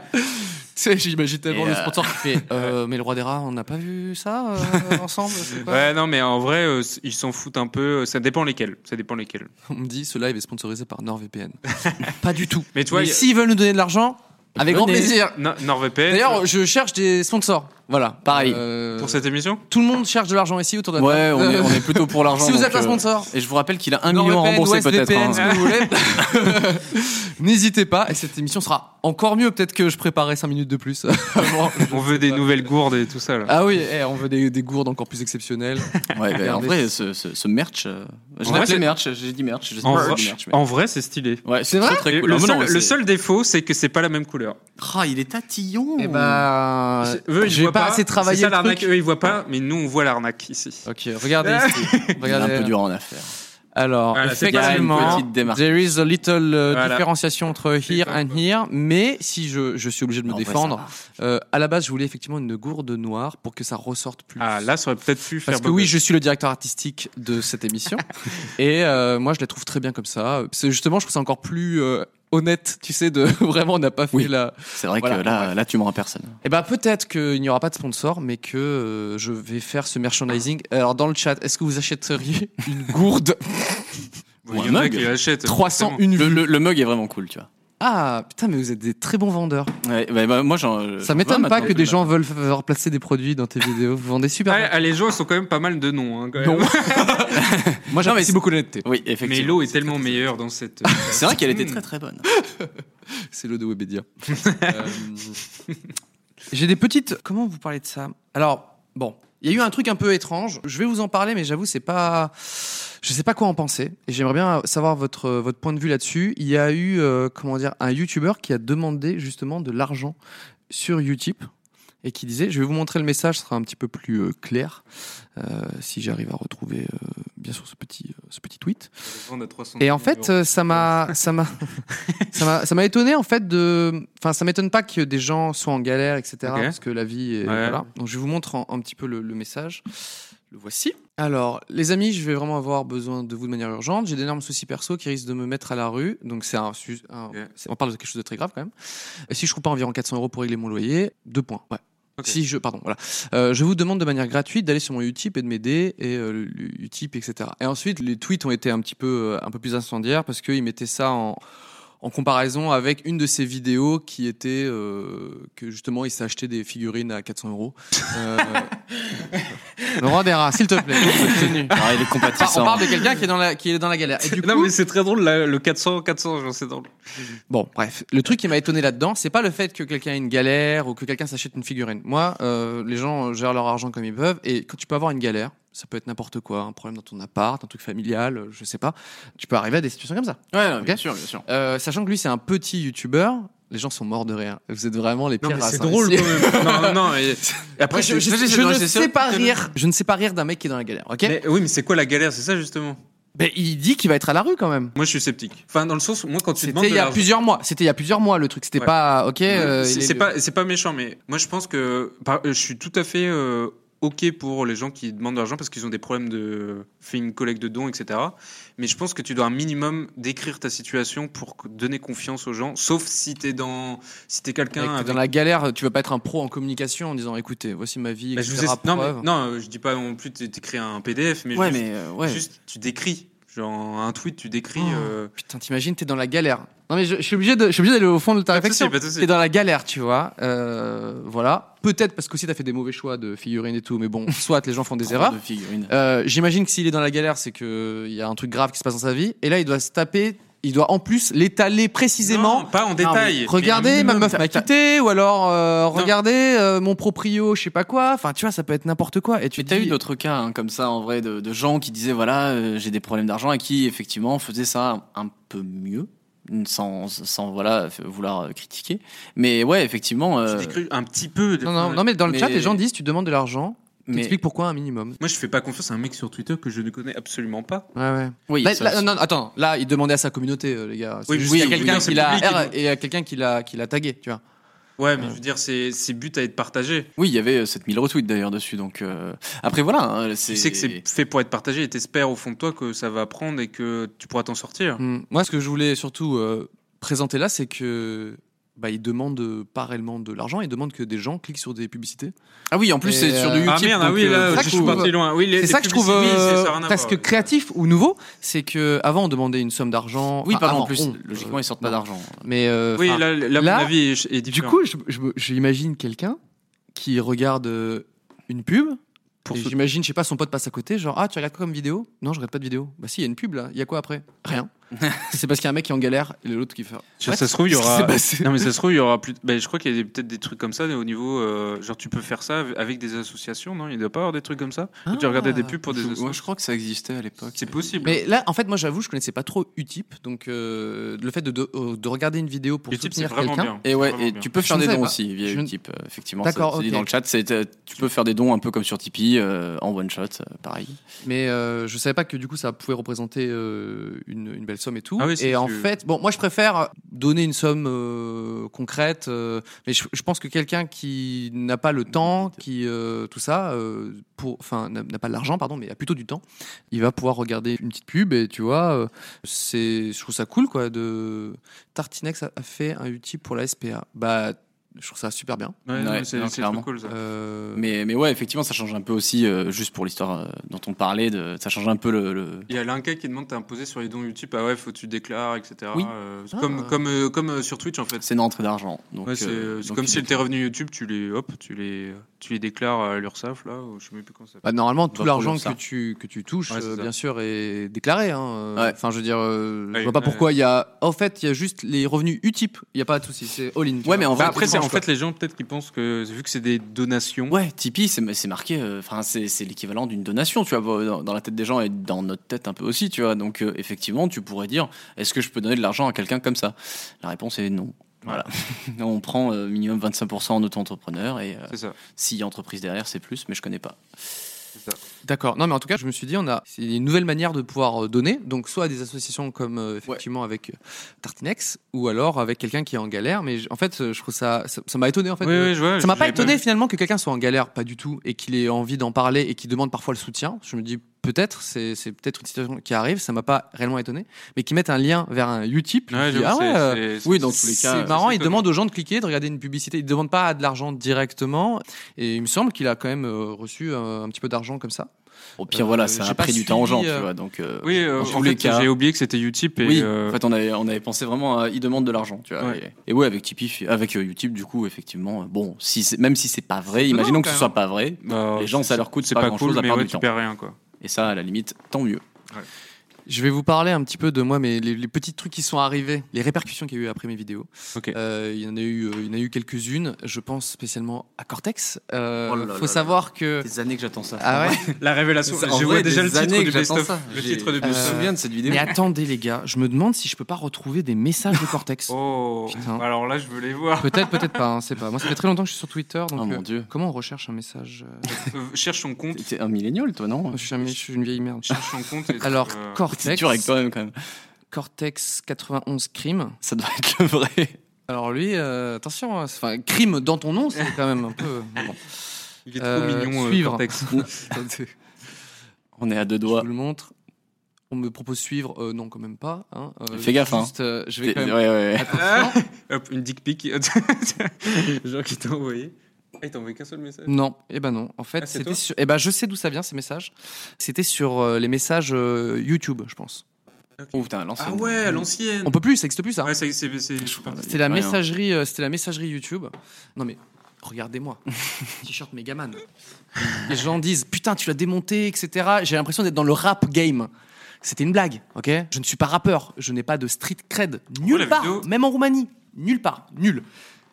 Speaker 1: Tu sais, J'imagine tellement
Speaker 2: Et,
Speaker 1: le
Speaker 2: euh,
Speaker 1: sponsor qui fait euh, Mais le roi des rats, on n'a pas vu ça euh, ensemble c'est quoi
Speaker 3: Ouais, non, mais en vrai, euh, c- ils s'en foutent un peu. euh, Ça dépend lesquels. Ça dépend lesquels.
Speaker 1: On me dit Ce live est sponsorisé par NordVPN. pas du tout.
Speaker 3: Mais toi,
Speaker 1: Mais
Speaker 3: y a-
Speaker 1: s'ils veulent nous donner de l'argent, avec grand
Speaker 2: Venez.
Speaker 1: plaisir.
Speaker 3: No- NordVPN.
Speaker 1: D'ailleurs, je cherche des sponsors. Voilà,
Speaker 2: Pareil.
Speaker 1: Euh,
Speaker 3: euh, pour cette émission
Speaker 1: Tout le monde cherche de l'argent ici autour de la
Speaker 2: Ouais,
Speaker 1: table.
Speaker 2: on est, on est plutôt pour l'argent.
Speaker 1: Si vous
Speaker 2: donc,
Speaker 1: êtes un
Speaker 2: euh,
Speaker 1: sponsor,
Speaker 2: Et je vous rappelle qu'il a un
Speaker 1: Non,
Speaker 2: million à
Speaker 1: VPN,
Speaker 2: rembourser
Speaker 1: Ouest
Speaker 2: peut-être.
Speaker 1: VPN,
Speaker 2: hein.
Speaker 1: ce que vous voulez. N'hésitez pas, et cette émission sera encore mieux. Peut-être que je préparais 5 minutes de plus. Avant.
Speaker 3: On veut des nouvelles gourdes et tout ça. Là.
Speaker 1: ah oui, eh, on veut des, des gourdes encore plus exceptionnelles.
Speaker 2: hein. Ouais, mais en
Speaker 1: Regardez.
Speaker 2: vrai, ce, ce, ce merch. euh, Je
Speaker 3: En vrai,
Speaker 2: l'appelais
Speaker 3: c'est-
Speaker 2: merch, j'ai dit merch. Je sais
Speaker 3: en,
Speaker 2: pas si
Speaker 3: vrai,
Speaker 2: c'est du merch, mais-
Speaker 3: en vrai, c'est stylé.
Speaker 2: Ouais, c'est très, très
Speaker 3: Et
Speaker 2: cool.
Speaker 3: le,
Speaker 2: Ah, mais
Speaker 3: seul,
Speaker 2: non,
Speaker 3: le
Speaker 2: c'est-
Speaker 3: seul défaut, c'est que c'est pas la même couleur.
Speaker 2: Ah, il est tatillon.
Speaker 1: et ben.
Speaker 3: C'est- Eh euh, eux, ils
Speaker 1: J'ai
Speaker 3: voient
Speaker 1: pas assez travaillé
Speaker 3: C'est ça
Speaker 1: le truc.
Speaker 3: l'arnaque. Eux, ils voient pas, mais nous, on voit l'arnaque ici.
Speaker 1: Ok, regardez ici.
Speaker 2: Il est un peu
Speaker 1: Regardez. euh,
Speaker 2: dur en affaire.
Speaker 1: Alors,
Speaker 3: Voilà, c'est bien,
Speaker 2: il y a une
Speaker 1: effectivement,
Speaker 2: petite démarque.
Speaker 1: there is a little euh,
Speaker 3: Voilà.
Speaker 1: différenciation entre
Speaker 3: C'est
Speaker 1: here
Speaker 3: top,
Speaker 1: and
Speaker 3: quoi.
Speaker 1: here, mais si je, je suis obligé de me
Speaker 3: bah,
Speaker 2: En vrai, ça
Speaker 1: défendre,
Speaker 2: va.
Speaker 1: euh, à la base, je voulais effectivement une gourde noire pour que ça ressorte plus.
Speaker 3: Ah, là, ça aurait peut-être pu faire.
Speaker 1: Parce que oui, je suis le directeur artistique de cette émission et euh, moi je la trouve très bien comme ça. C'est justement, je trouve ça encore plus euh, honnête, tu sais, de vraiment on n'a pas fait
Speaker 2: Oui.
Speaker 1: la.
Speaker 2: C'est vrai
Speaker 1: Voilà,
Speaker 2: que là, là, tu me rends personne.
Speaker 1: Eh ben peut-être qu'il n'y aura pas de sponsor, mais que euh, je vais faire ce merchandising. Alors dans le chat, est-ce que vous achèteriez une gourde
Speaker 3: Il y
Speaker 2: Ou un
Speaker 3: en a
Speaker 2: mug.
Speaker 3: qui l'achètent.
Speaker 1: 301
Speaker 3: forcément.
Speaker 2: Le,
Speaker 1: vues
Speaker 2: le- le mug est vraiment cool, tu vois.
Speaker 1: Ah putain, mais vous êtes des très bons vendeurs.
Speaker 2: Ouais, bah, bah, moi, j'en-
Speaker 1: Ça
Speaker 2: j'en
Speaker 1: m'étonne
Speaker 2: veux
Speaker 1: pas
Speaker 2: maintenant.
Speaker 1: que des gens veulent f- replacer des produits dans tes vidéos. Vous vendez super.
Speaker 3: Ah,
Speaker 1: bien.
Speaker 3: ah, les gens, ils sont quand même pas mal de noms. hein, quand
Speaker 1: Non.
Speaker 3: même.
Speaker 1: Moi j'apprécie beaucoup l'honnêteté.
Speaker 2: Oui,
Speaker 3: Mais
Speaker 2: effectivement.
Speaker 3: l'eau est tellement meilleure dans cette.
Speaker 2: C'est vrai qu'elle était
Speaker 3: Hmm.
Speaker 2: très très bonne. Ah,
Speaker 1: C'est le de Webedia. Euh, J'ai des petites. Comment vous parlez de ça Alors, bon, il y a eu un truc un peu étrange. Je vais vous en parler, mais j'avoue, c'est pas. Je sais pas quoi en penser. Et j'aimerais bien savoir votre, votre point de vue là-dessus. Il y a eu, euh, comment dire, un YouTuber qui a demandé justement de l'argent sur Utip et qui disait Je vais vous montrer le message, ce sera un petit peu plus euh, clair. Euh, si j'arrive à retrouver, euh, bien sûr, ce petit, euh, ce petit tweet. Et en fait, euh, ça m'a, ça m'a, ça m'a, ça m'a étonné en fait de, enfin, ça m'étonne pas que des gens soient en galère, etc.
Speaker 3: Ok.
Speaker 1: Parce que la vie, est,
Speaker 3: Ouais.
Speaker 1: voilà. Donc je vous montre en- un petit peu le, le message. Le voici. Alors, les amis, je vais vraiment avoir besoin de vous de manière urgente. J'ai d'énormes soucis perso qui risquent de me mettre à la rue. Donc c'est un, su- un-
Speaker 3: Ok.
Speaker 1: c'est- on parle de quelque chose de très grave quand même. Et si je trouve pas environ 400 euros pour régler mon loyer, deux points. Ouais.
Speaker 3: Ok.
Speaker 1: Si je, pardon, voilà. Euh, je vous demande de manière gratuite d'aller sur mon Utip et de m'aider et euh, le- le Utip, etc. Et ensuite, les tweets ont été un petit peu, euh, un peu plus incendiaires parce qu'ils mettaient ça en, en comparaison avec une de ces vidéos qui était euh, que justement il s'est acheté des figurines à 400 euros. Euh, Laurent Dera, s'il te plaît. Continue.
Speaker 2: Ah, il est compatissant.
Speaker 1: On parle de quelqu'un qui est dans la qui est dans la galère. Et du
Speaker 3: non,
Speaker 1: coup-
Speaker 3: mais c'est très drôle, là, le 400, 400, j'en sais drôle.
Speaker 1: Bon, bref, le truc qui m'a étonné là-dedans, c'est pas le fait que quelqu'un ait une galère ou que quelqu'un s'achète une figurine. Moi, euh, les gens euh, gèrent leur argent comme ils peuvent, et quand tu peux avoir une galère, ça peut être n'importe quoi, un problème dans ton appart, un truc familial, euh, je sais pas, tu peux arriver à des situations comme ça.
Speaker 2: Ouais, non,
Speaker 1: Ok.
Speaker 2: bien sûr, bien sûr.
Speaker 1: Euh, sachant que lui, c'est un petit youtubeur, les gens sont morts de rire. Vous êtes vraiment les pires. races, hein, ici.
Speaker 3: même. non, non, et- et après,
Speaker 1: Moi, je, je-
Speaker 3: c'est-
Speaker 1: je
Speaker 3: c'est- non,
Speaker 1: ne
Speaker 3: c'est sûr
Speaker 1: sais pas
Speaker 3: que-
Speaker 1: rire. Je ne sais pas rire d'un mec qui est dans la galère, ok mais...
Speaker 3: Mais- oui, mais c'est quoi la galère C'est ça, justement.
Speaker 1: il dit qu'il va être à la rue quand même.
Speaker 3: Moi, je suis sceptique. Enfin, dans le sens, où, moi, quand tu demandes.
Speaker 1: C'était il
Speaker 3: de
Speaker 1: y a
Speaker 3: l'argent-
Speaker 1: plusieurs mois. C'était il y a plusieurs mois le truc. C'était
Speaker 3: Ouais.
Speaker 1: pas ok. euh, il
Speaker 3: c'est
Speaker 1: est-
Speaker 3: c'est pas c'est pas méchant mais moi je pense que par- je suis tout à fait euh, ok pour les gens qui demandent de l'argent parce qu'ils ont des problèmes de fait une collecte de dons etc mais je pense que tu dois un minimum décrire ta situation pour que- donner confiance aux gens sauf si t'es dans si t'es
Speaker 1: Mec,
Speaker 3: quelqu'un
Speaker 1: t'es
Speaker 3: avec...
Speaker 1: dans la galère, tu vas pas être un pro en communication en disant écoutez, voici ma vie,
Speaker 3: Bah,
Speaker 1: etc.
Speaker 3: je vous ai- non, mais-
Speaker 1: preuve.
Speaker 3: non euh, je dis pas non plus t'é- t'écris un PDF mais,
Speaker 2: ouais,
Speaker 3: juste,
Speaker 2: mais euh, ouais.
Speaker 3: juste, tu décris genre un tweet tu décris
Speaker 1: Oh.
Speaker 3: euh,
Speaker 1: Putain, t'imagines, t'es dans la galère. Non mais je, je suis obligé de, je suis obligé d'aller au fond de ta
Speaker 3: Pas de souci,
Speaker 1: réflexion.
Speaker 3: pas de souci.
Speaker 1: T'es dans la galère, tu vois. Euh, voilà. Peut-être parce qu'aussi t'as fait des mauvais choix de figurines et tout, mais bon, soit les gens font des erreurs.
Speaker 2: De figurines.
Speaker 1: Euh, J'imagine que s'il est dans la galère, c'est que il y a un truc grave qui se passe dans sa vie. Et là, il doit se taper. Il doit en plus l'étaler précisément.
Speaker 3: non, pas en détail mais un
Speaker 1: Regardez, ma
Speaker 3: minimum.
Speaker 1: meuf m'a
Speaker 2: t'as-
Speaker 1: quitté, ou alors euh, regardez euh, mon proprio, je sais pas quoi. Enfin, tu vois, ça peut être n'importe quoi. Et tu
Speaker 2: Mais t'as
Speaker 1: dis-
Speaker 2: eu d'autres cas hein, comme ça en vrai de, de gens qui disaient voilà euh, j'ai des problèmes d'argent et qui effectivement faisaient ça un peu mieux sans, sans voilà f- vouloir euh, critiquer mais ouais effectivement
Speaker 3: Tu
Speaker 2: euh,
Speaker 3: décris un petit peu
Speaker 1: Non, non, non, mais dans le
Speaker 2: Mais-
Speaker 1: chat, les gens disent tu demandes de l'argent,
Speaker 2: mais
Speaker 1: t'expliques pourquoi un minimum.
Speaker 3: moi je fais pas confiance à un mec sur Twitter que je ne connais absolument pas
Speaker 1: Ouais, ouais.
Speaker 2: oui
Speaker 1: Là,
Speaker 2: ça-
Speaker 1: Bah, là, non, non, attends, là, il demandait à sa communauté, euh, les gars. C'est
Speaker 3: Oui,
Speaker 1: juste
Speaker 3: oui,
Speaker 1: qu'il y a
Speaker 3: oui,
Speaker 1: quelqu'un
Speaker 3: oui,
Speaker 1: qui
Speaker 3: c'est
Speaker 1: l'a
Speaker 3: public,
Speaker 1: R
Speaker 3: donc.
Speaker 1: et il y a quelqu'un qui l'a qui l'a tagué, tu vois.
Speaker 3: Ouais, mais je veux dire, c'est c'est but à être partagé.
Speaker 2: oui il y avait euh, 7000 retweets d'ailleurs dessus donc euh, après voilà hein,
Speaker 3: Tu sais que c'est fait pour être partagé et t'espères au fond de toi que ça va prendre et que tu pourras t'en sortir.
Speaker 1: Hmm. Moi, ce que je voulais surtout euh, présenter là, c'est que. Bah, il demande euh, pas réellement de l'argent, il demande que des gens cliquent sur des publicités.
Speaker 2: ah oui en plus
Speaker 1: Et,
Speaker 2: c'est sur du
Speaker 1: euh,
Speaker 2: YouTube
Speaker 3: Ah merde, ah
Speaker 2: donc,
Speaker 3: oui,
Speaker 1: ça
Speaker 2: euh,
Speaker 3: là, je
Speaker 1: que
Speaker 3: suis
Speaker 1: je trouve-
Speaker 3: parti loin. Oui, les-
Speaker 1: C'est
Speaker 3: les
Speaker 1: ça que je trouve
Speaker 3: publicités, oui,
Speaker 1: euh,
Speaker 3: ça, rien à
Speaker 1: presque
Speaker 3: voir.
Speaker 1: créatif ou nouveau, c'est que avant on demandait une somme d'argent.
Speaker 2: oui
Speaker 1: enfin,
Speaker 2: pardon en
Speaker 1: avant,
Speaker 2: plus
Speaker 1: on,
Speaker 2: logiquement
Speaker 1: euh,
Speaker 2: ils sortent pas
Speaker 1: non.
Speaker 2: d'argent
Speaker 1: Mais euh,
Speaker 3: Oui,
Speaker 1: enfin,
Speaker 3: là, là,
Speaker 1: là,
Speaker 3: mon avis est, est
Speaker 1: Du
Speaker 3: différent.
Speaker 1: coup, je- je me- j'imagine quelqu'un qui regarde euh, une pub.
Speaker 3: Pour
Speaker 1: et
Speaker 3: ce-
Speaker 1: J'imagine, je sais pas, son pote passe à côté, genre ah tu regardes quoi comme vidéo Non, je regarde pas de vidéo. Bah si, il y a une pub là. Il y a quoi après Rien. c'est parce qu'il y a un mec qui est en galère et l'autre qui fait.
Speaker 3: ça se trouve, il y
Speaker 1: Qu'est-ce qui
Speaker 3: aura.
Speaker 1: s'est passé
Speaker 3: Non, mais ça se trouve, il y aura plus. Ben, je crois qu'il y a des- peut-être des trucs comme ça mais au niveau. euh, genre, tu peux faire ça av- avec des associations, non Il ne doit pas y avoir des trucs comme ça Ou Tu
Speaker 1: Ah.
Speaker 3: regardais des pubs pour des
Speaker 2: je,
Speaker 3: associations
Speaker 2: ouais, je crois que ça existait à l'époque
Speaker 3: C'est possible.
Speaker 1: Mais là, en fait, moi j'avoue, je connaissais pas trop Utip, donc euh, le fait de, de, euh, de regarder une vidéo pour
Speaker 3: Le type, c'est
Speaker 1: soutenir
Speaker 3: vraiment
Speaker 1: quelqu'un.
Speaker 3: bien.
Speaker 2: Et ouais,
Speaker 3: C'est vraiment
Speaker 2: et
Speaker 3: bien.
Speaker 2: tu peux
Speaker 1: Je
Speaker 2: faire
Speaker 1: ne
Speaker 2: des
Speaker 1: savais
Speaker 2: dons
Speaker 1: pas.
Speaker 2: aussi via
Speaker 1: Je ne-
Speaker 2: Utip, euh, effectivement.
Speaker 1: D'accord,
Speaker 2: c'est- c'est dit
Speaker 1: ok.
Speaker 2: dans le chat, c'est, euh, tu peux faire des dons un peu comme sur Tipeee, euh, en one shot, euh, pareil.
Speaker 1: Mais euh, je savais pas que du coup ça pouvait représenter euh, une, une belle somme et tout.
Speaker 3: Ah oui, c'est
Speaker 1: et en
Speaker 3: sûr.
Speaker 1: fait, bon, moi je préfère donner une somme euh, concrète, euh, mais je, je pense que quelqu'un qui n'a pas le temps, qui euh, tout ça, euh, pour, enfin n'a n'a pas de l'argent pardon, mais a plutôt du temps, il va pouvoir regarder une petite pub et tu vois, euh, c'est, je trouve ça cool quoi. De Tartinex a a fait un outil pour la SPA, bah je trouve ça super bien.
Speaker 3: Ouais, non,
Speaker 2: Ouais,
Speaker 3: mais c'est-
Speaker 2: non,
Speaker 3: c'est
Speaker 2: clairement.
Speaker 3: trop cool ça.
Speaker 1: Euh,
Speaker 2: Mais, mais ouais, effectivement, ça change un peu aussi, euh, juste pour l'histoire euh, dont on parlait, de, ça change un peu le. le-
Speaker 3: Il y a Linka qui demande t'as imposé sur les dons YouTube, ah ouais, faut que tu déclares, etc.
Speaker 2: Oui.
Speaker 3: Euh, c'est
Speaker 1: Ah.
Speaker 3: Comme, comme, euh, comme euh, sur Twitch en fait.
Speaker 2: C'est une entrée d'argent. Donc,
Speaker 3: Ouais, c'est
Speaker 2: euh,
Speaker 3: c'est
Speaker 2: donc
Speaker 3: comme
Speaker 2: il-
Speaker 3: si tes revenus YouTube, tu les, hop, tu les, tu les déclares à l'URSSAF, là, ou je sais même plus comment ça s'appelle.
Speaker 1: Bah, normalement,
Speaker 2: Bah,
Speaker 1: tout l'argent
Speaker 2: pour ça.
Speaker 1: que tu, que tu touches,
Speaker 3: Ouais, c'est
Speaker 1: euh,
Speaker 3: ça.
Speaker 1: bien sûr, est déclaré. hein, euh,
Speaker 2: Ouais.
Speaker 1: Enfin, je veux dire, euh,
Speaker 3: Ouais,
Speaker 1: je vois pas
Speaker 3: ouais.
Speaker 1: pourquoi il y a. En fait, il y a juste les revenus UTIP. Il y a pas de souci. C'est all-in. tu
Speaker 2: Ouais,
Speaker 1: vois.
Speaker 2: mais en
Speaker 3: Bah,
Speaker 2: vrai,
Speaker 3: après, c'est en
Speaker 2: franchement,
Speaker 3: fait les gens peut-être qui pensent que, vu que c'est des donations,
Speaker 2: Ouais, Tipeee, c'est c'est marqué, euh, enfin, c'est c'est l'équivalent d'une donation, tu vois, dans, dans la tête des gens et dans notre tête un peu aussi, tu vois. Donc, euh, effectivement, tu pourrais dire, est-ce que je peux donner de l'argent à quelqu'un comme ça La réponse est non. Voilà. On prend euh, minimum 25% en auto-entrepreneur et euh,
Speaker 3: c'est ça.
Speaker 2: s'il y a entreprise derrière, c'est plus, mais je connais pas.
Speaker 1: D'accord. Non, mais en tout cas, je me suis dit, on a c'est une nouvelle manière de pouvoir euh, donner. Donc, soit à des associations comme euh, effectivement avec euh, Tartinex, ou alors avec quelqu'un qui est en galère. Mais j- en fait, euh, je trouve ça, ça ça m'a étonné en fait.
Speaker 3: Oui,
Speaker 1: de-
Speaker 3: oui, je vois,
Speaker 1: Ça m'a pas
Speaker 3: j'avais
Speaker 1: étonné
Speaker 3: vu.
Speaker 1: finalement que quelqu'un soit en galère, pas du tout, et qu'il ait envie d'en parler et qu'il demande parfois le soutien. Je me dis peut-être, c'est c'est peut-être une situation qui arrive, ça m'a pas réellement étonné, mais qui mettent un lien vers un Utip. je me
Speaker 3: Ouais,
Speaker 1: dis, ah
Speaker 3: j'avoue, c'est-
Speaker 1: ouais, euh,
Speaker 3: c'est- c'est-
Speaker 1: oui, dans
Speaker 3: c'est-
Speaker 1: tous les
Speaker 3: c'est
Speaker 1: cas. C'est marrant,
Speaker 3: c'est
Speaker 1: il demande aux gens de cliquer, de regarder une publicité. Il demande pas de l'argent directement. Et il me semble qu'il a quand même euh, reçu euh, un petit peu d'argent comme ça.
Speaker 2: Au pire,
Speaker 1: Euh,
Speaker 2: voilà, ça
Speaker 1: j'ai
Speaker 2: a
Speaker 1: pas
Speaker 2: pris du temps aux gens,
Speaker 1: suivi,
Speaker 2: tu
Speaker 1: euh,
Speaker 2: vois. Donc, euh,
Speaker 3: Oui, euh,
Speaker 2: en
Speaker 3: en
Speaker 2: tous les
Speaker 3: fait,
Speaker 2: cas.
Speaker 3: j'ai oublié que c'était Utip et
Speaker 2: oui,
Speaker 3: euh,
Speaker 2: en fait, on avait, on avait pensé vraiment à. Ils demandent de l'argent, tu vois.
Speaker 3: Ouais.
Speaker 2: Et, et ouais, avec Tipeee, avec euh, Utip, du coup, effectivement, euh, bon, si c'est- même si c'est pas vrai,
Speaker 3: étonnant,
Speaker 2: imaginons que
Speaker 3: quand
Speaker 2: ce soit pas vrai,
Speaker 3: bah,
Speaker 2: les gens, ça leur coûte
Speaker 3: c'est
Speaker 2: pas,
Speaker 3: pas
Speaker 2: grand
Speaker 3: cool,
Speaker 2: chose à
Speaker 3: mais
Speaker 2: part
Speaker 3: ouais,
Speaker 2: du
Speaker 3: tu
Speaker 2: temps.
Speaker 3: perds rien quoi.
Speaker 2: Et ça, à la limite, tant mieux.
Speaker 1: Je vais vous parler un petit peu de moi, mais les, les petits trucs qui sont arrivés, les répercussions qu'il y a eu après mes vidéos.
Speaker 3: Ok.
Speaker 1: Euh, il y en a eu, euh, il y en a eu quelques-unes. Je pense spécialement à Cortex. Euh,
Speaker 2: Oh là là
Speaker 1: faut
Speaker 2: là
Speaker 1: savoir que.
Speaker 2: Des années que j'attends ça.
Speaker 1: Ah ouais.
Speaker 3: La révélation,
Speaker 2: En
Speaker 3: je
Speaker 2: vrai,
Speaker 3: vois déjà
Speaker 2: des
Speaker 3: le titre
Speaker 2: années
Speaker 3: du
Speaker 2: que j'attends
Speaker 3: best-of.
Speaker 2: ça.
Speaker 3: Le
Speaker 2: J'ai-
Speaker 3: titre du
Speaker 2: Je me
Speaker 1: Euh,
Speaker 3: best-of.
Speaker 2: souviens de cette vidéo.
Speaker 1: Mais attendez les gars, je me demande si je peux pas retrouver des messages de Cortex.
Speaker 3: Oh,
Speaker 1: Putain.
Speaker 3: alors là, je veux les voir.
Speaker 1: Peut-être, peut-être pas. hein, c'est pas. Moi, ça fait très longtemps que je suis sur Twitter, donc.
Speaker 2: Oh
Speaker 1: euh,
Speaker 2: mon dieu.
Speaker 1: Comment on recherche un message euh,
Speaker 3: Euh, Cherche son compte.
Speaker 2: T'es un millénial, toi, non
Speaker 1: je, suis un- je suis une vieille merde.
Speaker 3: Cherche son compte. et-
Speaker 1: Alors,
Speaker 3: euh,
Speaker 2: C'est
Speaker 1: Cortex,
Speaker 2: dur avec toi-même, quand même.
Speaker 1: Cortex 91 Crime.
Speaker 2: Ça doit être le vrai.
Speaker 1: Alors lui, euh, attention, hein, c'est- enfin, Crime dans ton nom, c'est quand même un peu... bon.
Speaker 3: Il est trop
Speaker 1: Euh,
Speaker 3: mignon, euh,
Speaker 1: suivre.
Speaker 3: Cortex.
Speaker 1: Attendez,
Speaker 2: On est à deux
Speaker 1: je
Speaker 2: doigts.
Speaker 1: vous le montre. On me propose suivre, euh, non quand même pas. hein, euh,
Speaker 2: Fais gaffe, hein.
Speaker 1: juste, euh, je vais
Speaker 2: Ouais,
Speaker 1: quand même...
Speaker 2: ouais, ouais.
Speaker 1: Attention.
Speaker 3: Hop, une dick pic. Genre qui t'a envoyé. Ah, il t'a envoyé qu'un seul message.
Speaker 1: Non, eh ben non. En fait,
Speaker 3: Ah, c'est
Speaker 1: c'était
Speaker 3: toi
Speaker 1: sur... eh ben, je sais d'où ça vient ces messages. C'était sur euh, les messages euh, YouTube, je pense.
Speaker 2: Oh putain, lance
Speaker 3: Ah ouais, à l'ancienne.
Speaker 1: On peut plus, ça existe plus ça.
Speaker 3: Ouais, c'est. c'est- c'est- je sais pas.
Speaker 1: C'était la messagerie, euh, c'était la messagerie YouTube. Non mais regardez-moi, t-shirt Megaman. Les gens disent putain tu l'as démonté, etc. J'ai l'impression d'être dans le rap game. C'était une blague, ok Je ne suis pas rappeur, je n'ai pas de street cred nulle
Speaker 3: la
Speaker 1: part,
Speaker 3: vidéo
Speaker 1: même en Roumanie, nulle part, nul.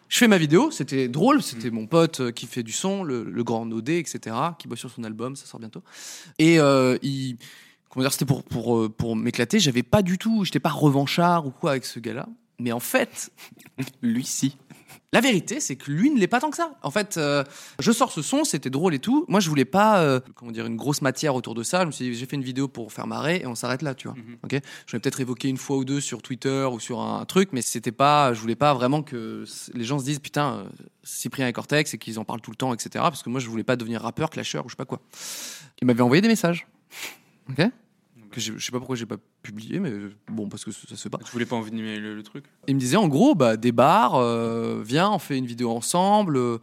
Speaker 1: Je fais ma vidéo, c'était drôle, c'était
Speaker 3: Hmm.
Speaker 1: mon pote euh, qui fait du son, le, le grand Nodé, etc., qui bosse sur son album, ça sort bientôt. Et euh, il, comment dire, c'était pour, pour, euh, pour m'éclater, j'avais pas du tout, j'étais pas revanchard ou quoi avec ce gars-là. Mais en fait,
Speaker 2: Lui, si.
Speaker 1: la vérité, c'est que lui ne l'est pas tant que ça. En fait, euh, je sors ce son, c'était drôle et tout. Moi, je voulais pas, euh, comment dire, une grosse matière autour de ça. Je me suis dit, j'ai fait une vidéo pour faire marrer et on s'arrête là, tu vois.
Speaker 3: Mhm.
Speaker 1: Ok. Je l'ai peut-être évoqué une fois ou deux sur Twitter ou sur un truc, mais c'était pas, je voulais pas vraiment que c- les gens se disent, putain, euh, Cyprien et Cortex et qu'ils en parlent tout le temps, etc. Parce que moi, je voulais pas devenir rappeur, clasheur ou je sais pas quoi. Il m'avait envoyé des messages. Ok. Que j'ai- je sais pas pourquoi j'ai pas publié, mais euh, bon, parce que ça ça se fait pas.
Speaker 3: Tu voulais pas envenimer le, le truc
Speaker 1: Il me disait en gros, bah, débarre, euh, viens, on fait une vidéo ensemble. euh,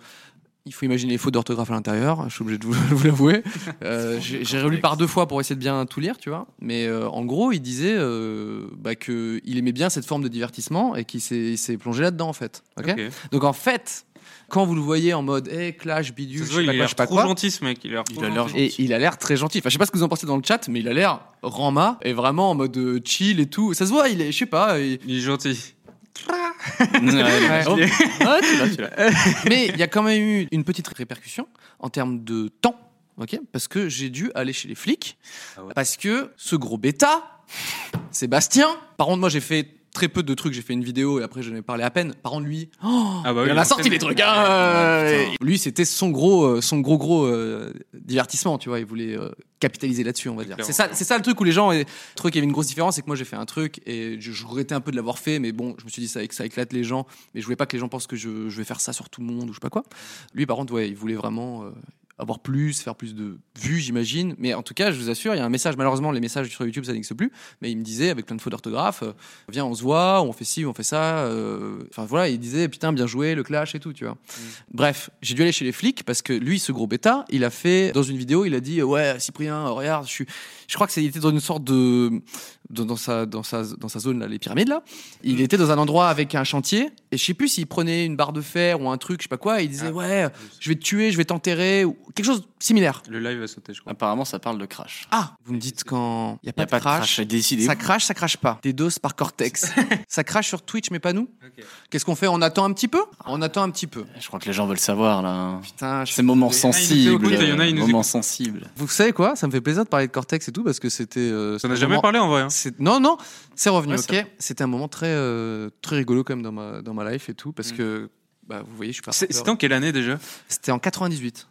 Speaker 1: il faut imaginer les fautes d'orthographe à l'intérieur, je suis obligé de vous, vous l'avouer. Euh, j'ai j'ai relu par deux fois pour essayer de bien tout lire, tu vois. Mais euh, en gros, il disait euh, bah, que il aimait bien cette forme de divertissement et qu'il s'est il s'est plongé là-dedans en fait. ok
Speaker 3: Ok.
Speaker 1: Donc en fait, quand vous le voyez en mode hey, clash,
Speaker 3: Ça
Speaker 1: bidule,
Speaker 3: se
Speaker 1: je
Speaker 3: voit,
Speaker 1: sais pas quoi,
Speaker 3: il a
Speaker 1: je
Speaker 3: l'air
Speaker 1: sais pas
Speaker 3: trop
Speaker 1: quoi.
Speaker 3: gentil ce mec. Il a l'air trop
Speaker 2: a l'air
Speaker 3: gentil.
Speaker 1: Et il a l'air très gentil. Enfin, je sais pas ce que vous en pensez dans le chat, mais il a l'air rama et vraiment en mode euh, chill et tout. Ça se voit, il est, je sais pas, il-
Speaker 3: Il est gentil.
Speaker 2: Ouais.
Speaker 1: Oh.
Speaker 2: Ah, tu l'as, tu l'as.
Speaker 1: Mais il y a quand même eu une petite répercussion en termes de temps, ok Parce que j'ai dû aller chez les flics, parce que ce gros bêta, Sébastien. Par contre, moi j'ai fait très peu de trucs, j'ai fait une vidéo et après j'en ai parlé à peine. Par contre, lui, oh,
Speaker 3: Ah bah oui,
Speaker 1: il en
Speaker 3: il en
Speaker 1: a sorti
Speaker 3: fait-
Speaker 1: les trucs. hein, euh, lui, c'était son gros, euh, son gros gros euh, divertissement, tu vois. Il voulait euh, capitaliser là-dessus, on va dire.
Speaker 3: Clairement,
Speaker 1: C'est ça,
Speaker 3: clairement.
Speaker 1: c'est ça le truc où les gens, le truc, il y avait une grosse différence, c'est que moi j'ai fait un truc et je, je regrettais un peu de l'avoir fait, mais bon, je me suis dit ça, ça éclate les gens mais je voulais pas que les gens pensent que je, je vais faire ça sur tout le monde ou je sais pas quoi. Lui, par contre, ouais, il voulait vraiment euh, avoir plus, faire plus de vues, j'imagine. Mais en tout cas, je vous assure, il y a un message. Malheureusement, les messages sur YouTube, ça n'existe plus. Mais il me disait, avec plein de fautes d'orthographe, euh, viens, on se voit, on fait ci, on fait ça. euh, Enfin voilà, il disait, putain, bien joué, le clash et tout, tu vois. Bref, j'ai dû aller chez les flics parce que lui, ce gros bêta, il a fait, dans une vidéo, il a dit, ouais, Cyprien, regarde, je suis. Je crois que c'était était dans une sorte de. Dans, dans sa, dans, sa, dans sa zone, là, les pyramides, là. Il était dans un endroit avec un chantier et je sais plus s'il prenait une barre de fer ou un truc, je sais pas quoi, et il disait
Speaker 3: Ah.
Speaker 1: ouais, je vais te tuer, je vais t'enterrer ou quelque chose de similaire.
Speaker 3: Le live a sauté, je crois.
Speaker 2: Apparemment, ça parle de crash.
Speaker 1: Ah, vous me dites quand il y a
Speaker 2: Il
Speaker 1: pas,
Speaker 2: a pas de crash,
Speaker 1: crash,
Speaker 2: c'est décidé.
Speaker 1: ça crache, ça crache pas. Des doses par cortex. ça crache sur Twitch mais pas nous. Qu'est-ce qu'on fait On attend un petit peu On attend un petit peu.
Speaker 2: Je crois que les gens veulent savoir là. hein.
Speaker 1: Putain, je-
Speaker 2: Ces moments
Speaker 3: nous
Speaker 2: sensibles.
Speaker 3: écoutent, il y en a, ils nous
Speaker 2: Moments
Speaker 3: écoutent.
Speaker 2: sensibles.
Speaker 1: vous savez quoi Ça me fait plaisir de parler de cortex et tout parce que c'était. euh,
Speaker 3: Ça
Speaker 1: c'était
Speaker 3: n'a
Speaker 1: un
Speaker 3: jamais
Speaker 1: moment-
Speaker 3: parlé en vrai. hein.
Speaker 1: C'est- Non, non, c'est revenu,
Speaker 3: Ouais,
Speaker 1: ok. C'était un moment très, euh, très rigolo quand même dans ma, dans ma life et tout, parce
Speaker 3: Mm.
Speaker 1: que, bah, vous voyez, je suis pas.
Speaker 3: C'est-
Speaker 1: rappeur.
Speaker 3: C'était en quelle année déjà
Speaker 1: C'était en 98.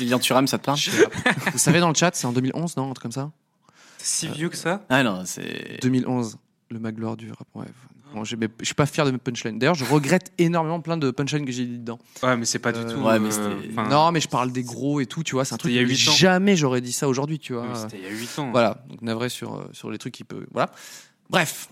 Speaker 2: Lilian Thuram, ça te
Speaker 3: Ah.
Speaker 2: parle
Speaker 1: vous savez dans le chat, c'est en 2011, non Un truc comme ça
Speaker 3: Si vieux que ça
Speaker 2: Ah non, c'est.
Speaker 1: 2011. Le Magloire du rap. Ouais. Bon, j'ai mes- je suis pas fier de mes punchlines. D'ailleurs, je regrette énormément plein de punchlines que j'ai dit dedans.
Speaker 3: Ouais, mais c'est pas du
Speaker 1: Euh,
Speaker 3: tout.
Speaker 2: ouais, mais
Speaker 3: euh,
Speaker 2: c'était-
Speaker 3: enfin,
Speaker 1: non, mais je parle des gros et tout, tu vois. C'est un
Speaker 3: C'était
Speaker 1: truc.
Speaker 3: il y a
Speaker 1: que
Speaker 3: huit ans.
Speaker 1: Jamais j'aurais dit ça aujourd'hui, tu vois.
Speaker 3: mais C'était il y a 8 ans.
Speaker 1: Voilà, donc navré sur, euh, sur les trucs qui peut. Voilà. Bref,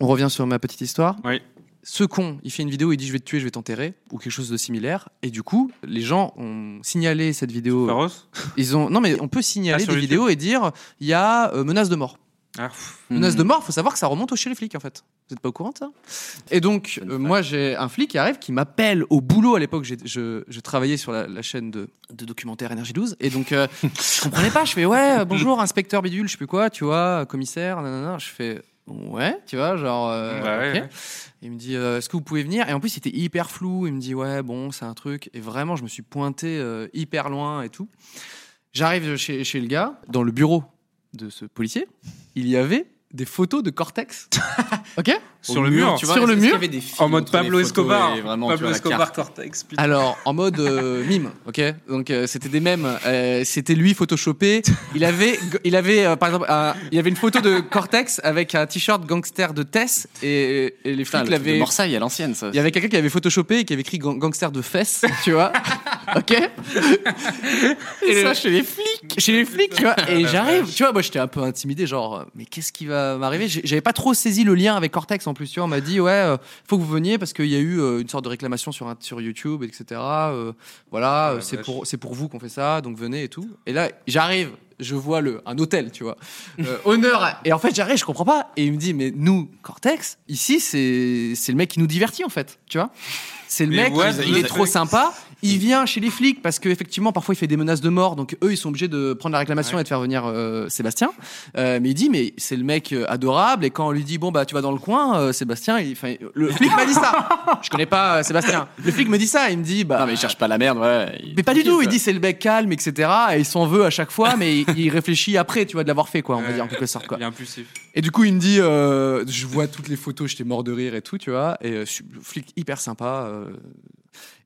Speaker 1: on revient sur ma petite histoire.
Speaker 3: Oui.
Speaker 1: Ce con, il fait une vidéo, il dit je vais te tuer, je vais t'enterrer, ou quelque chose de similaire. Et du coup, les gens ont signalé cette vidéo.
Speaker 3: Féroce
Speaker 1: Ils ont... Non, mais on peut signaler
Speaker 3: Ah, sur
Speaker 1: des
Speaker 3: YouTube.
Speaker 1: vidéos et dire il y a euh, menace de mort.
Speaker 3: Ah, pff.
Speaker 1: Menace de mort, faut savoir que ça remonte au chez les flics en fait. Vous n'êtes pas au courant de ça Et donc, euh, moi j'ai un flic qui arrive, qui m'appelle au boulot. À l'époque, j'ai- je, je travaillais sur la, la chaîne de, de documentaire Énergie 12. Et donc, euh, je comprenais pas. Je fais ouais, euh, bonjour, inspecteur bidule, je sais plus quoi, tu vois, euh, commissaire, nanana. Je fais ouais, tu vois, genre. euh,
Speaker 3: Bah ouais,
Speaker 1: ok.
Speaker 3: ouais.
Speaker 1: Il me dit euh, est-ce que vous pouvez venir Et en plus, c'était hyper flou. Il me dit ouais, bon, c'est un truc. Et vraiment, je me suis pointé euh, hyper loin et tout. J'arrive chez, chez le gars, dans le bureau de ce policier, il y avait des photos de Cortex. ok
Speaker 3: Sur le mur.
Speaker 2: tu vois,
Speaker 1: Sur le
Speaker 2: est-ce qu'il y
Speaker 1: mur
Speaker 2: avait des films
Speaker 3: En mode
Speaker 2: entre les
Speaker 3: Pablo
Speaker 2: photos
Speaker 3: Escobar.
Speaker 2: et vraiment, tu
Speaker 3: Pablo
Speaker 2: vois, la carte.
Speaker 3: Escobar Cortex. putain.
Speaker 1: Alors, en mode euh, mime, ok Donc, euh, c'était des mèmes. euh, c'était lui photoshopé. Il avait, il avait euh, par exemple, un- il y avait une photo de Cortex avec un t-shirt gangster de Tess et, et les flics
Speaker 2: Putain, Ah, le truc de
Speaker 1: l'avaient
Speaker 2: Morsaille à l'ancienne, ça.
Speaker 1: Il y avait quelqu'un qui avait photoshopé et qui avait écrit gang- gangster de fesses, tu vois. ok Et ça, chez les flics. Chez les flics, tu vois. Et j'arrive, tu vois, moi j'étais un peu intimidé, genre, mais qu'est-ce qui va m'arriver J'ai- J'avais pas trop saisi le lien avec Cortex en plus, tu vois. On m'a dit, ouais, euh, faut que vous veniez parce qu'il y a eu euh, une sorte de réclamation sur, un- sur YouTube, etc. Euh, voilà,
Speaker 3: Ah, la
Speaker 1: euh, c'est
Speaker 3: vache.
Speaker 1: pour, c'est pour vous qu'on fait ça, donc venez et tout. Et là, j'arrive. Je vois le, un hôtel, tu vois. Euh, honneur. à- Et en fait, j'arrive, je comprends pas. Et il me dit, mais nous, Cortex, ici, c'est c'est le mec qui nous divertit, en fait. Tu vois C'est le
Speaker 3: Mais
Speaker 1: mec,
Speaker 3: ouais,
Speaker 1: il-
Speaker 3: mais
Speaker 1: il
Speaker 3: ils-
Speaker 1: est trop sympa. Il vient chez les flics parce qu'effectivement, parfois, il fait des menaces de mort. Donc, eux, ils sont obligés de prendre la réclamation et de faire venir euh, Sébastien. Euh, mais il dit, mais c'est le mec euh, adorable. Et quand on lui dit, bon, bah, tu vas dans le coin, euh, Sébastien, il, enfin, le flic m'a dit ça. Je connais pas euh, Sébastien. Le flic me dit ça. Il me dit, bah.
Speaker 2: Non, mais il cherche pas la merde, ouais. il-
Speaker 1: Mais pas du tout, il
Speaker 2: quoi.
Speaker 1: dit c'est le mec calme, etc. Et il s'en veut à chaque fois, mais il, il réfléchit après, tu vois, de l'avoir fait, quoi, on va
Speaker 3: Ouais.
Speaker 1: dire, en quelque sorte, quoi.
Speaker 3: Il est impulsif.
Speaker 1: Et du coup, il me dit, euh, je vois toutes les photos, j'étais mort de rire et tout, tu vois. Et euh, je suis- flic hyper sympa. euh.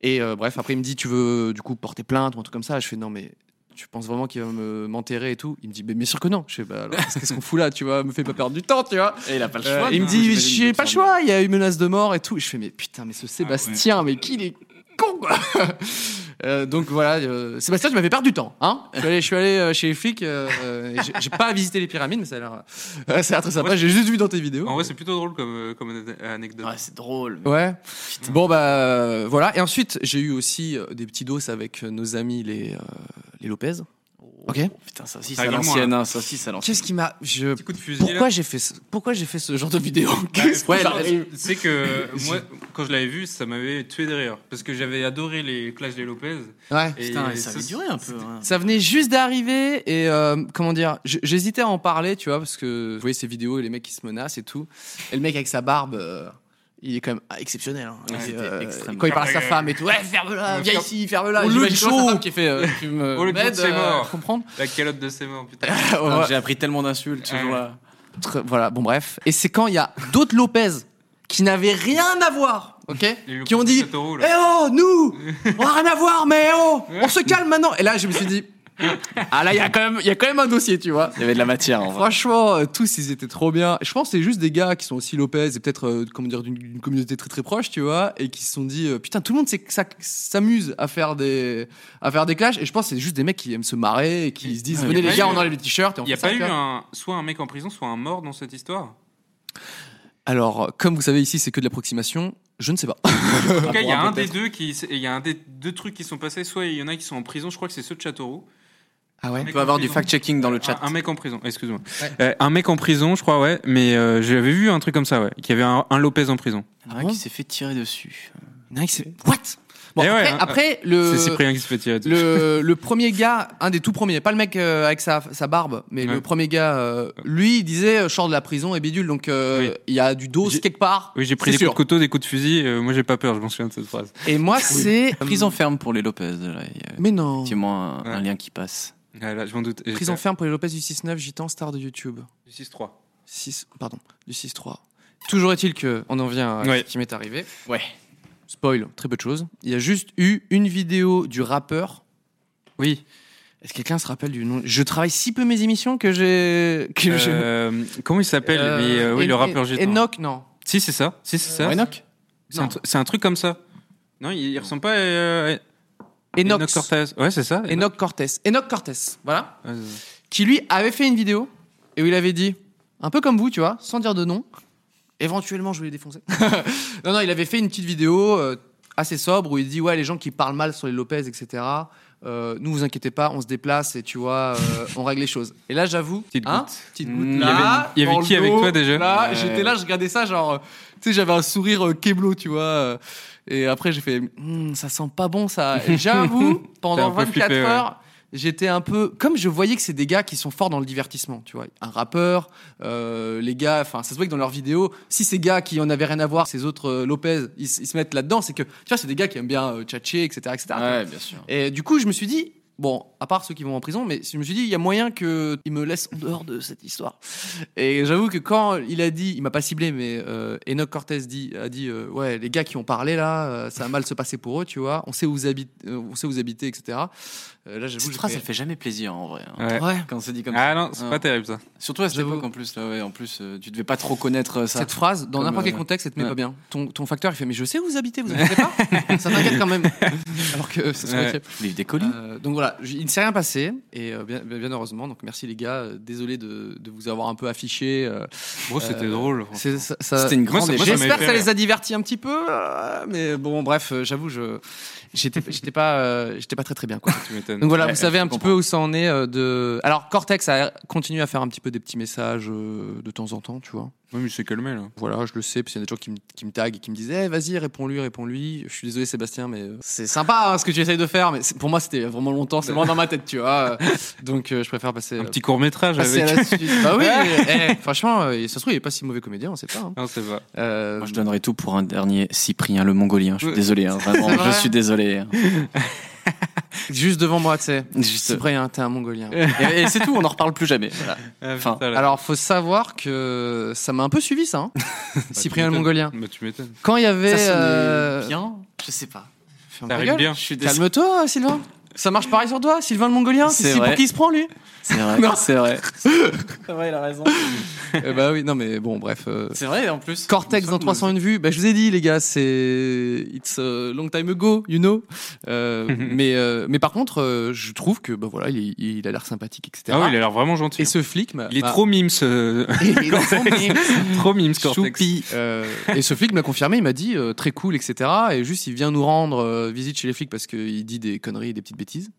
Speaker 1: et euh, bref, après, il me dit, tu veux du coup porter plainte ou un truc comme ça. Je fais, non, mais tu penses vraiment qu'il va me- m'enterrer et tout Il me dit, mais bien sûr que non. Je fais, bah alors, qu'est-ce qu'on fout là, tu vois Me fais pas perdre du temps, tu vois.
Speaker 2: Et il a pas le
Speaker 1: Euh,
Speaker 2: choix.
Speaker 1: il me
Speaker 2: non,
Speaker 1: dit,
Speaker 2: j'imagine,
Speaker 1: j'ai
Speaker 2: de
Speaker 1: pas le
Speaker 2: faire-
Speaker 1: choix, il y a eu menace de mort et tout. Je fais, mais putain, mais
Speaker 2: Ah
Speaker 1: ce Sébastien, mais qu'il est con, quoi. Euh, donc voilà, euh, Sébastien, tu m'avais perdu du temps. Hein je suis allé, je suis allé, euh, chez les flics, euh, euh, et j'ai- j'ai pas visité les pyramides, mais ça a l'air euh, ça a l'air très sympa.
Speaker 3: Ouais.
Speaker 1: J'ai juste vu dans tes vidéos.
Speaker 3: En vrai, c'est plutôt drôle comme, euh, comme ane- anecdote.
Speaker 2: Ouais, c'est drôle.
Speaker 1: Ouais. Bon bah euh, voilà. Et ensuite, j'ai eu aussi euh, des petits doses avec euh, nos amis les euh, les Lopez.
Speaker 2: Oh.
Speaker 1: Ok.
Speaker 2: Putain, ça aussi,
Speaker 3: Ça
Speaker 2: c'est à
Speaker 3: gagne moins,
Speaker 2: l'ancienne, hein, ça aussi, c'est à l'ancienne.
Speaker 1: Qu'est-ce qui m'a je
Speaker 3: Petit coup de fusil. là.
Speaker 1: pourquoi j'ai fait ce... pourquoi j'ai fait ce genre de vidéo
Speaker 2: Bah,
Speaker 1: Qu'est-ce qui
Speaker 3: Ouais,
Speaker 1: m'arrive
Speaker 3: tu sais que moi, quand je l'avais vu, ça m'avait tué de rire. Parce que j'avais adoré les Clash des Lopez.
Speaker 1: Ouais.
Speaker 3: Et
Speaker 2: Putain, et ça
Speaker 3: ça-
Speaker 2: avait duré un peu. hein.
Speaker 1: Ça venait juste d'arriver et euh, comment dire, j- j'hésitais à en parler, tu vois, parce que vous voyez ces vidéos et les mecs qui se menacent et tout. Et le mec avec sa barbe, euh, il est quand même ah, exceptionnel. hein.
Speaker 2: Ouais,
Speaker 1: Et,
Speaker 2: c'était extrêmement-
Speaker 1: quand il parle à sa femme et tout, ouais, ferme-la,
Speaker 3: Ouais,
Speaker 1: viens
Speaker 3: ferme-
Speaker 1: ici, ferme-la.
Speaker 3: Oh,
Speaker 1: Et
Speaker 3: le
Speaker 1: j'imagine, tu vois, sa
Speaker 3: Joe.
Speaker 1: femme qui fait, euh, tu me
Speaker 3: Oh, le
Speaker 1: m'aides,
Speaker 3: Joe, c'est
Speaker 1: euh,
Speaker 3: mort.
Speaker 1: à comprendre.
Speaker 3: La calotte de ses morts, putain.
Speaker 2: Putain,
Speaker 1: Ouais.
Speaker 2: J'ai appris tellement d'insultes, toujours
Speaker 3: Ouais.
Speaker 2: là.
Speaker 1: Tr- Voilà, bon bref. Et c'est quand il y a d'autres Lopez qui n'avaient rien à voir, ok,
Speaker 3: Les Lopez
Speaker 1: qui ont
Speaker 3: de
Speaker 1: dit,
Speaker 3: sept euros,
Speaker 1: eh
Speaker 3: là.
Speaker 1: oh, nous, on a rien à voir, mais oh, on se calme maintenant. Et là, je me suis dit, ah là, il y a quand même, il y a quand même un dossier, tu vois.
Speaker 2: Il y avait de la matière, en vrai.
Speaker 1: Franchement, euh, tous ils étaient trop bien. Je pense que c'est juste des gars qui sont aussi Lopez et peut-être euh, comment dire d'une- d'une communauté très très proche, tu vois, et qui se sont dit euh, putain tout le monde sait que ça- s'amuse à faire des à faire des clashs. Et je pense que c'est juste des mecs qui aiment se marrer et qui se disent
Speaker 2: Ah, y a
Speaker 1: venez
Speaker 2: pas
Speaker 1: les
Speaker 2: eu-
Speaker 1: gars on enlève les t-shirts. et on
Speaker 3: Il n'y a
Speaker 1: fait ça,
Speaker 3: pas
Speaker 1: tu
Speaker 3: eu
Speaker 1: vois. Ah,
Speaker 3: un, soit un mec en prison, soit un mort dans cette histoire.
Speaker 1: Alors comme vous savez ici c'est que de l'approximation. Je ne sais pas.
Speaker 3: En tout cas, il y a un des deux qui, il y a un des deux trucs qui sont passés. Soit il y en a qui sont en prison. Je crois que c'est ceux de Châteauroux.
Speaker 1: Ah
Speaker 3: Un
Speaker 1: ouais.
Speaker 2: On
Speaker 3: mec
Speaker 2: peut
Speaker 3: en
Speaker 2: avoir du
Speaker 3: prison.
Speaker 2: fact-checking dans le chat.
Speaker 3: Un, un mec en prison, excuse-moi. Euh, un mec en prison, je crois, ouais. Mais euh, j'avais vu un truc comme ça, ouais. Qu'il y avait un, un Lopez en prison.
Speaker 1: Ah,
Speaker 2: Un mec Ah, qui s'est fait tirer dessus.
Speaker 1: What Bon,
Speaker 3: Eh ouais,
Speaker 1: après,
Speaker 3: hein,
Speaker 1: après, le
Speaker 3: C'est Cyprien qui se fait tirer dessus.
Speaker 1: Euh, le, le premier gars, un des tout premiers, pas le mec euh, avec sa, sa barbe, mais
Speaker 3: Ouais.
Speaker 1: le premier gars, euh, lui, il disait euh, je sors de la prison et bidule, donc euh,
Speaker 3: Oui.
Speaker 1: il y a du dos
Speaker 3: J'ai-
Speaker 1: quelque part.
Speaker 3: Oui, j'ai pris des
Speaker 1: C'est sûr.
Speaker 3: coups de couteau, des coups de fusil. euh, moi, j'ai pas peur, je m'en souviens de cette phrase.
Speaker 1: Et moi, c'est.
Speaker 2: Prison ferme pour les Lopez, là. Il y a
Speaker 1: Mais non.
Speaker 2: effectivement un,
Speaker 3: Ouais.
Speaker 2: un lien qui passe.
Speaker 3: Ah, là, je m'en doute. Et
Speaker 1: Prison
Speaker 3: j'étais-
Speaker 1: ferme pour les Lopez du 6-9, gitan star de YouTube.
Speaker 3: du 6-3.
Speaker 1: 6, pardon, du 6-3. Toujours est-il que on en vient à
Speaker 3: Ouais.
Speaker 1: ce qui m'est arrivé.
Speaker 2: Ouais.
Speaker 1: Spoil, très peu de choses. Il y a juste eu une vidéo du rappeur. Oui. Est-ce que quelqu'un se rappelle du nom Je travaille si peu mes émissions que j'ai. que j'ai-
Speaker 3: Euh, comment il s'appelle lui Euh, Oui,
Speaker 1: Et-
Speaker 3: le rappeur
Speaker 1: et-
Speaker 3: gitan.
Speaker 1: Enoch, non.
Speaker 3: Si, c'est ça. Si, c'est ça.
Speaker 2: Enoch
Speaker 3: C'est un,
Speaker 1: Non.
Speaker 3: tru- c'est un truc comme ça. Non, il, il ressemble pas à, à
Speaker 1: Enoch.
Speaker 3: Enoch Cortez. Ouais, c'est ça.
Speaker 1: Enoch Cortez. Enoch Cortez, voilà.
Speaker 3: Ouais, c'est ça.
Speaker 1: Qui lui avait fait une vidéo et où il avait dit, un peu comme vous, tu vois, sans dire de nom, éventuellement je vais les défoncer. non, non, il avait fait une petite vidéo euh, assez sobre où il dit Ouais, les gens qui parlent mal sur les Lopez, etc. Euh, nous, vous inquiétez pas, on se déplace et tu vois, euh, on règle les choses. Et là, j'avoue,
Speaker 3: Petite
Speaker 1: hein,
Speaker 3: goutte.
Speaker 1: petite
Speaker 3: Mm,
Speaker 1: goutte.
Speaker 3: il y
Speaker 1: Là,
Speaker 3: avait- il y avait
Speaker 1: dans
Speaker 3: qui
Speaker 1: le
Speaker 3: avec
Speaker 1: dos,
Speaker 3: toi, déjà
Speaker 1: Là,
Speaker 3: Ouais.
Speaker 1: j'étais là, je regardais ça, genre, euh, tu sais, j'avais un sourire euh, keblo, tu vois. euh, et après, j'ai fait Hum, Ça sent pas bon, ça. Et J'avoue, pendant
Speaker 3: T'as un peu
Speaker 1: 24
Speaker 3: flippé, ouais.
Speaker 1: heures. J'étais un peu comme je voyais que c'est des gars qui sont forts dans le divertissement, tu vois. Un rappeur, euh, les gars, enfin, ça se voit que dans leurs vidéos, si ces gars qui en avaient rien à voir, ces autres euh, Lopez, ils, s- ils se mettent là-dedans, c'est que, tu vois, c'est des gars qui aiment bien euh, tchatcher, etc., etc.
Speaker 2: Ouais, bien sûr.
Speaker 1: Et du coup, je me suis dit, bon, à part ceux qui vont en prison, mais je me suis dit, il y a moyen qu'ils me laissent en dehors de cette histoire. Et j'avoue que quand il a dit, il m'a pas ciblé, mais euh, Enoch Cortez dit, a dit, euh, ouais, les gars qui ont parlé là, euh, ça a mal se passer pour eux, tu vois, on sait où vous habitez, on sait où vous habitez etc. Euh, là, j'avoue,
Speaker 2: Cette
Speaker 1: j'ai
Speaker 2: phrase,
Speaker 1: fait-
Speaker 2: elle fait jamais plaisir en vrai. hein.
Speaker 3: Ouais.
Speaker 1: Ouais.
Speaker 2: Quand c'est dit comme ça.
Speaker 3: Ah non, c'est
Speaker 2: Non.
Speaker 3: pas terrible ça.
Speaker 2: Surtout à cette
Speaker 1: J'avoue.
Speaker 2: époque en plus. Là, ouais, en plus, euh, tu devais pas trop connaître euh, ça.
Speaker 1: Cette phrase, dans
Speaker 2: Comme,
Speaker 1: n'importe quel
Speaker 2: euh,
Speaker 1: contexte, elle te met
Speaker 2: ouais.
Speaker 1: pas bien. Ton, ton facteur, il fait Mais je sais où vous habitez, vous ne savez pas Ça t'inquiète quand même. Alors que ça serait
Speaker 3: Ouais.
Speaker 1: terrible.
Speaker 2: Livre des colis.
Speaker 1: Euh, donc voilà, j- il ne s'est rien passé et euh, bien, bien- bien heureusement. Donc merci les gars, euh, désolé de, de vous avoir un peu affiché. euh,
Speaker 3: Bro, c'était
Speaker 1: Euh,
Speaker 3: drôle. franchement.
Speaker 1: c'est- ça- ça-
Speaker 2: C'était une grande
Speaker 3: moi, ça
Speaker 2: échelle.
Speaker 3: m'avait
Speaker 1: J'espère que
Speaker 3: fait
Speaker 1: ça
Speaker 3: rire.
Speaker 1: les a divertis un petit peu, euh, mais bon bref, euh, j'avoue, je j'étais j'étais pas euh, j'étais pas très très bien quoi.
Speaker 3: Tu m'étonnes.
Speaker 1: Donc voilà,
Speaker 2: Ouais,
Speaker 1: vous savez
Speaker 2: je
Speaker 1: un petit
Speaker 2: comprends.
Speaker 1: peu où ça en est euh, de. Alors Cortex a continué à faire un petit peu des petits messages euh, de temps en temps, tu vois.
Speaker 3: Oui, mais c'est calmé là.
Speaker 1: Voilà, je le sais, puis il y a des gens qui me, qui me taguent et qui me disent Eh, vas-y, réponds-lui, réponds-lui. Je suis désolé, Sébastien, mais euh, c'est sympa hein, ce que tu essayes de faire, mais c'est- pour moi, c'était vraiment longtemps, c'est loin dans ma tête, tu vois. Donc, euh, Ah, je préfère passer,
Speaker 3: Un petit court métrage
Speaker 1: passer
Speaker 3: avec.
Speaker 1: à la suite. bah oui, eh, franchement, euh, ça se trouve, il est pas si mauvais comédien, on sait pas. hein.
Speaker 3: Non, c'est pas.
Speaker 1: Euh,
Speaker 2: Moi, je donnerais tout pour un dernier Cyprien, le Mongolien. Je suis désolé, hein, vraiment.
Speaker 1: C'est vrai
Speaker 2: Je suis désolé. hein.
Speaker 1: Juste devant moi, tu sais.
Speaker 2: Juste-
Speaker 1: C'est vrai, hein, t'es un mongolien.
Speaker 2: Et, et c'est tout, on n'en reparle plus jamais. Voilà.
Speaker 3: Ah,
Speaker 2: Enfin,
Speaker 3: putain, là.
Speaker 1: Alors, faut savoir que ça m'a un peu suivi, ça. hein.
Speaker 3: Bah, tu
Speaker 1: Cyprien le
Speaker 3: m'étonnes.
Speaker 1: Mongolien.
Speaker 3: Bah, tu m'étonnes.
Speaker 1: Quand il y avait.
Speaker 2: Ça sonnait
Speaker 1: euh,
Speaker 2: bien Je sais pas.
Speaker 1: ferme
Speaker 3: Ça
Speaker 1: ta
Speaker 3: arrive
Speaker 1: gueule.
Speaker 3: bien. Ah
Speaker 2: Je suis désolé.
Speaker 1: Calme-toi, Sylvain. Ça marche pareil sur toi, Sylvain le Mongolien.
Speaker 2: C'est
Speaker 1: C'est pour
Speaker 2: vrai.
Speaker 1: qui il se prend, lui
Speaker 2: C'est vrai. C'est vrai.
Speaker 1: Eh bah oui, non mais bon, bref. euh,
Speaker 2: C'est vrai, en plus.
Speaker 1: Cortex
Speaker 2: Il me
Speaker 1: dans
Speaker 2: semble-
Speaker 1: 301 vues. Bah, je vous ai dit, les gars, c'est it's a long time ago, you know. Euh, mais euh, mais par contre, euh, je trouve que bah voilà, il, il a l'air sympathique, etc.
Speaker 3: Ah oui, il a l'air vraiment gentil.
Speaker 1: Et ce flic, m'a-
Speaker 3: Il est
Speaker 1: m'a-
Speaker 3: trop mimes. euh,
Speaker 1: Il est trop mignon.
Speaker 3: trop mimes, Cortex.
Speaker 1: Choupi. Euh, et ce flic m'a confirmé, il m'a dit euh, très cool, etc. Et juste, il vient nous rendre euh, visite chez les flics parce qu'il dit des conneries, et des petites bêtises.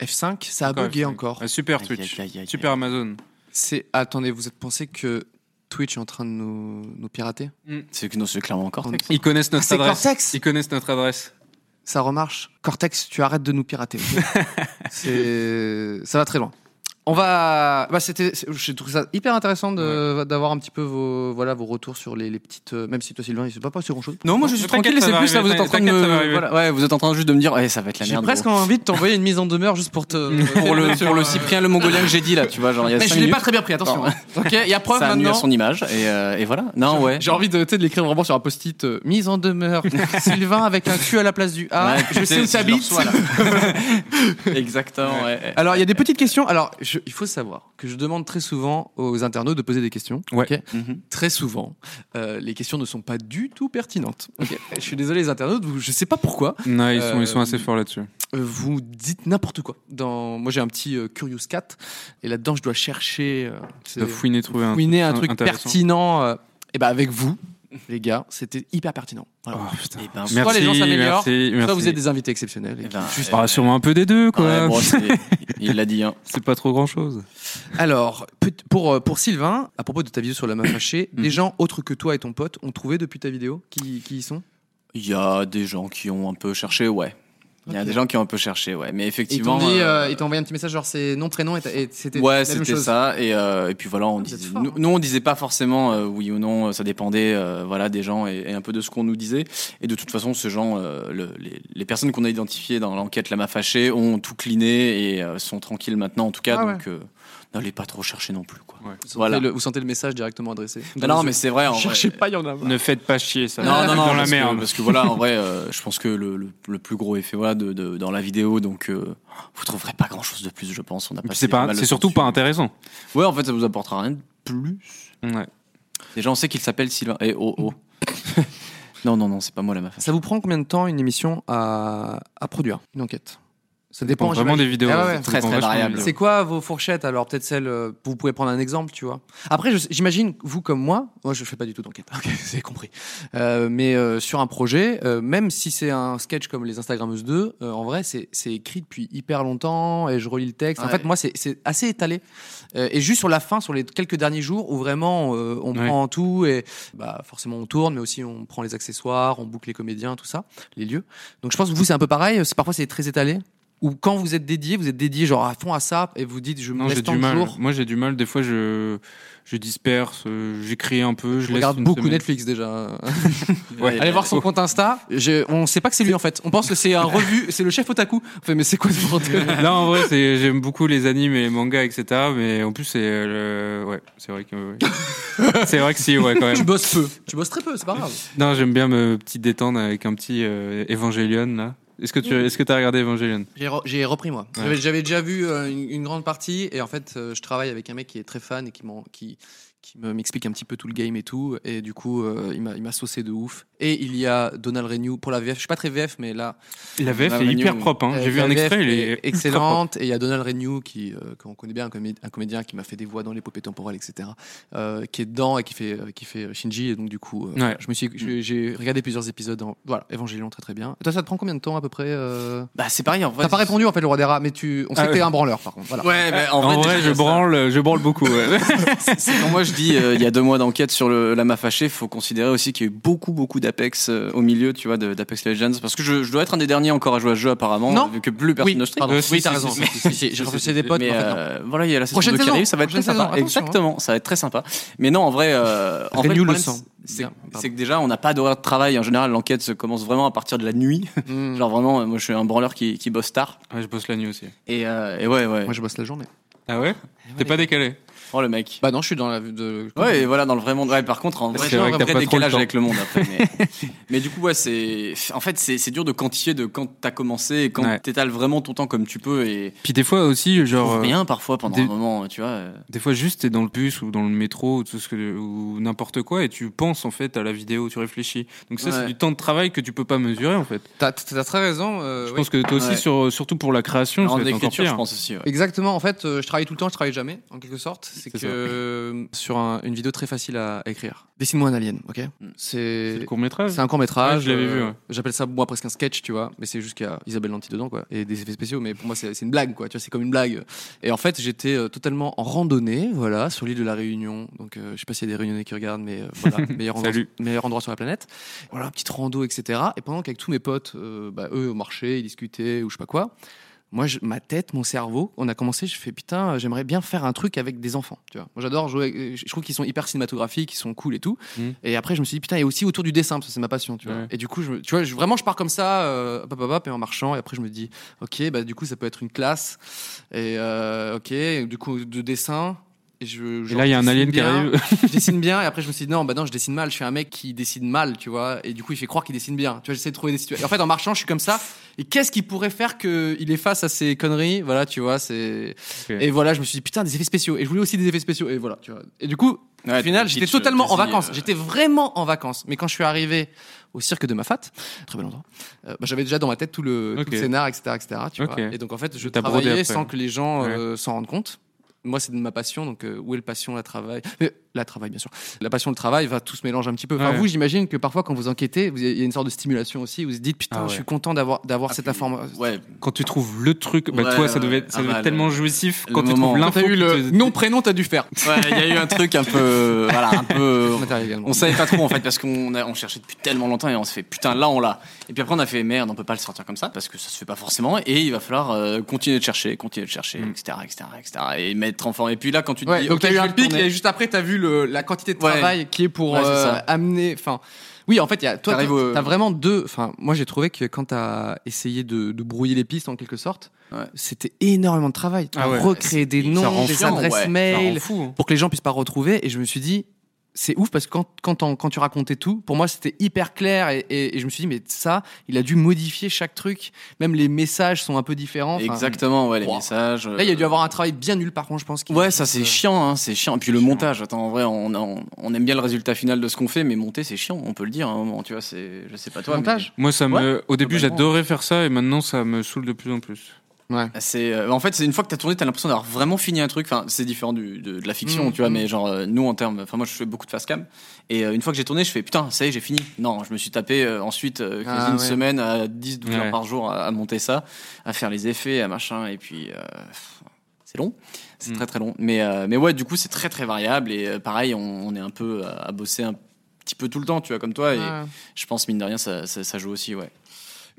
Speaker 1: F5, ça a
Speaker 3: Encore
Speaker 1: bugué
Speaker 3: F5.
Speaker 1: encore.
Speaker 3: Ah, super
Speaker 2: Aïe,
Speaker 3: Twitch.
Speaker 2: aïe, aïe, aïe, aïe.
Speaker 3: Super Amazon.
Speaker 1: C'est attendez, vous êtes pensé que Twitch est en train de nous, nous pirater Ah,
Speaker 2: C'est que non, c'est clairement Cortex.
Speaker 3: Ils connaissent notre
Speaker 1: C'est
Speaker 3: adresse.
Speaker 1: Cortex.
Speaker 3: Ils connaissent notre adresse.
Speaker 1: ça remarche. Cortex, tu arrêtes de nous pirater. ok C'est, ça va très loin. On va, bah c'était, c'est- je trouve ça hyper intéressant de- d'avoir un petit peu vos, voilà, vos retours sur les, les petites, euh, même si toi Sylvain, il se passe pas sur grand chose.
Speaker 2: Non, moi je
Speaker 3: Mais
Speaker 2: suis
Speaker 3: t'inquiète,
Speaker 2: tranquille et
Speaker 3: ça
Speaker 2: c'est
Speaker 3: va
Speaker 2: plus là, vous
Speaker 3: arriver,
Speaker 2: êtes en train de
Speaker 3: t'inquiète, ça va
Speaker 2: me.
Speaker 3: arriver.
Speaker 2: voilà, ouais, vous êtes en train juste de me dire, ouais, ça va être la
Speaker 1: J'ai
Speaker 2: merde.
Speaker 1: presque
Speaker 2: gros.
Speaker 1: envie de t'envoyer une mise en demeure juste pour te,
Speaker 2: Pour le, pour le
Speaker 1: euh,
Speaker 2: Cyprien, le Mongolien que j'ai dit là, tu vois, genre il y a
Speaker 1: Mais
Speaker 2: cinq
Speaker 1: je l'ai
Speaker 2: minutes.
Speaker 1: pas très bien pris, attention. hein.
Speaker 2: Non.
Speaker 1: ok, il y a preuve
Speaker 2: ça annule à
Speaker 1: maintenant.
Speaker 2: son image et, euh, et voilà. Non, ouais.
Speaker 1: J'ai envie de, tu sais, de l'écrire vraiment sur un post-it euh, mise en demeure Sylvain avec un Q à la place du A.
Speaker 2: Ouais,
Speaker 1: je
Speaker 2: tu
Speaker 1: sais où
Speaker 2: si je le
Speaker 1: t'habites.
Speaker 2: reçois, là. Exactement, ouais.
Speaker 1: Alors, il y a des petites questions. Alors, je- il faut savoir que je demande très souvent aux internautes de poser des questions.
Speaker 3: Ouais.
Speaker 1: ok
Speaker 2: Mhm.
Speaker 1: Très souvent, euh, les questions ne sont pas du tout pertinentes. Ok. je suis désolé, les internautes, vous- je ne sais pas pourquoi.
Speaker 3: Non, ils
Speaker 1: Euh,
Speaker 3: sont, ils sont assez forts là-dessus.
Speaker 1: euh, Vous dites n'importe quoi. Dans... Moi, j'ai un petit euh, Curious Cat, et là-dedans, je dois chercher. euh, c'est-
Speaker 3: De fouiner, trouver un.
Speaker 1: fouiner un
Speaker 3: un-
Speaker 1: truc
Speaker 3: intéressant.
Speaker 1: pertinent. et ben, avec vous, les gars, c'était hyper pertinent. Voilà.
Speaker 3: Oh, putain.
Speaker 2: Eh ben,
Speaker 1: Soit les gens s'améliorent,
Speaker 3: merci, merci.
Speaker 1: Soit vous êtes des invités exceptionnels.
Speaker 2: eh
Speaker 1: et
Speaker 2: ben,
Speaker 1: qui- juste-
Speaker 2: euh,
Speaker 3: Ah, sûrement un peu des deux, quoi.
Speaker 2: ouais, bon, c'est- il l'a dit, hein.
Speaker 3: C'est pas trop grand-chose.
Speaker 1: Alors, peut- pour, euh, pour Sylvain, à propos de ta vidéo sur la meuf fâchée,
Speaker 3: Mm.
Speaker 1: des gens autres que toi et ton pote ont trouvé depuis ta vidéo qui, qui y sont
Speaker 2: Il y a des gens qui ont un peu cherché, ouais. Il y a
Speaker 1: Ok.
Speaker 2: des gens qui ont un peu cherché, ouais. Mais
Speaker 1: Et Ils
Speaker 2: effectivement.
Speaker 1: t'ont dit,
Speaker 2: euh,
Speaker 1: euh, ils t'ont envoyé un petit message genre c'est nom, prénom et, t'as- et c'était la
Speaker 2: Ouais,
Speaker 1: même
Speaker 2: c'était
Speaker 1: chose.
Speaker 2: ça. Et, euh, et puis voilà,
Speaker 1: Vous
Speaker 2: on
Speaker 1: êtes
Speaker 2: disait,
Speaker 1: fort,
Speaker 2: nous,
Speaker 1: hein.
Speaker 2: nous, on disait pas forcément euh, oui ou non, ça dépendait euh, voilà, des gens et, et un peu de ce qu'on nous disait. Et de toute façon, ce genre, euh, le- les, les personnes qu'on a identifiées dans l'enquête Lama Fâché ont tout cliné et euh, sont tranquilles maintenant, en tout cas.
Speaker 1: Ah
Speaker 2: donc, euh, n'allez pas trop chercher non plus. Quoi.
Speaker 1: Vous sentez,
Speaker 2: Voilà.
Speaker 1: le, vous sentez le message directement adressé.
Speaker 2: Non, non, mais c'est vrai. en vrai.
Speaker 6: Cherchez pas, il y en a.
Speaker 3: Ne faites pas chier, ça.
Speaker 2: Non, non, non,
Speaker 3: dans la
Speaker 2: parce,
Speaker 3: merde.
Speaker 2: Que, parce que voilà, en vrai, euh, je pense que le, le, le plus gros effet voilà, de, de- dans la vidéo, donc euh, vous trouverez pas grand chose de plus, je pense. On a
Speaker 3: Et puis
Speaker 2: passé
Speaker 3: C'est
Speaker 2: pas
Speaker 3: pas,
Speaker 2: mal de
Speaker 3: c'est
Speaker 2: temps
Speaker 3: surtout pas
Speaker 2: dessus.
Speaker 3: intéressant.
Speaker 2: Ouais, en fait, ça vous apportera rien de plus.
Speaker 3: Ouais.
Speaker 2: Déjà, on sait qu'il s'appelle Sylvain. Eh oh oh. non, non, non, c'est pas moi la meuf.
Speaker 1: Ça vous prend combien de temps une émission à, à produire, une enquête Ça
Speaker 3: Dépend
Speaker 1: dépend
Speaker 3: vraiment
Speaker 1: j'imagine.
Speaker 3: des vidéos.
Speaker 1: Ah ouais,
Speaker 3: ça
Speaker 1: ouais.
Speaker 2: très,
Speaker 3: dépend
Speaker 2: très
Speaker 3: vachement
Speaker 2: variable.
Speaker 3: des
Speaker 1: C'est quoi vos fourchettes Alors peut-être celle, euh, vous pouvez prendre un exemple, tu vois. Après, je- j'imagine que vous comme moi, moi je fais pas du tout d'enquête. Ok, vous avez compris. Euh, mais euh, sur un projet, euh, même si c'est un sketch comme les Instagrammeuses 2, euh, en vrai c'est c'est écrit depuis hyper longtemps et je relis le texte. En
Speaker 2: Ouais.
Speaker 1: fait, moi c'est c'est assez étalé. Euh, et juste sur la fin, sur les quelques derniers jours où vraiment euh, on
Speaker 3: Ouais.
Speaker 1: prend tout et bah forcément on tourne, mais aussi on prend les accessoires, on boucle les comédiens, tout ça, les lieux. Donc je pense que vous c'est un peu pareil. C'est parfois c'est très étalé. Ou quand vous êtes dédié, vous êtes dédié genre à fond à ça et vous dites je me
Speaker 3: Non, j'ai
Speaker 1: laisse tant
Speaker 3: du
Speaker 1: de
Speaker 3: mal.
Speaker 1: jours.
Speaker 3: Moi, j'ai du mal. Des fois, je, je disperse, euh, j'écris un peu, je,
Speaker 1: Je
Speaker 3: laisse
Speaker 1: regarde
Speaker 3: une
Speaker 1: beaucoup
Speaker 3: semaine.
Speaker 1: Netflix déjà.
Speaker 2: Ouais.
Speaker 1: Allez voir son compte Insta. Je- on sait pas que c'est lui en fait. On pense que c'est un revue, c'est le chef otaku. Enfin, mais c'est quoi ce bordel
Speaker 3: Là, en vrai, c'est- j'aime beaucoup les animes et les mangas, etc. Mais en plus, c'est euh, le- ouais, c'est vrai que ouais. c'est vrai que si, ouais, quand
Speaker 1: Tu
Speaker 3: même.
Speaker 1: bosses peu. Tu bosses très peu, c'est pas grave.
Speaker 3: Non, j'aime bien me petit détendre avec un petit euh, Evangelion là. Est-ce que tu est-ce que t'as regardé Evangelion
Speaker 1: J'ai re- J'ai repris moi.
Speaker 3: Ouais.
Speaker 1: J'avais- J'avais déjà vu euh, une, une grande partie et en fait euh, je travaille avec un mec qui est très fan et qui m'en- qui qui me- m'explique un petit peu tout le game et tout et du coup euh, il m'a il m'a saucé de ouf. Et il y a Donald Renew pour la VF. Je suis pas très VF mais là
Speaker 3: La VF
Speaker 2: Ah,
Speaker 3: est hyper
Speaker 2: Renew.
Speaker 3: propre. Hein.
Speaker 1: euh,
Speaker 3: J'ai vu
Speaker 1: la
Speaker 3: un
Speaker 1: VF
Speaker 3: extrait, il est ultra propre.
Speaker 1: excellente et il y a Donald Renew qui euh, qu'on connaît bien un, comé- un comédien qui m'a fait des voix dans l'épopée temporelle etc. euh, qui est dedans et qui fait euh, qui fait Shinji et donc du coup euh,
Speaker 3: Ouais.
Speaker 1: je me suis je- j'ai regardé plusieurs épisodes en, voilà Evangelion très très bien. Toi ça te prend combien de temps à peu près euh
Speaker 2: Bah, c'est pareil en vrai.
Speaker 1: T'as pas répondu en fait le roi des rats, mais tu, on sait
Speaker 3: Ah
Speaker 1: que
Speaker 3: ouais.
Speaker 1: t'es un branleur par contre. Voilà.
Speaker 2: Ouais, mais Eh ben, en
Speaker 3: En
Speaker 2: vrai,
Speaker 3: vrai,
Speaker 2: déjà,
Speaker 3: je
Speaker 2: ça-
Speaker 3: branle, je branle beaucoup. ouais.
Speaker 2: C'est quand moi je dis euh, il y a deux mois d'enquête sur le, la mafachée, faut considérer aussi qu'il y a eu beaucoup beaucoup d'Apex euh, au milieu, tu vois, de- d'Apex Legends, parce que je, je dois être un des derniers encore à jouer à ce jeu apparemment,
Speaker 1: Non.
Speaker 2: vu que plus personne ne
Speaker 1: oui,
Speaker 2: joue.
Speaker 1: pardon.
Speaker 3: Euh, si,
Speaker 1: oui,
Speaker 3: si,
Speaker 1: t'as
Speaker 3: si,
Speaker 1: raison.
Speaker 3: si,
Speaker 1: Si, si, si, J'ai refusé des potes, mais
Speaker 2: Mais
Speaker 1: en fait, non.
Speaker 2: euh, voilà, il y a la saison
Speaker 1: Prochaine
Speaker 2: 2 qui
Speaker 1: saison,
Speaker 2: arrive, ça va être très
Speaker 1: prochaine
Speaker 2: sympa.
Speaker 1: saison, attention, hein.
Speaker 2: Exactement, ça va être très sympa. Mais non, en vrai, euh, en fait,
Speaker 1: Renew le
Speaker 2: problème,
Speaker 1: sent.
Speaker 2: c'est
Speaker 1: Bien,
Speaker 2: c'est que déjà, on n'a pas d'horaire de travail. En général, l'enquête se commence vraiment à partir de la nuit.
Speaker 1: Hmm.
Speaker 2: Genre vraiment, euh, moi, je suis un branleur qui, qui bosse tard.
Speaker 3: Ouais, Ah, je bosse la nuit aussi.
Speaker 2: Et, euh, et ouais, ouais.
Speaker 1: Moi je bosse la journée.
Speaker 3: Ah ouais T'es pas décalé
Speaker 2: Oh le mec.
Speaker 1: Bah non, je suis dans la. De...
Speaker 2: Ouais, et voilà, dans le vrai monde. Ouais, par contre, en vrai,
Speaker 3: C'est
Speaker 2: j'ai un
Speaker 3: vrai que t'as
Speaker 2: vrai
Speaker 3: pas trop le
Speaker 2: décalage
Speaker 3: temps.
Speaker 2: avec le monde après. Mais, mais du coup, ouais, c'est. En fait, c'est c'est dur de quantifier de quand t'as commencé et quand
Speaker 3: Ouais.
Speaker 2: t'étales vraiment ton temps comme tu peux et
Speaker 3: Puis des fois aussi, genre. euh,
Speaker 2: rien parfois pendant
Speaker 3: des-
Speaker 2: un moment, tu vois. euh.
Speaker 3: Des fois, juste, t'es dans le bus ou dans le métro ou, tout ce que, ou n'importe quoi et tu penses en fait à la vidéo, tu réfléchis. Donc, ça,
Speaker 2: Ouais.
Speaker 3: c'est du temps de travail que tu peux pas mesurer en fait.
Speaker 1: T'as t'as très raison. euh,
Speaker 3: Je
Speaker 1: oui.
Speaker 3: pense que toi aussi,
Speaker 2: Ouais.
Speaker 3: sur, surtout pour la création, Mmh. ça
Speaker 2: En
Speaker 3: va être hein. encore
Speaker 2: écriture, je
Speaker 3: pire.
Speaker 2: pense aussi. ouais.
Speaker 1: Exactement. En fait, euh, je travaille tout le temps, je travaille jamais, en quelque sorte. C'est que
Speaker 3: C'est ça.
Speaker 1: euh, sur un- une vidéo très facile à à écrire. Dessine-moi un alien, ok
Speaker 3: C'est
Speaker 1: C'est
Speaker 3: le court-métrage.
Speaker 1: C'est un court métrage.
Speaker 3: Ouais, je l'avais vu, ouais.
Speaker 1: J'appelle ça moi presque un sketch, tu vois. Mais c'est juste qu'il y a Isabelle Lanty dedans, quoi. Et des effets spéciaux. Mais pour moi, c'est c'est une blague, quoi. Tu vois, c'est comme une blague. Et en fait, j'étais euh, totalement en randonnée, voilà, sur l'île de la Réunion. Donc, euh, je sais pas s'il y a des Réunionnais qui regardent, mais euh, voilà, meilleur endroit,
Speaker 3: Salut.
Speaker 1: meilleur endroit sur la planète. Voilà, petite rando, etc. Et pendant qu'avec tous mes potes, euh, bah, eux, au marché, ils discutaient ou je sais pas quoi. Moi, je- ma tête, mon cerveau, on a commencé, je fais putain, euh, j'aimerais bien faire un truc avec des enfants. Tu vois. Moi, j'adore jouer, avec- euh, je trouve qu'ils sont hyper cinématographiques, ils sont cool et tout. Et après, je me suis dit, putain, et aussi autour du dessin, parce que c'est ma passion, tu vois.
Speaker 3: Ouais.
Speaker 1: Et du coup, je, me- tu vois, je- vraiment, je pars comme ça, euh, hop, hop, hop, et en marchant. Et après, je me dis, ok, bah, du coup, ça peut être une classe. Et euh, ok, et du coup, de dessin. Et, je,
Speaker 3: Et
Speaker 1: genre,
Speaker 3: là, il y a un
Speaker 1: je
Speaker 3: alien
Speaker 1: dessine
Speaker 3: qui
Speaker 1: bien,
Speaker 3: arrive.
Speaker 1: je dessine bien, et après, je me suis dit, non, bah non, je dessine mal. Je suis un mec qui dessine mal, tu vois. Et du coup, il fait croire qu'il dessine bien. Tu vois, j'essaie de trouver des situations. Et en fait, en marchant, je suis comme ça. Et qu'est-ce qui pourrait faire qu'il est face à ces conneries Voilà, tu vois, c'est.
Speaker 3: Ok.
Speaker 1: Et voilà, je me suis dit, putain, des effets spéciaux. Et je voulais aussi des effets spéciaux. Et voilà, tu vois. Et du coup,
Speaker 2: Ouais,
Speaker 1: au final,
Speaker 2: tu-
Speaker 1: j'étais
Speaker 2: tu-
Speaker 1: totalement en
Speaker 2: quasi,
Speaker 1: vacances.
Speaker 2: euh,
Speaker 1: J'étais vraiment en vacances. Mais quand je suis arrivé au cirque de Mafat, très bel endroit, euh, bah, j'avais déjà dans ma tête tout le, tout le
Speaker 3: Ok.
Speaker 1: scénar, etc., etc. tu
Speaker 3: Ok.
Speaker 1: vois. Et donc en fait, je
Speaker 3: T'as brodé
Speaker 1: travaillais
Speaker 3: après.
Speaker 1: sans que les gens euh, s'en rendent compte. Moi, c'est de ma passion. Donc euh, où est le passion, la travail Mais la travail, bien sûr. La passion, le travail, va tout se mélanger un petit peu. Enfin,
Speaker 3: Ouais.
Speaker 1: Vous, j'imagine que parfois, quand vous enquêtez, vous- il y a une sorte de stimulation aussi. Vous vous dites, putain,
Speaker 3: Ah ouais.
Speaker 1: je suis content d'avoir d'avoir
Speaker 2: Ah,
Speaker 1: cette
Speaker 2: puis-
Speaker 1: information.
Speaker 2: Ouais,
Speaker 3: Quand tu trouves le truc, bah
Speaker 2: Ouais,
Speaker 3: toi, ça
Speaker 2: ouais,
Speaker 3: devait,
Speaker 2: ouais.
Speaker 3: ça
Speaker 2: Ah
Speaker 3: devait
Speaker 2: bah,
Speaker 3: être tellement
Speaker 2: le-
Speaker 3: jouissif
Speaker 2: le
Speaker 3: quand tu
Speaker 2: moment.
Speaker 3: trouves
Speaker 1: Quand
Speaker 3: l'info.
Speaker 1: t'as eu
Speaker 3: qui
Speaker 1: le
Speaker 3: te-
Speaker 1: nom prénom, t'as dû faire.
Speaker 2: ouais, il y a eu un truc un peu, voilà, un peu.
Speaker 1: Matériel également.
Speaker 2: On savait pas trop en fait parce qu'on a- on cherchait depuis tellement longtemps et on se fait putain là on l'a et puis après on a fait merde on peut pas le sortir comme ça parce que ça se fait pas forcément et il va falloir euh, continuer de chercher continuer de chercher
Speaker 3: Mm.
Speaker 2: etc etc etc et mettre en forme et puis là quand tu te
Speaker 1: Ouais,
Speaker 2: dis
Speaker 1: donc
Speaker 2: ok,
Speaker 1: t'as
Speaker 2: je
Speaker 1: eu
Speaker 2: vais
Speaker 1: un
Speaker 2: le
Speaker 1: pic
Speaker 2: tourner,
Speaker 1: et juste après t'as vu le, la quantité de
Speaker 2: Ouais.
Speaker 1: travail qui est pour
Speaker 2: Ouais, c'est
Speaker 1: euh,
Speaker 2: ça.
Speaker 1: amener. Enfin, oui, en fait, il y a, toi, t'as
Speaker 2: T'arrives au-
Speaker 1: t'as vraiment deux. Enfin, moi j'ai trouvé que quand t'as essayé de, de brouiller les pistes en quelque sorte,
Speaker 2: Ouais.
Speaker 1: C'était énormément de travail.
Speaker 3: Ah ouais.
Speaker 1: Recréer des
Speaker 3: Ça
Speaker 1: noms,
Speaker 3: rend
Speaker 1: des
Speaker 3: chiant,
Speaker 1: adresses
Speaker 2: ouais. Ça
Speaker 3: Ça rend
Speaker 1: mail,
Speaker 3: fou. hein.
Speaker 1: pour que les gens puissent pas retrouver. Et je me suis dit, c'est ouf parce que quand, quand, t'en- quand tu racontais tout, pour moi c'était hyper clair et, et- et je me suis dit, mais ça, il a dû modifier chaque truc. Même les messages sont un peu différents. Enfin,
Speaker 2: Exactement, ouais, les
Speaker 1: Wow.
Speaker 2: messages.
Speaker 1: Là, il y a
Speaker 2: euh,
Speaker 1: dû avoir un travail bien nul par contre, je pense. qu'il-
Speaker 2: Ouais, ça c'est
Speaker 1: euh,
Speaker 2: chiant, hein, c'est chiant. Et puis le montage, attends, en vrai, on, on, on aime bien le résultat final de ce qu'on fait, mais monter c'est chiant, on peut le dire à un moment, tu vois, c'est, je sais pas toi. mais-
Speaker 1: Montage
Speaker 3: Moi, ça me. Au début,
Speaker 2: Globalement.
Speaker 3: j'adorais faire ça et maintenant, ça me saoule de plus en plus.
Speaker 2: C'est, euh, en fait, c'est une fois que t'as tourné, t'as l'impression d'avoir vraiment fini un truc. Enfin, c'est différent du, de, de la fiction,
Speaker 1: Mhm.
Speaker 2: tu vois. Mais genre, euh, nous en termes, enfin moi, je fais beaucoup de fast cam. Et euh, une fois que j'ai tourné, je fais putain, ça y est, j'ai fini. Non, je me suis tapé euh, ensuite euh, quasi
Speaker 1: Ah,
Speaker 2: une
Speaker 1: ouais.
Speaker 2: semaine à 10-12
Speaker 3: Ouais.
Speaker 2: heures par jour à, à monter ça, à faire les effets, à machin, et puis. euh, pff, c'est long, c'est
Speaker 1: Mm.
Speaker 3: Mhm.
Speaker 2: très très long. Mais, euh, mais ouais, du coup, c'est très très variable. Et euh, pareil, on, on est un peu euh, à, à bosser un petit peu tout le temps, tu vois, comme toi. Et
Speaker 1: Ouais.
Speaker 2: je pense, mine de rien, ça, ça, ça joue aussi, ouais.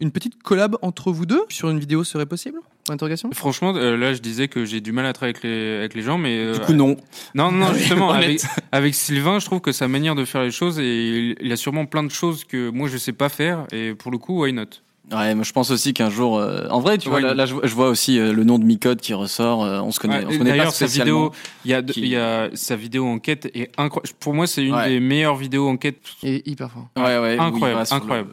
Speaker 1: Une petite collab entre vous deux sur une vidéo serait possible Interrogation
Speaker 3: Franchement, euh, là, je disais que j'ai du mal à travailler avec les, avec les gens, mais. euh,
Speaker 2: Du coup, non. Ah
Speaker 3: Non, non, non, justement, avec,
Speaker 2: Honnête.
Speaker 3: avec Sylvain, je trouve que sa manière de faire les choses, et il, il a sûrement plein de choses que moi je sais pas faire, et pour le coup, why not
Speaker 2: Ouais, moi je pense aussi qu'un jour. euh, En vrai, tu
Speaker 3: Ouais,
Speaker 2: vois, là,
Speaker 3: il-
Speaker 2: là, je vois- je vois aussi euh, le nom de Micode qui ressort. euh, on se connaît,
Speaker 3: Ouais,
Speaker 2: on se connaît pas
Speaker 3: D'ailleurs, sa
Speaker 2: spécialement.
Speaker 3: vidéo, il y a, de-
Speaker 2: qui-
Speaker 3: il y a sa vidéo enquête est incroyable. Pour moi, c'est une
Speaker 2: Ouais.
Speaker 3: des meilleures vidéos enquête
Speaker 1: Et hyper fort.
Speaker 2: Ouais, ouais, où il
Speaker 3: incroyable,
Speaker 2: va sur le-
Speaker 3: incroyable.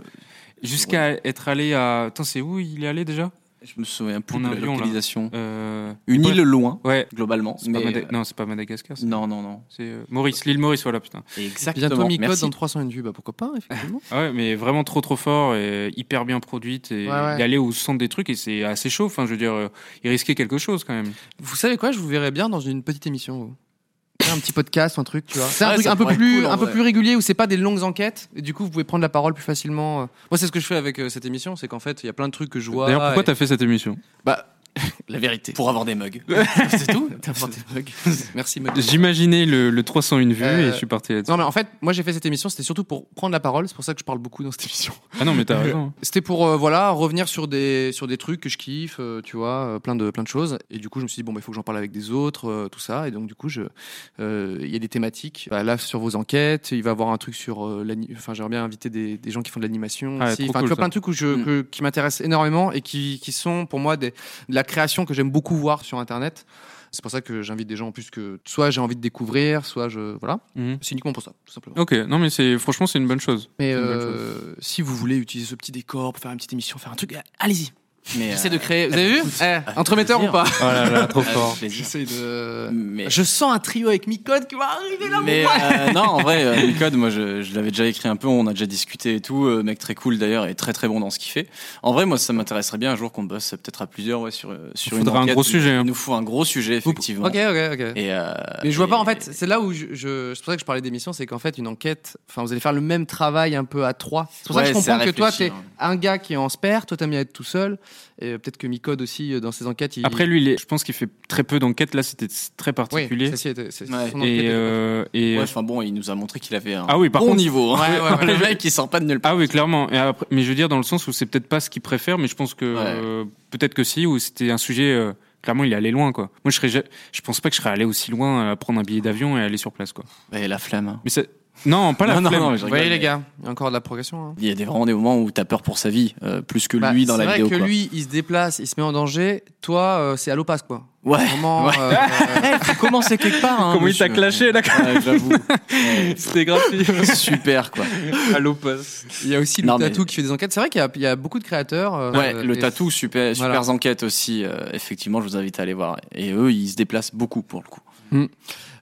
Speaker 3: jusqu'à être allé à. Attends, c'est où il est allé déjà
Speaker 2: Je me souviens plus
Speaker 3: En
Speaker 2: de la
Speaker 3: avion, là.
Speaker 2: localisation.
Speaker 3: Euh,
Speaker 2: Une
Speaker 3: bref.
Speaker 2: île loin,
Speaker 3: Ouais.
Speaker 2: globalement.
Speaker 3: C'est pas
Speaker 2: Mais...
Speaker 3: Mada- Non, c'est pas Madagascar. c'est-
Speaker 2: Non, non, non.
Speaker 3: C'est euh, Maurice, l'île Maurice, voilà, putain.
Speaker 2: Exactement.
Speaker 1: Bientôt mi-code
Speaker 2: Merci.
Speaker 1: dans 300 vues, bah pourquoi pas, effectivement.
Speaker 3: Ah ouais, mais vraiment trop trop fort et hyper bien produite et
Speaker 1: Ouais, ouais.
Speaker 3: d'aller au centre des trucs et c'est assez chaud. Enfin, je veux dire, euh, il risquait quelque chose quand même.
Speaker 1: Vous savez quoi, je vous verrais bien dans une petite émission. vous. Faire Un petit podcast, ou un truc, tu vois. C'est un
Speaker 2: Ouais,
Speaker 1: truc
Speaker 2: ça
Speaker 1: un peu
Speaker 2: pourrait être
Speaker 1: plus,
Speaker 2: cool, en
Speaker 1: un peu
Speaker 2: vrai.
Speaker 1: plus régulier où c'est pas des longues enquêtes. Et du coup, vous pouvez prendre la parole plus facilement. euh. Moi, c'est ce que je fais avec euh, cette émission, c'est qu'en fait, il y a plein de trucs que je vois.
Speaker 3: D'ailleurs, pourquoi
Speaker 1: et-
Speaker 3: t'as fait cette émission
Speaker 2: La vérité. Pour avoir des mugs.
Speaker 1: c'est tout T'as apporté le bug. Merci. Manu.
Speaker 3: J'imaginais le, le 301 vues
Speaker 1: Euh,
Speaker 3: et je suis parti là-dessus.
Speaker 1: Non mais en fait, moi j'ai fait cette émission, c'était surtout pour prendre la parole. C'est pour ça que je parle beaucoup dans cette émission.
Speaker 3: Ah non, mais t'as raison.
Speaker 1: C'était pour euh, voilà revenir sur des sur des trucs que je kiffe, euh, tu vois, euh, plein de plein de choses. Et du coup, je me suis dit bon, bah, il faut que j'en parle avec des autres, euh, tout ça. Et donc du coup, je euh, il y a des thématiques. Bah, là sur vos enquêtes, il va y avoir un truc sur euh, l'ani- enfin j'aimerais bien inviter des, des gens qui font de l'animation.
Speaker 3: Ah,
Speaker 1: aussi.
Speaker 3: trop
Speaker 1: Enfin,
Speaker 3: cool,
Speaker 1: tu vois
Speaker 3: ça.
Speaker 1: plein de trucs où je,
Speaker 2: Mm.
Speaker 1: que- qui m'intéressent énormément et qui qui sont pour moi des, de la création que j'aime beaucoup voir sur internet. C'est pour ça que j'invite des gens en plus que soit j'ai envie de découvrir, soit je voilà.
Speaker 3: Mhm.
Speaker 1: C'est uniquement pour ça, tout simplement.
Speaker 3: Ok, non, mais c'est franchement, c'est une bonne chose.
Speaker 1: Mais
Speaker 3: une bonne
Speaker 1: euh, si vous voulez utiliser ce petit décor pour faire une petite émission, faire un truc, allez-y.
Speaker 2: Mais,
Speaker 1: J'essaie
Speaker 2: euh,
Speaker 1: de Ah, créer. Vous avez vu
Speaker 2: écoute,
Speaker 1: eh, Entremetteur ou
Speaker 2: plaisir.
Speaker 1: pas
Speaker 3: Oh là là, trop
Speaker 2: avec
Speaker 3: fort.
Speaker 2: plaisir.
Speaker 1: de.
Speaker 2: Mais,
Speaker 1: Je sens un trio avec Micode qui va arriver là.
Speaker 2: mais euh, non, en vrai, euh, Micode, moi, je, je l'avais déjà écrit un peu, on a déjà discuté et tout. euh, mec très cool d'ailleurs et très très bon dans ce qu'il fait. En vrai, moi, ça m'intéresserait bien un jour qu'on bosse euh, peut-être à plusieurs ouais, sur, euh, sur une
Speaker 3: faudra un
Speaker 2: enquête.
Speaker 3: gros sujet, hein.
Speaker 2: Il nous faut un gros sujet, effectivement.
Speaker 1: Ok, ok, ok.
Speaker 2: Et, euh,
Speaker 1: Mais je vois
Speaker 2: et-
Speaker 1: pas en fait, c'est là où je, je- c'est pour ça que je parlais d'émission, c'est qu'en fait une enquête, enfin vous allez faire le même travail un peu à trois. C'est pour ça que
Speaker 2: Ouais,
Speaker 1: je comprends
Speaker 2: c'est hein. à
Speaker 1: que toi t'es
Speaker 2: réfléchir.
Speaker 1: un gars qui est en spare, toi t'aimes bien être tout seul, et euh, peut-être que Micode aussi euh, dans ses enquêtes. Il...
Speaker 3: Après, lui, il est- je pense qu'il fait très peu d'enquêtes. Là, c'était très
Speaker 1: oui,
Speaker 3: particulier.
Speaker 1: ceci était- c'est-
Speaker 2: Ouais.
Speaker 1: son enquête
Speaker 3: et
Speaker 1: était-
Speaker 3: euh, et
Speaker 2: Ouais, enfin bon, il nous a montré qu'il avait un
Speaker 3: Ah oui, par
Speaker 2: bon
Speaker 3: contre-
Speaker 2: niveau. hein.
Speaker 1: Ouais, ouais, ouais.
Speaker 2: le mec, il sort pas de nulle part.
Speaker 3: Ah oui, clairement. Et après, mais je veux dire dans le sens où c'est peut-être pas ce qu'il préfère, mais je pense que
Speaker 2: Ouais.
Speaker 3: euh, peut-être que si, ou c'était un sujet. euh, clairement, il est allé loin, quoi. Moi, je serais, ja- je pense pas que je serais allé aussi loin euh, à prendre un billet d'avion et aller sur place, quoi.
Speaker 2: Et la flamme. hein.
Speaker 3: Mais c'est non, pas la
Speaker 2: Non, non,
Speaker 3: flemme.
Speaker 2: non, mais je
Speaker 1: Vous
Speaker 2: rigole,
Speaker 1: voyez les
Speaker 2: mais
Speaker 1: gars, il y a encore de la progression. hein.
Speaker 2: Il y a des, vraiment des moments où t'as peur pour sa vie, euh, plus que
Speaker 1: Bah,
Speaker 2: lui dans la
Speaker 1: C'est
Speaker 2: vidéo.
Speaker 1: vrai que
Speaker 2: quoi.
Speaker 1: lui, il se déplace, il se met en danger. Toi, euh, c'est à l'opasse, quoi.
Speaker 2: Ouais.
Speaker 1: Vraiment.
Speaker 2: Ouais.
Speaker 1: euh, euh,
Speaker 2: Faut commencer quelque part. hein,
Speaker 3: Comment il
Speaker 2: monsieur.
Speaker 3: t'a clashé, là, quand
Speaker 2: Ouais, J'avoue. Ouais,
Speaker 3: C'était gratuit.
Speaker 2: Super quoi.
Speaker 3: à l'opas.
Speaker 1: il y a aussi le
Speaker 2: Non, mais-
Speaker 1: tatou qui fait des enquêtes. C'est vrai qu'il y a- il y, a beaucoup de créateurs. euh,
Speaker 2: Ouais,
Speaker 1: euh,
Speaker 2: le
Speaker 1: et-
Speaker 2: tatou, super, super
Speaker 1: Voilà.
Speaker 2: enquête aussi. euh, effectivement, je vous invite à aller voir. Et eux, ils se déplacent beaucoup pour le coup.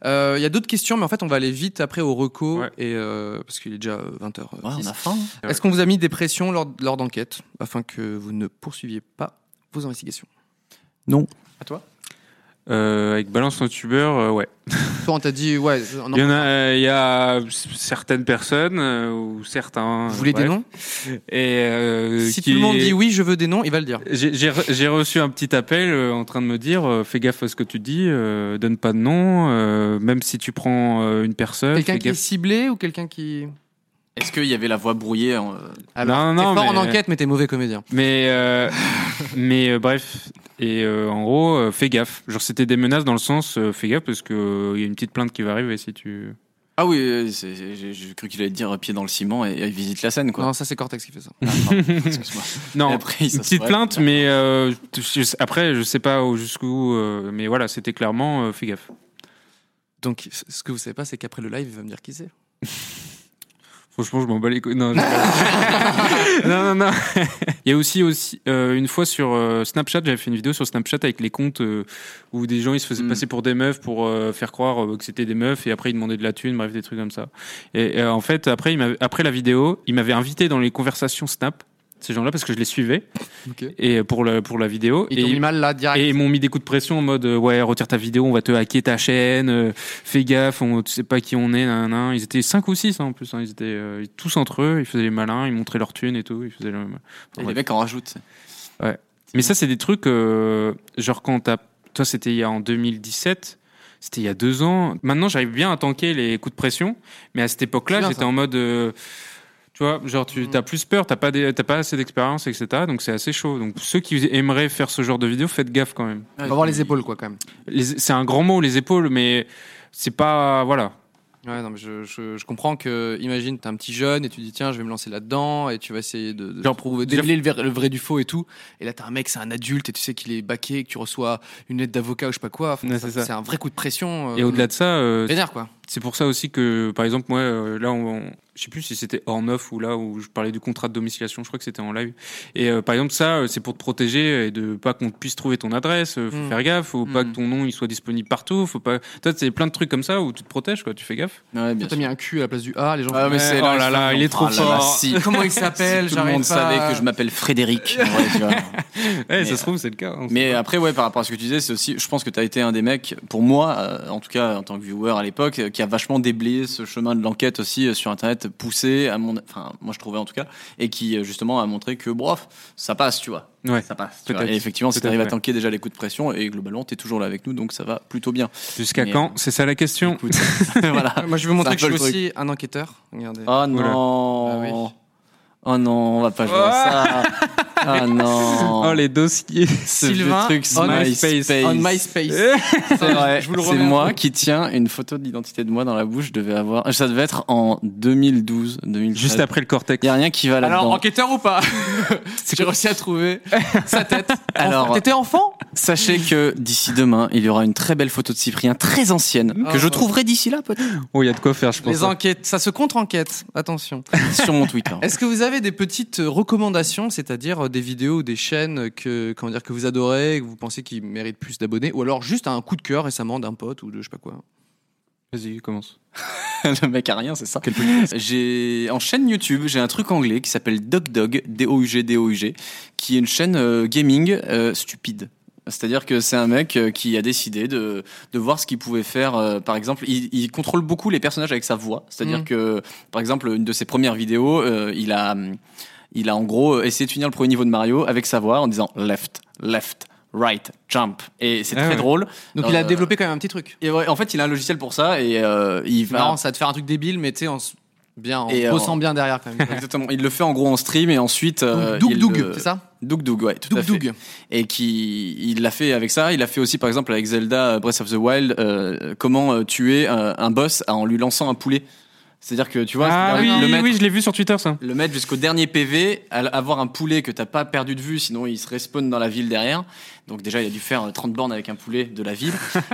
Speaker 1: Euh, Il y a d'autres questions, mais en fait, on va aller vite après au reco.
Speaker 3: Ouais.
Speaker 1: Et, euh, parce qu'il est déjà euh, 20h.
Speaker 2: Ouais, on a faim. hein.
Speaker 1: Est-ce qu'on vous a mis des pressions lors, lors d'enquête afin que vous ne poursuiviez pas vos investigations
Speaker 3: Euh, avec Balance ton tubeur, euh, ouais.
Speaker 1: Toi, on t'a dit, ouais, on en-
Speaker 3: Il y en a, euh, il y a certaines personnes euh, ou certains.
Speaker 1: vous voulez des
Speaker 3: bref.
Speaker 1: noms
Speaker 3: Et euh,
Speaker 1: Si
Speaker 3: qui- Euh,
Speaker 1: tout le monde dit oui, je veux des noms, il va le dire.
Speaker 3: J'ai- J'ai re- j'ai reçu un petit appel euh, en train de me dire euh, fais gaffe à ce que tu dis, euh, donne pas de nom, euh, même si tu prends euh, une personne.
Speaker 1: Quelqu'un
Speaker 3: fais
Speaker 1: qui est
Speaker 3: gaffe.
Speaker 1: ciblé ou quelqu'un qui.
Speaker 2: Est-ce qu'il y avait la voix brouillée hein, euh,
Speaker 1: Alors,
Speaker 3: non, non,
Speaker 1: t'es fort
Speaker 3: mais-
Speaker 1: en enquête, mais t'es mauvais comédien.
Speaker 3: Mais euh, mais euh, bref et euh, en gros euh, fais gaffe. Genre c'était des menaces dans le sens euh, fais gaffe parce que euh, il y a une petite plainte qui va arriver si tu.
Speaker 2: Ah oui, euh, c'est- c'est- j'ai j'ai cru qu'il allait te dire pied dans le ciment et, et visite la scène, quoi.
Speaker 1: Non, ça c'est Cortex qui fait ça.
Speaker 2: Excuse-moi.
Speaker 3: Non,
Speaker 2: Et après, il
Speaker 3: une
Speaker 2: s'assoit.
Speaker 3: petite plainte, mais euh, je- après, je sais pas où- jusqu'où, euh, mais voilà, c'était clairement, euh, fais gaffe.
Speaker 1: Donc, c- ce que vous savez pas, c'est qu'après le live, il va me dire qui c'est.
Speaker 3: Franchement, je m'en bats les couilles. Non, je- non, non, non. Il y a aussi, aussi euh, une fois sur euh, Snapchat, j'avais fait une vidéo sur Snapchat avec les comptes euh, où des gens ils se faisaient
Speaker 9: Mm.
Speaker 3: passer pour des meufs pour euh, faire croire euh, que c'était des meufs et après ils demandaient de la thune, bref, des trucs comme ça. Et euh, en fait, après, il m'avait- après la vidéo, ils m'avaient invité dans les conversations Snap, ces gens-là, parce que je les suivais
Speaker 9: Ok.
Speaker 3: et euh, pour, la, pour la vidéo.
Speaker 1: Ils
Speaker 3: Et
Speaker 1: t'ont
Speaker 3: ils-
Speaker 1: mis mal là direct.
Speaker 3: et ils m'ont mis des coups de pression en mode euh, ouais retire ta vidéo on va te hacker ta chaîne euh, fais gaffe on tu sais pas qui on est nan, nan. ils étaient 5 ou 6 en plus hein. ils étaient euh, tous entre eux ils faisaient les malins ils montraient leur thunes et tout ils faisaient le-
Speaker 2: Et les mecs en rajoutent.
Speaker 3: mais ça c'est des trucs euh, genre quand t'as toi c'était il y a en 2017 c'était il y a deux ans maintenant j'arrive bien à tanker les coups de pression mais à cette époque là
Speaker 1: C'est bien,
Speaker 3: j'étais
Speaker 1: ça. Mm.
Speaker 3: en mode euh, tu vois, genre tu as plus peur, t'as pas des- t'as pas assez d'expérience, etc. Donc c'est assez chaud. Donc ceux qui aimeraient faire ce genre de vidéo, faites gaffe quand même.
Speaker 1: On va voir les épaules, quoi, quand même.
Speaker 3: Les- c'est un grand mot les épaules mais c'est pas voilà
Speaker 1: Ouais, non, mais je, je, je comprends que, imagine, t'es un petit jeune et tu dis, tiens, je vais me lancer là-dedans et tu vas essayer de, de
Speaker 3: Genre,
Speaker 1: trouver,
Speaker 3: déjà-
Speaker 1: démêler le, ver- le vrai du faux et tout. Et là, t'as un mec, c'est un adulte et tu sais qu'il est baqué, et que tu reçois une lettre d'avocat ou je sais pas quoi. Enfin,
Speaker 3: Ouais,
Speaker 1: ça-
Speaker 3: c'est ça.
Speaker 1: c'est un vrai coup de pression.
Speaker 3: et au-delà de ça euh,
Speaker 1: Vénère, quoi.
Speaker 3: c'est pour ça aussi que par exemple moi euh, là on, on- je sais plus si c'était hors neuf ou là où je parlais du contrat de domiciliation je crois que c'était en live et euh, par exemple ça euh, c'est pour te protéger et de pas qu'on puisse trouver ton adresse euh, faut
Speaker 1: Mm.
Speaker 3: faire gaffe faut pas
Speaker 1: Mm.
Speaker 3: que ton nom il soit disponible partout faut pas toi c'est plein de trucs comme ça où tu te protèges quoi tu fais gaffe
Speaker 2: Ouais, bien
Speaker 1: Toi, T'as
Speaker 2: sûr.
Speaker 1: mis un Q à la place du A, les gens.
Speaker 2: Ah, mais
Speaker 3: Ouais,
Speaker 2: c'est-
Speaker 3: oh là là, il est
Speaker 2: Ah
Speaker 3: trop
Speaker 2: là là,
Speaker 3: fort.
Speaker 2: si.
Speaker 1: Comment il s'appelle
Speaker 2: Tout le monde savait que je m'appelle Frédéric. en vrai, tu vois.
Speaker 3: Eh,
Speaker 2: Mais, euh,
Speaker 3: ça se trouve c'est le cas hein.
Speaker 2: Mais après, ouais, par rapport à ce que tu disais, c'est aussi, je pense que tu as été un des mecs, pour moi, euh, en tout cas en tant que viewer à l'époque, euh, qui a vachement déblayé ce chemin de l'enquête aussi euh, sur Internet, poussé, à mon, enfin, moi je trouvais en tout cas, et qui euh, justement a montré que, brof, ça passe, tu vois.
Speaker 3: Ouais.
Speaker 2: Ça passe. tu vois.
Speaker 3: Peut-être.
Speaker 2: Et effectivement, si
Speaker 3: Peut-être,
Speaker 2: t'arrives à
Speaker 3: ouais.
Speaker 2: tanker déjà les coups de pression, et globalement, t'es toujours là avec nous, donc ça va plutôt bien.
Speaker 3: jusqu'à
Speaker 2: mais,
Speaker 3: quand
Speaker 2: euh,
Speaker 3: c'est ça la question
Speaker 2: Écoute,
Speaker 1: euh,
Speaker 2: voilà.
Speaker 1: Moi, je vais vous
Speaker 2: C'est
Speaker 1: montrer
Speaker 2: un
Speaker 1: que
Speaker 2: peu
Speaker 1: je suis
Speaker 2: le truc.
Speaker 1: aussi un enquêteur. Regardez.
Speaker 2: Oh
Speaker 3: Oula.
Speaker 2: non.
Speaker 1: Ah oui.
Speaker 2: Oh non, on va pas jouer à ça. Ah non.
Speaker 3: oh les dossiers
Speaker 2: Ce
Speaker 1: Sylvain,
Speaker 2: vieux truc,
Speaker 1: on
Speaker 2: MySpace.
Speaker 1: On MySpace.
Speaker 2: Eh, C'est vrai.
Speaker 1: Je vous le
Speaker 2: C'est
Speaker 1: remets.
Speaker 2: moi qui tiens une photo d'identité de moi dans la bouche. Je devais avoir. Ça devait être en 2012, 2013.
Speaker 3: juste après le cortex
Speaker 2: Il y a rien qui va
Speaker 1: Alors,
Speaker 2: là-dedans.
Speaker 1: enquêteur ou pas J'ai réussi à trouver sa tête.
Speaker 2: Alors-
Speaker 1: Enfant- T'étais enfant
Speaker 2: Sachez que d'ici demain, il y aura une très belle photo de Cyprien, très ancienne, que je
Speaker 1: Ah, ouais.
Speaker 2: trouverai d'ici là peut-être
Speaker 3: oh il y a de quoi faire je pense
Speaker 1: Les enquêtes, ça se contre-enquête, attention.
Speaker 2: sur mon Twitter.
Speaker 1: Est-ce que vous avez des petites euh, recommandations, c'est-à-dire euh, des vidéos ou des chaînes que, comment dire, que vous adorez, que vous pensez qu'ils méritent plus d'abonnés, ou alors juste un coup de cœur récemment d'un pote ou de je sais pas quoi
Speaker 3: vas-y commence
Speaker 2: le mec a rien, c'est ça. J'ai en chaîne YouTube, j'ai un truc anglais qui s'appelle Dog Dog, D O U G D O U G, qui est une chaîne euh, gaming euh, stupide. C'est-à-dire que c'est un mec euh, qui a décidé de, de voir ce qu'il pouvait faire. euh, par exemple, il, il contrôle beaucoup les personnages avec sa voix. C'est-à-dire
Speaker 1: Mm.
Speaker 2: que, par exemple, une de ses premières vidéos, euh, il a hum, il a en gros euh, essayé de finir le premier niveau de Mario avec sa voix en disant left, left, right, jump. Et c'est
Speaker 3: Ah
Speaker 2: très
Speaker 3: ouais.
Speaker 2: drôle.
Speaker 1: Donc il a
Speaker 2: Euh,
Speaker 1: développé quand même un petit truc.
Speaker 2: Et ouais, en fait, il a un logiciel pour ça et euh, il va
Speaker 1: Marrant, ça va te faire un truc débile, mais tu sais, en se- bien, en
Speaker 2: Et, euh,
Speaker 1: bossant bien derrière quand même.
Speaker 2: Exactement. Il le fait en gros en stream et ensuite. euh,
Speaker 1: Doug
Speaker 2: il
Speaker 1: Doug,
Speaker 2: le-
Speaker 1: c'est ça
Speaker 2: Doug Doug, ouais, tout à
Speaker 1: Doug
Speaker 2: fait.
Speaker 1: Doug.
Speaker 2: Et qui, il l'a fait avec ça. Il l'a fait aussi, par exemple, avec Zelda euh, Breath of the Wild. euh, comment euh, tuer euh, un boss en lui lançant un poulet. C'est-à-dire que tu vois,
Speaker 3: ah oui
Speaker 2: c'est-à-dire le
Speaker 3: oui,
Speaker 2: mettre,
Speaker 3: oui je l'ai vu sur Twitter ça
Speaker 2: le mettre jusqu'au dernier PV, à l- avoir un poulet que t'as pas perdu de vue, sinon il se respawn dans la ville derrière. Donc déjà, il a dû faire euh, 30 bornes avec un poulet de la ville.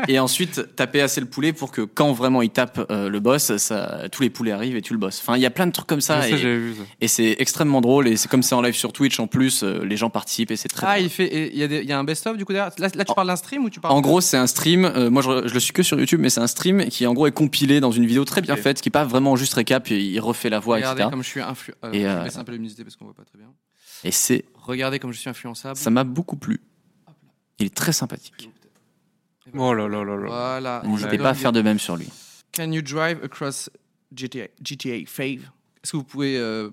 Speaker 2: et ensuite, taper assez le poulet pour que quand vraiment il tape euh, le boss, ça, tous les poulets arrivent et tu le boss. Enfin, il y a plein de trucs comme ça.
Speaker 3: ça
Speaker 2: et-
Speaker 3: j'avais vu ça
Speaker 2: et c'est extrêmement drôle et c'est comme c'est en live sur Twitch en plus, euh, les gens participent et c'est très
Speaker 1: Ah,
Speaker 2: drôle.
Speaker 1: il fait, et il y, a des- il y a un best-of du coup derrière. Là, là, tu parles d'un stream ou tu parles
Speaker 2: En gros, c'est un stream. euh, moi, je, je le suis que sur YouTube, mais c'est un stream qui en gros est compilé dans une vidéo très bien faite, qui est pas vraiment juste récap. et Il refait la voix,
Speaker 1: Regardez
Speaker 2: etc.
Speaker 1: comme je suis influ... euh,
Speaker 2: Et,
Speaker 1: je
Speaker 2: euh,
Speaker 1: baisse un peu la luminosité parce qu'on voit pas très bien.
Speaker 2: Et c'est,
Speaker 1: Regardez comme je suis influençable.
Speaker 2: ça m'a beaucoup plu. Il est très sympathique.
Speaker 3: oh là là là là
Speaker 1: Voilà.
Speaker 2: N'hésitez
Speaker 1: Doug
Speaker 2: pas à faire de même sur lui.
Speaker 1: Can you drive across GTA, GTA 5 Est-ce que vous pouvez euh,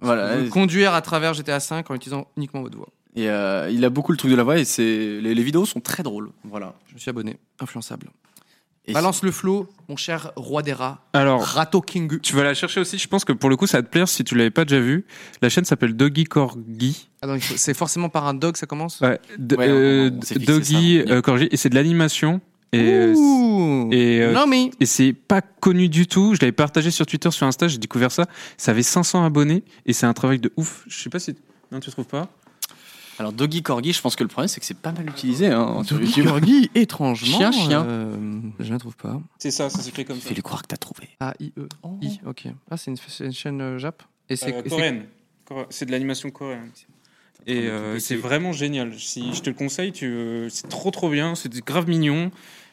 Speaker 2: Voilà.
Speaker 1: vous conduire à travers GTA 5 en utilisant uniquement votre voix
Speaker 2: Et euh, il a beaucoup le truc de la voix et c'est les, les vidéos sont très drôles. Voilà.
Speaker 1: Je me suis abonné, influençable.
Speaker 2: Et
Speaker 1: Balance le flow, mon cher roi des rats,
Speaker 3: alors
Speaker 1: Rato Kingu.
Speaker 3: Tu vas la chercher aussi. Je pense que pour le coup, ça va te plaire si tu l'avais pas déjà vu. La chaîne s'appelle Doggy Corgi.
Speaker 1: Ah, donc, c'est forcément par un dog, ça commence
Speaker 3: Ouais, D-
Speaker 2: Ouais, on-
Speaker 3: euh,
Speaker 2: on s'est fixé
Speaker 3: Doggy
Speaker 2: ça.
Speaker 3: euh, Corgi. Et c'est de l'animation. Et, euh,
Speaker 1: Ouh.
Speaker 3: et, euh,
Speaker 1: non mais
Speaker 3: et c'est pas connu du tout. Je l'avais partagé sur Twitter, sur Insta, j'ai découvert ça. Ça avait 500 abonnés et c'est un travail de ouf. Je sais pas si. Non, tu trouves pas
Speaker 2: Alors, Doggy Corgi, je pense que le problème, c'est que c'est pas mal utilisé hein, sur
Speaker 1: Doggy
Speaker 2: YouTube.
Speaker 1: Corgi, étrangement.
Speaker 2: Chien, chien.
Speaker 1: euh, je ne trouve pas.
Speaker 3: C'est ça, ça s'écrit comme
Speaker 2: Fais-lui croire que t'as trouvé.
Speaker 1: A I E I. Ok. Ah c'est une, c'est une chaîne euh, Jap. Et c'est et c'est-
Speaker 3: C'est de l'animation coréenne. Et euh, c'est vraiment génial. Si je te le conseille, tu, euh, c'est trop trop bien. C'est grave mignon.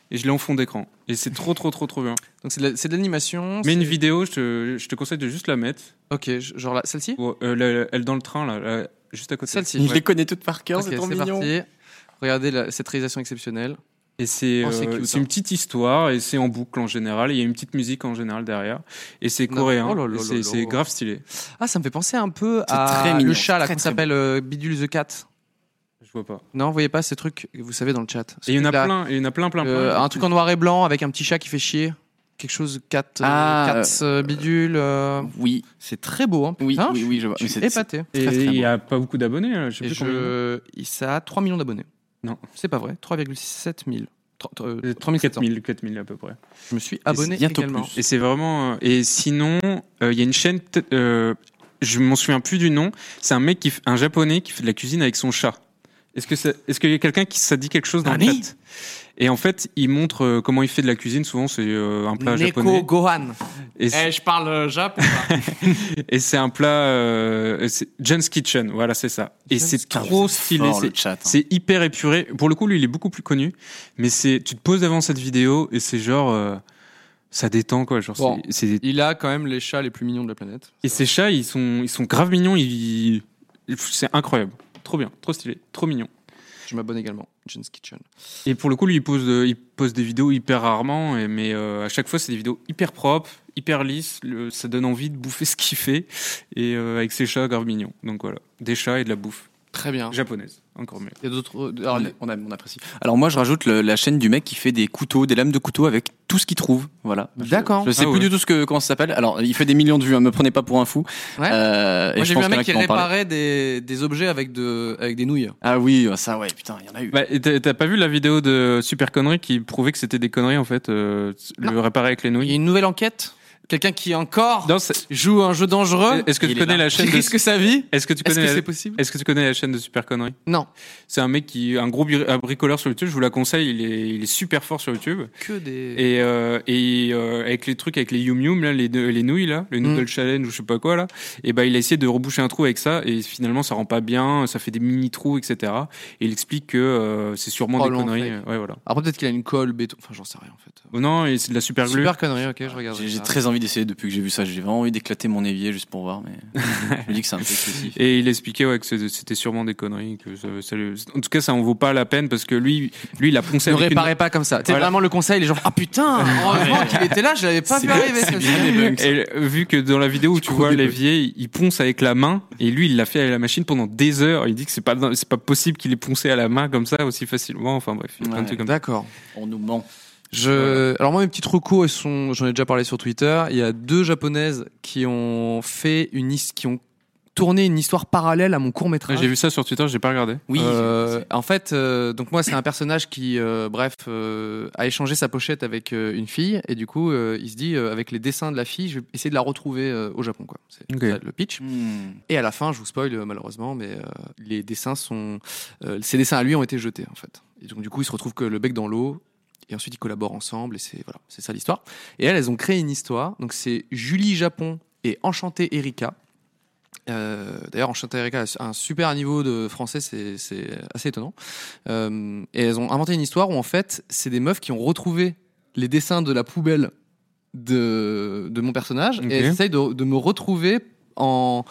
Speaker 3: Et je l'ai en fond d'écran. Et c'est trop trop trop trop bien.
Speaker 1: donc c'est de la- c'est de l'animation.
Speaker 3: Mais une
Speaker 1: c'est-
Speaker 3: vidéo, je te, je te conseille de juste la mettre.
Speaker 1: Ok, je- genre là, celle-ci.
Speaker 3: Ou, euh, la- la- elle dans le train, là, là, juste à côté.
Speaker 1: Celle-ci.
Speaker 2: Il
Speaker 1: Ouais.
Speaker 2: les connaît toutes par cœur,
Speaker 1: Ok,
Speaker 2: c'est trop
Speaker 1: c'est
Speaker 2: mignon.
Speaker 1: parti. Regardez la- cette réalisation exceptionnelle.
Speaker 3: Et c'est
Speaker 1: Oh, c'est
Speaker 3: euh,
Speaker 1: cute,
Speaker 3: c'est
Speaker 1: hein.
Speaker 3: une petite histoire et c'est en boucle en général. Il y a une petite musique en général derrière. Et c'est
Speaker 1: Non.
Speaker 3: coréen.
Speaker 1: Oh là là
Speaker 3: Et
Speaker 1: là
Speaker 3: c'est-
Speaker 1: là.
Speaker 3: c'est grave stylé.
Speaker 1: Ah, ça me fait penser un peu
Speaker 2: C'est
Speaker 1: à
Speaker 2: très mignon,
Speaker 1: le chat là
Speaker 2: très,
Speaker 1: qu'on
Speaker 2: très
Speaker 1: s'appelle euh, Bidule the Cat.
Speaker 3: Je vois pas.
Speaker 1: Non, vous voyez pas ces trucs, vous savez dans le chat. Ce
Speaker 3: Et il y en a
Speaker 1: truc-là,
Speaker 3: plein. et Il y en a plein, plein, plein.
Speaker 1: euh, un truc en noir et blanc avec un petit chat qui fait chier. Quelque chose 4
Speaker 2: Ah,
Speaker 1: euh, bidule. euh,
Speaker 2: Oui,
Speaker 1: C'est très beau, hein.
Speaker 2: oui,
Speaker 1: putain,
Speaker 2: oui, oui, je vois. Mais
Speaker 1: Je suis
Speaker 2: c'est-
Speaker 1: épaté.
Speaker 3: Et
Speaker 2: Très, très
Speaker 3: il
Speaker 2: bon.
Speaker 3: n'y a pas beaucoup d'abonnés. hein, Je sais
Speaker 1: Et
Speaker 3: plus
Speaker 1: je... il- Ça a 3 millions d'abonnés.
Speaker 3: Non.
Speaker 1: C'est pas vrai. 3,7 000. Tro- tro-
Speaker 3: combien.
Speaker 1: 3700.
Speaker 3: 4000, 4000 à peu près.
Speaker 1: euh, Je me suis abonné
Speaker 2: c'est bientôt
Speaker 1: également.
Speaker 2: plus.
Speaker 3: Et c'est vraiment. euh, Et sinon, euh, il y a une chaîne. peut-être, euh, je m'en souviens plus du nom. C'est un mec qui, f- un japonais qui fait de la cuisine avec son chat. Est-ce que ça- est-ce qu'il y a quelqu'un qui ça dit quelque chose
Speaker 2: Ah
Speaker 3: dans le
Speaker 1: Nani
Speaker 3: chat Et en fait, il montre euh, comment il fait de la cuisine. Souvent, c'est euh, un plat
Speaker 1: Neko
Speaker 3: japonais. Eh,
Speaker 1: Gohan.
Speaker 3: Et c'est-
Speaker 1: je parle
Speaker 3: euh,
Speaker 1: Jap.
Speaker 3: et c'est un plat. Euh, c'est John's Kitchen. Voilà, c'est ça. Et
Speaker 1: John's
Speaker 3: c'est
Speaker 2: Putain,
Speaker 3: trop
Speaker 2: vous êtes
Speaker 3: stylé.
Speaker 2: fort,
Speaker 3: c'est-
Speaker 2: le chat. hein.
Speaker 3: C'est hyper épuré. Pour le coup, lui, il est beaucoup plus connu. Mais c'est, tu te poses devant cette vidéo et c'est genre, euh, ça détend quoi. Genre,
Speaker 1: Bon.
Speaker 3: c'est- c'est-
Speaker 1: Il a quand même les chats les plus mignons de la planète.
Speaker 3: et ces chats, ils sont, ils sont grave mignons. Ils, c'est incroyable. Trop bien, trop stylé, trop mignon.
Speaker 1: Je m'abonne également. Jen's Kitchen.
Speaker 3: Et pour le coup, lui, il pose, de- il pose des vidéos hyper rarement, et- mais euh, à chaque fois, c'est des vidéos hyper propres, hyper lisses. Le- ça donne envie de bouffer ce qu'il fait et euh, avec ses chats grave mignons. Donc voilà, des chats et de la bouffe
Speaker 1: Très bien.
Speaker 3: japonaise, encore mieux.
Speaker 1: Il y a d'autres. alors,
Speaker 2: euh, Alors, on, aime, on apprécie. Alors moi, je rajoute le- la chaîne du mec qui fait des couteaux, des lames de couteau avec tout ce qu'il trouve. Voilà. Je-
Speaker 1: D'accord.
Speaker 2: Je sais
Speaker 3: Ah
Speaker 2: plus
Speaker 3: ouais.
Speaker 2: du tout ce que comment ça s'appelle. Alors, il fait des millions de vues. hein, me prenez pas pour un fou.
Speaker 1: Ouais.
Speaker 2: Euh, et
Speaker 1: Moi,
Speaker 2: je
Speaker 1: j'ai vu
Speaker 2: pense
Speaker 1: un
Speaker 2: qu'il y en a
Speaker 1: mec qui
Speaker 2: vont en parler.
Speaker 1: réparait des, des objets avec, de, avec des nouilles.
Speaker 2: Ah oui, ça ouais. Putain, il y en a eu.
Speaker 3: Bah, et t'as t'as pas vu la vidéo de Super Connery qui prouvait que c'était des conneries en fait, euh, le réparer avec les
Speaker 1: Il y a
Speaker 3: nouilles
Speaker 1: une nouvelle enquête. Quelqu'un qui encore
Speaker 3: Non, c'est-
Speaker 1: joue un jeu dangereux.
Speaker 3: Est-ce que
Speaker 2: Il
Speaker 3: tu
Speaker 2: est
Speaker 3: connais
Speaker 2: là.
Speaker 3: la
Speaker 1: Qui
Speaker 3: chaîne de
Speaker 1: risque sa vie.
Speaker 3: Est-ce que tu
Speaker 1: Est-ce
Speaker 3: connais
Speaker 1: que
Speaker 3: la-
Speaker 1: c'est possible
Speaker 3: Est-ce que tu connais la chaîne de Super Connery
Speaker 1: Non.
Speaker 3: C'est un mec qui un gros bri- un bricoleur sur YouTube, je vous la conseille, il est il est super fort sur YouTube
Speaker 1: Que des.
Speaker 3: et euh, et euh, avec les trucs avec les yum yum là les les nouilles là,
Speaker 1: Mm.
Speaker 3: le noodle challenge ou je sais pas quoi là, et ben il a essayé de reboucher un trou avec ça et finalement ça rend pas bien, ça fait des mini trous etc. Et il explique que euh, c'est sûrement des
Speaker 1: Probablement
Speaker 3: conneries, euh,
Speaker 1: fake.
Speaker 3: ouais voilà.
Speaker 1: Après, peut-être qu'il a une colle, béton. Enfin, j'en sais rien en fait.
Speaker 3: Oh non, et c'est de la super glue.
Speaker 1: Super connerie, ok, je regarde.
Speaker 3: Ah.
Speaker 2: J'ai j'ai très envie d'essayer depuis que j'ai vu ça. J'ai vraiment envie d'éclater mon évier juste pour voir, mais je me dis que c'est un peu excessif.
Speaker 3: Et il expliquait ouais, que c'est- c'était sûrement des conneries. Que ça- ça lui- En tout cas, ça en vaut pas la peine parce que lui, lui il a poncé
Speaker 1: Ne
Speaker 3: avec une...
Speaker 1: réparez pas comme ça. C'est
Speaker 3: Voilà.
Speaker 1: vraiment le conseil, les gens. Ah putain, heureusement qu'il était là, je l'avais pas vu arriver.
Speaker 2: c'est
Speaker 1: ça.
Speaker 2: bien des bugs.
Speaker 3: Et vu que dans la vidéo où tu vois l'évier, il ponce avec la main et lui, il l'a fait à la machine pendant des heures. Il dit que c'est pas c'est pas possible qu'il ait poncé à la main comme ça aussi facilement. Enfin bref, il y a plein de
Speaker 2: Ouais.
Speaker 3: trucs comme ça.
Speaker 1: D'accord.
Speaker 2: On nous ment.
Speaker 1: Je... Alors moi mes petites recos, elles sont, j'en ai déjà parlé sur Twitter. Il y a deux japonaises qui ont fait une his- qui ont tourné une histoire parallèle à mon court
Speaker 3: Ouais,
Speaker 1: métrage.
Speaker 3: Ah, J'ai vu ça sur Twitter, j'ai pas regardé.
Speaker 2: Oui.
Speaker 1: Euh, en fait, euh, donc moi c'est un personnage qui, euh, bref, euh, a échangé sa pochette avec euh, une fille et du coup euh, il se dit euh, avec les dessins de la fille, je vais essayer de la retrouver euh, au Japon quoi. C'est
Speaker 3: Ok.
Speaker 1: ça, le pitch.
Speaker 2: Hmm.
Speaker 1: Et à la fin, je vous spoil euh, malheureusement, mais euh, les dessins sont, euh, ces dessins à lui ont été jetés en fait. Et donc du coup, il se retrouve que le bec dans l'eau. Et ensuite, ils collaborent ensemble et c'est voilà, c'est ça l'histoire. Et elles, elles ont créé une histoire. Donc c'est Julie Japon et Enchantée Erika. Euh, D'ailleurs, Enchantée Erika a un super niveau de français, c'est c'est assez étonnant. Euh, et elles ont inventé une histoire où en fait, c'est des meufs qui ont retrouvé les dessins de la poubelle de, de mon personnage
Speaker 3: Ok.
Speaker 1: et elles essayent de, de me retrouver en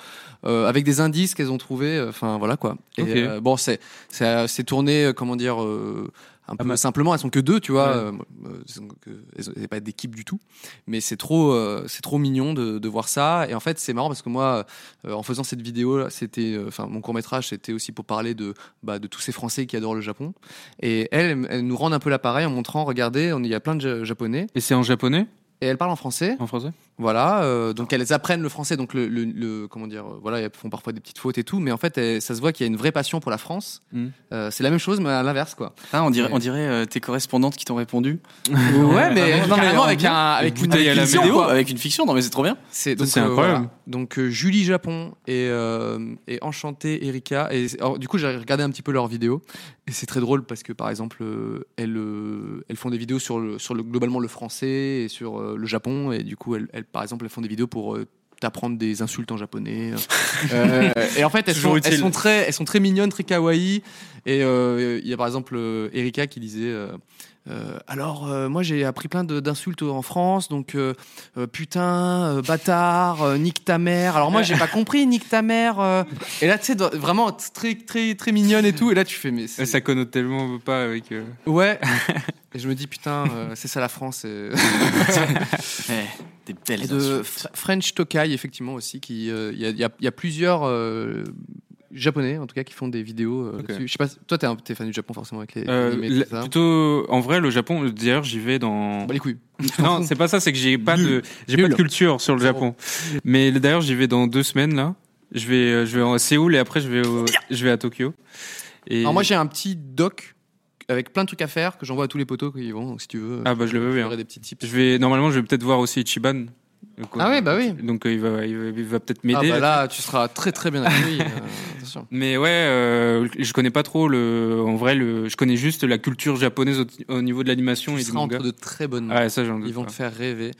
Speaker 1: euh, avec des indices qu'elles ont trouvés. euh, Enfin voilà quoi. Et
Speaker 3: Ok.
Speaker 1: euh, bon, c'est c'est euh, c'est tourné euh, comment dire. euh, un peu
Speaker 3: Ah, ma-
Speaker 1: simplement, elles sont que deux, tu vois.
Speaker 3: Ouais.
Speaker 1: euh, euh, elles sont que- elles ont- elles n'ont pas d'équipe du tout, mais c'est trop, euh, c'est trop mignon de, de voir ça. Et en fait, c'est marrant parce que moi, euh, en faisant cette vidéo, là, c'était, euh, enfin, mon court métrage, c'était aussi pour parler de, bah, de tous ces Français qui adorent le Japon. Et elles, elles nous rendent un peu l'appareil en montrant, regardez, on- il y a plein de Ja- Japonais,
Speaker 3: Et c'est en japonais,
Speaker 1: et elles parlent en français.
Speaker 3: en français
Speaker 1: Voilà, euh, donc elles apprennent le français, donc le, le- le- comment dire, euh, voilà, elles font parfois des petites fautes et tout, mais en fait, elles- ça se voit qu'il y a une vraie passion pour la France.
Speaker 3: Mm.
Speaker 2: Mhm.
Speaker 1: Euh, c'est la même chose, mais à l'inverse, quoi.
Speaker 2: Putain, on dirait, on dirait euh, tes correspondantes qui t'ont répondu.
Speaker 1: ouais, mais,
Speaker 2: mais
Speaker 1: non, mais
Speaker 2: carrément,
Speaker 1: vraiment avec
Speaker 2: bien.
Speaker 1: un, avec
Speaker 3: Une
Speaker 1: une,
Speaker 3: bouteille à la
Speaker 1: fiction,
Speaker 3: vidéo,
Speaker 1: quoi.
Speaker 2: avec une fiction, non mais c'est trop bien.
Speaker 1: C'est
Speaker 3: Ça,
Speaker 1: donc,
Speaker 3: c'est
Speaker 1: euh,
Speaker 3: incroyable.
Speaker 1: voilà. Donc euh, Julie Japon et, euh, et enchantée Erika. Et alors, du coup, j'ai regardé un petit peu leurs vidéos. Et c'est très drôle parce que par exemple, euh, elles, euh, elles font des vidéos sur, le, sur le, globalement le français et sur euh, le Japon. Et du coup, elles, elles, par exemple, elles font des vidéos pour euh, t'apprendre des insultes en japonais. Euh, et en fait, elles
Speaker 2: Toujours
Speaker 1: sont,
Speaker 2: utile.
Speaker 1: elles sont très, elles sont très mignonnes, très kawaii. Et euh, il y a par exemple euh, Erika qui disait. euh, euh, alors, euh, moi j'ai appris plein de- d'insultes en France, donc euh, euh, putain, euh, bâtard, euh, nique ta mère. Alors moi j'ai pas compris, nique ta mère. euh. Et là tu sais dans- vraiment t- très très très mignonne et tout. Et là tu fais mais c'est-
Speaker 3: Ah, Ça connote tellement pas avec. euh,
Speaker 1: Euh, ouais. Et je me dis putain, euh, c'est ça la France. Et,
Speaker 2: Eh, des belles
Speaker 1: et de
Speaker 2: insultes.
Speaker 1: Fr- French Tokai effectivement aussi qui euh, il y, a- il y a- il y a plusieurs euh, japonais en tout cas qui font des vidéos. euh,
Speaker 3: Ok.
Speaker 1: là-dessus. Je sais pas, toi t'es un- t'es fan du Japon forcément avec les.
Speaker 3: euh,
Speaker 1: animés,
Speaker 3: la-
Speaker 1: tout ça.
Speaker 3: plutôt, en vrai, le Japon. D'ailleurs, j'y vais dans.
Speaker 1: Bah, les couilles.
Speaker 3: Non, c'est pas ça. C'est que j'ai pas de,
Speaker 1: Nul.
Speaker 3: j'ai pas de
Speaker 1: Nul.
Speaker 3: culture sur le
Speaker 1: Zéro.
Speaker 3: Japon. Mais d'ailleurs, j'y vais dans deux semaines là. Je vais, euh, je vais en Séoul et après je vais, au- je vais à Tokyo. Et
Speaker 1: Alors moi j'ai un petit doc avec plein de trucs à faire que j'envoie à tous les potos qui y vont. Donc si tu veux,
Speaker 3: Ah, bah, je le veux bien.
Speaker 1: j'aurai des petits tips.
Speaker 3: je vais normalement, je vais peut-être voir aussi Ichiban. Donc,
Speaker 1: Ah
Speaker 3: euh,
Speaker 1: ouais, bah oui.
Speaker 3: Donc euh, il va, il va, il va peut-être
Speaker 1: Ah
Speaker 3: m'aider.
Speaker 1: bah
Speaker 3: là.
Speaker 1: là, tu seras très très bien accueilli. euh, attention.
Speaker 3: Mais ouais, euh, je connais pas trop le, en vrai le, je connais juste la culture japonaise au, au niveau de l'animation
Speaker 1: Tu
Speaker 3: et du
Speaker 1: seras
Speaker 3: manga.
Speaker 1: entre de très bonnes mains.
Speaker 3: Ouais, ça j'en doute.
Speaker 1: Ils vont
Speaker 3: pas.
Speaker 1: te faire rêver.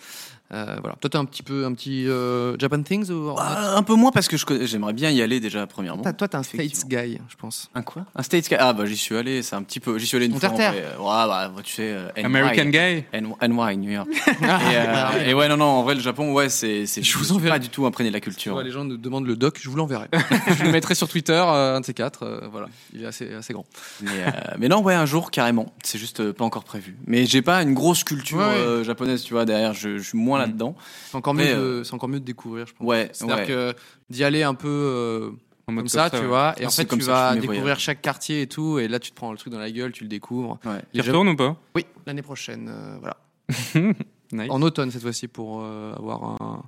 Speaker 1: Euh, voilà. Toi, t'as un petit peu un petit euh, Japan Things ou
Speaker 2: Ah, un peu moins parce que je connais- j'aimerais bien y aller déjà premièrement.
Speaker 1: T'as- Toi, t'es un States
Speaker 2: Effectivement.
Speaker 1: guy, je pense.
Speaker 2: Un quoi Un States Guy Ah bah j'y suis allé, c'est un petit peu. J'y suis allé une
Speaker 1: On
Speaker 2: fois. en
Speaker 1: terre-terre.
Speaker 2: vrai. Euh, Ouais, bah tu sais. euh, NY.
Speaker 3: American Guy.
Speaker 2: N- NY, New York. et, euh, et ouais, non, non, en vrai, le Japon, ouais, c'est. c'est-
Speaker 1: Je vous
Speaker 2: suis
Speaker 1: enverrai.
Speaker 2: pas du tout imprégné de la
Speaker 1: Tu
Speaker 2: culture.
Speaker 1: vois, les gens nous demandent le doc, je vous l'enverrai. je le mettrai sur Twitter, euh, un de ces quatre. euh, voilà, il est assez, assez grand.
Speaker 2: Mais, euh, mais non, ouais, un jour, carrément. C'est juste euh, pas encore prévu. Mais j'ai pas une grosse culture
Speaker 1: Ouais, ouais.
Speaker 2: euh, japonaise, tu vois, derrière. Je, je suis moins là-dedans.
Speaker 1: C'est encore,
Speaker 2: Mais,
Speaker 1: mieux
Speaker 2: euh,
Speaker 1: de- c'est encore mieux de découvrir, je pense.
Speaker 2: Ouais,
Speaker 1: C'est-à-dire
Speaker 2: ouais.
Speaker 1: que d'y aller un peu euh,
Speaker 3: En mode
Speaker 1: comme ça, tu
Speaker 3: ouais.
Speaker 1: vois, et
Speaker 2: Moi,
Speaker 1: en
Speaker 2: Ah, c'est
Speaker 1: fait,
Speaker 2: comme
Speaker 1: tu
Speaker 2: ça, je
Speaker 1: vas
Speaker 2: fais mes
Speaker 1: découvrir
Speaker 2: voyages.
Speaker 1: chaque quartier et tout, et là, tu te prends le truc dans la gueule, tu le découvres.
Speaker 2: Ouais.
Speaker 3: Tu y retournes ou pas
Speaker 1: Oui, l'année prochaine, euh, voilà.
Speaker 3: Nice.
Speaker 1: En automne cette fois-ci pour euh, avoir un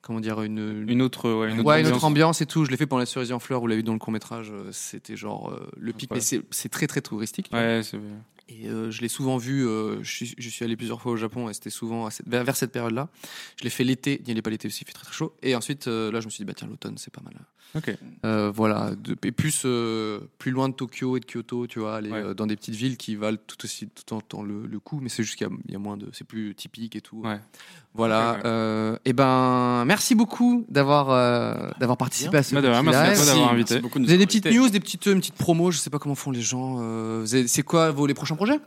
Speaker 1: comment dire une,
Speaker 3: Une autre, ouais, une autre
Speaker 1: ouais, une
Speaker 3: ambiance.
Speaker 1: autre ambiance et tout. Je l'ai fait pendant la cerisier en fleurs, vous l'avez vu dans le court métrage. C'était genre euh, le pic,
Speaker 3: Ouais.
Speaker 1: mais c'est c'est très très touristique.
Speaker 3: Ouais, c'est vrai.
Speaker 1: Et euh, je l'ai souvent vu. euh, je, suis, je suis allé plusieurs fois au Japon et c'était souvent à cette- vers, vers cette période-là. Je l'ai fait l'été. Il n'y allait pas l'été aussi, il fait très très chaud. Et ensuite euh, là, je me suis dit bah tiens l'automne c'est pas mal.
Speaker 3: Ok.
Speaker 1: Euh, voilà. De- et plus euh, plus loin de Tokyo et de Kyoto, tu vois, aller
Speaker 3: Ouais.
Speaker 1: euh, dans des petites villes qui valent tout aussi tout en temps le, le coup, mais c'est juste qu'il y a- il y a moins de, c'est plus typique et tout.
Speaker 3: Ouais.
Speaker 1: Voilà.
Speaker 3: Ouais, ouais.
Speaker 1: euh, et ben, merci beaucoup d'avoir euh, d'avoir participé à ce.
Speaker 3: Bah, de rien,
Speaker 1: petit
Speaker 3: merci à toi
Speaker 1: live.
Speaker 3: d'avoir
Speaker 2: Merci,
Speaker 3: invité.
Speaker 2: merci beaucoup de nous
Speaker 1: Vous avez des
Speaker 2: avoir
Speaker 1: petites
Speaker 2: invités.
Speaker 1: news, des petites, euh, une petite promo, je sais pas comment font les gens. euh, vous avez- c'est quoi vos les prochains projets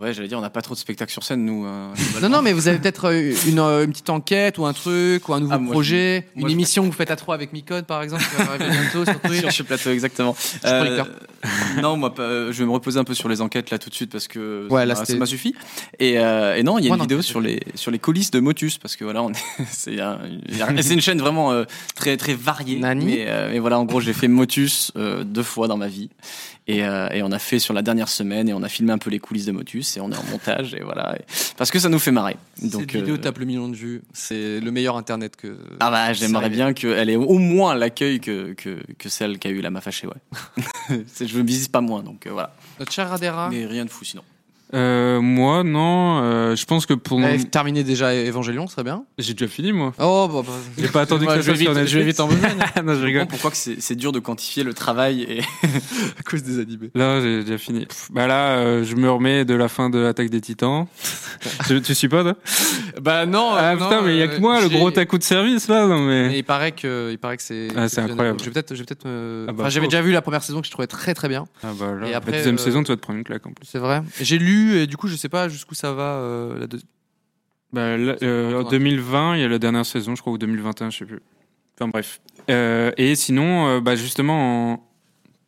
Speaker 2: Ouais, j'allais dire, on n'a pas trop de spectacles sur scène, nous. euh,
Speaker 1: Non, non, mais vous avez peut-être euh, une, euh, une petite enquête ou un truc ou un nouveau
Speaker 2: Ah, moi,
Speaker 1: projet,
Speaker 2: je- moi,
Speaker 1: une
Speaker 2: je-
Speaker 1: émission que vous faites à trois avec Micode par exemple, qui va arriver bientôt sur Twitch.
Speaker 2: sur ce plateau exactement. Euh,
Speaker 1: prends les
Speaker 2: non, moi, pas- euh, je vais me reposer un peu sur les enquêtes là tout de suite parce que ça
Speaker 1: Ouais, là,
Speaker 2: m'a- ça
Speaker 1: c'était-
Speaker 2: m'a suffi. Et, euh, et non, il y a
Speaker 1: Ouais,
Speaker 2: une
Speaker 1: non,
Speaker 2: vidéo
Speaker 1: c'était-
Speaker 2: sur les sur les coulisses de Motus parce que voilà, on est- c'est un- c'est une chaîne vraiment euh, très très variée.
Speaker 1: Nani.
Speaker 2: Mais, euh, mais voilà, en gros, j'ai fait Motus euh, deux fois dans ma vie et, euh, et on a fait sur la dernière semaine et on a filmé un peu les coulisses de Motus et on est en montage et voilà et- parce que ça nous fait marrer.
Speaker 1: Cette
Speaker 2: Donc
Speaker 1: vidéo
Speaker 2: euh,
Speaker 1: tape le million de vues. C'est le meilleur internet que.
Speaker 2: ah bah
Speaker 1: c'est
Speaker 2: j'aimerais
Speaker 1: arrivé.
Speaker 2: bien qu'elle ait au moins l'accueil que, que, que celle qu'a eu la Mafachée, ouais. C'est- je ne vise pas moins, donc euh, voilà.
Speaker 1: Notre cher Radera.
Speaker 2: Mais rien de fou sinon.
Speaker 3: Euh, moi, non. euh, je pense que pour
Speaker 1: Allez,
Speaker 3: mon-
Speaker 1: terminer déjà Evangelion, ce serait bien.
Speaker 3: j'ai déjà fini moi.
Speaker 1: Oh, bah, bah,
Speaker 3: J'ai pas attendu que
Speaker 1: Moi,
Speaker 3: ça
Speaker 1: je vais
Speaker 3: soit sur
Speaker 1: vite- je vais
Speaker 3: Netflix.
Speaker 1: vite en besogne.
Speaker 3: non, je
Speaker 2: Je
Speaker 3: rigole.
Speaker 2: comprends pourquoi que c'est c'est dur de quantifier le travail et
Speaker 1: à cause des animés.
Speaker 3: Là, j'ai déjà fini. Pff, Bah là, euh, je me remets de la fin de l'attaque des Titans. tu, tu suis pas toi
Speaker 1: Bah non. euh,
Speaker 3: Ah putain, mais il y a que moi, le gros taco de service là. Non mais.
Speaker 1: Mais il paraît que, il pararait que c'est.
Speaker 3: Ah, c'est
Speaker 1: que-
Speaker 3: incroyable.
Speaker 1: Je vais peut-être, je vais peut-être. me-
Speaker 3: Ah bah,
Speaker 1: enfin, j'avais
Speaker 3: faut.
Speaker 1: déjà vu la première saison que je trouvais très très bien.
Speaker 3: Ah bah là,
Speaker 1: Et après,
Speaker 3: la deuxième
Speaker 1: euh,
Speaker 3: saison, tu vas te prendre une claque en plus.
Speaker 1: C'est vrai. J'ai lu et du coup, je sais pas jusqu'où ça va. euh, la deux-
Speaker 3: Bah, là, euh, en 2020, il y a la dernière saison, je crois, ou 2021, je sais plus. Enfin bref. Euh, et sinon, euh, bah justement, en-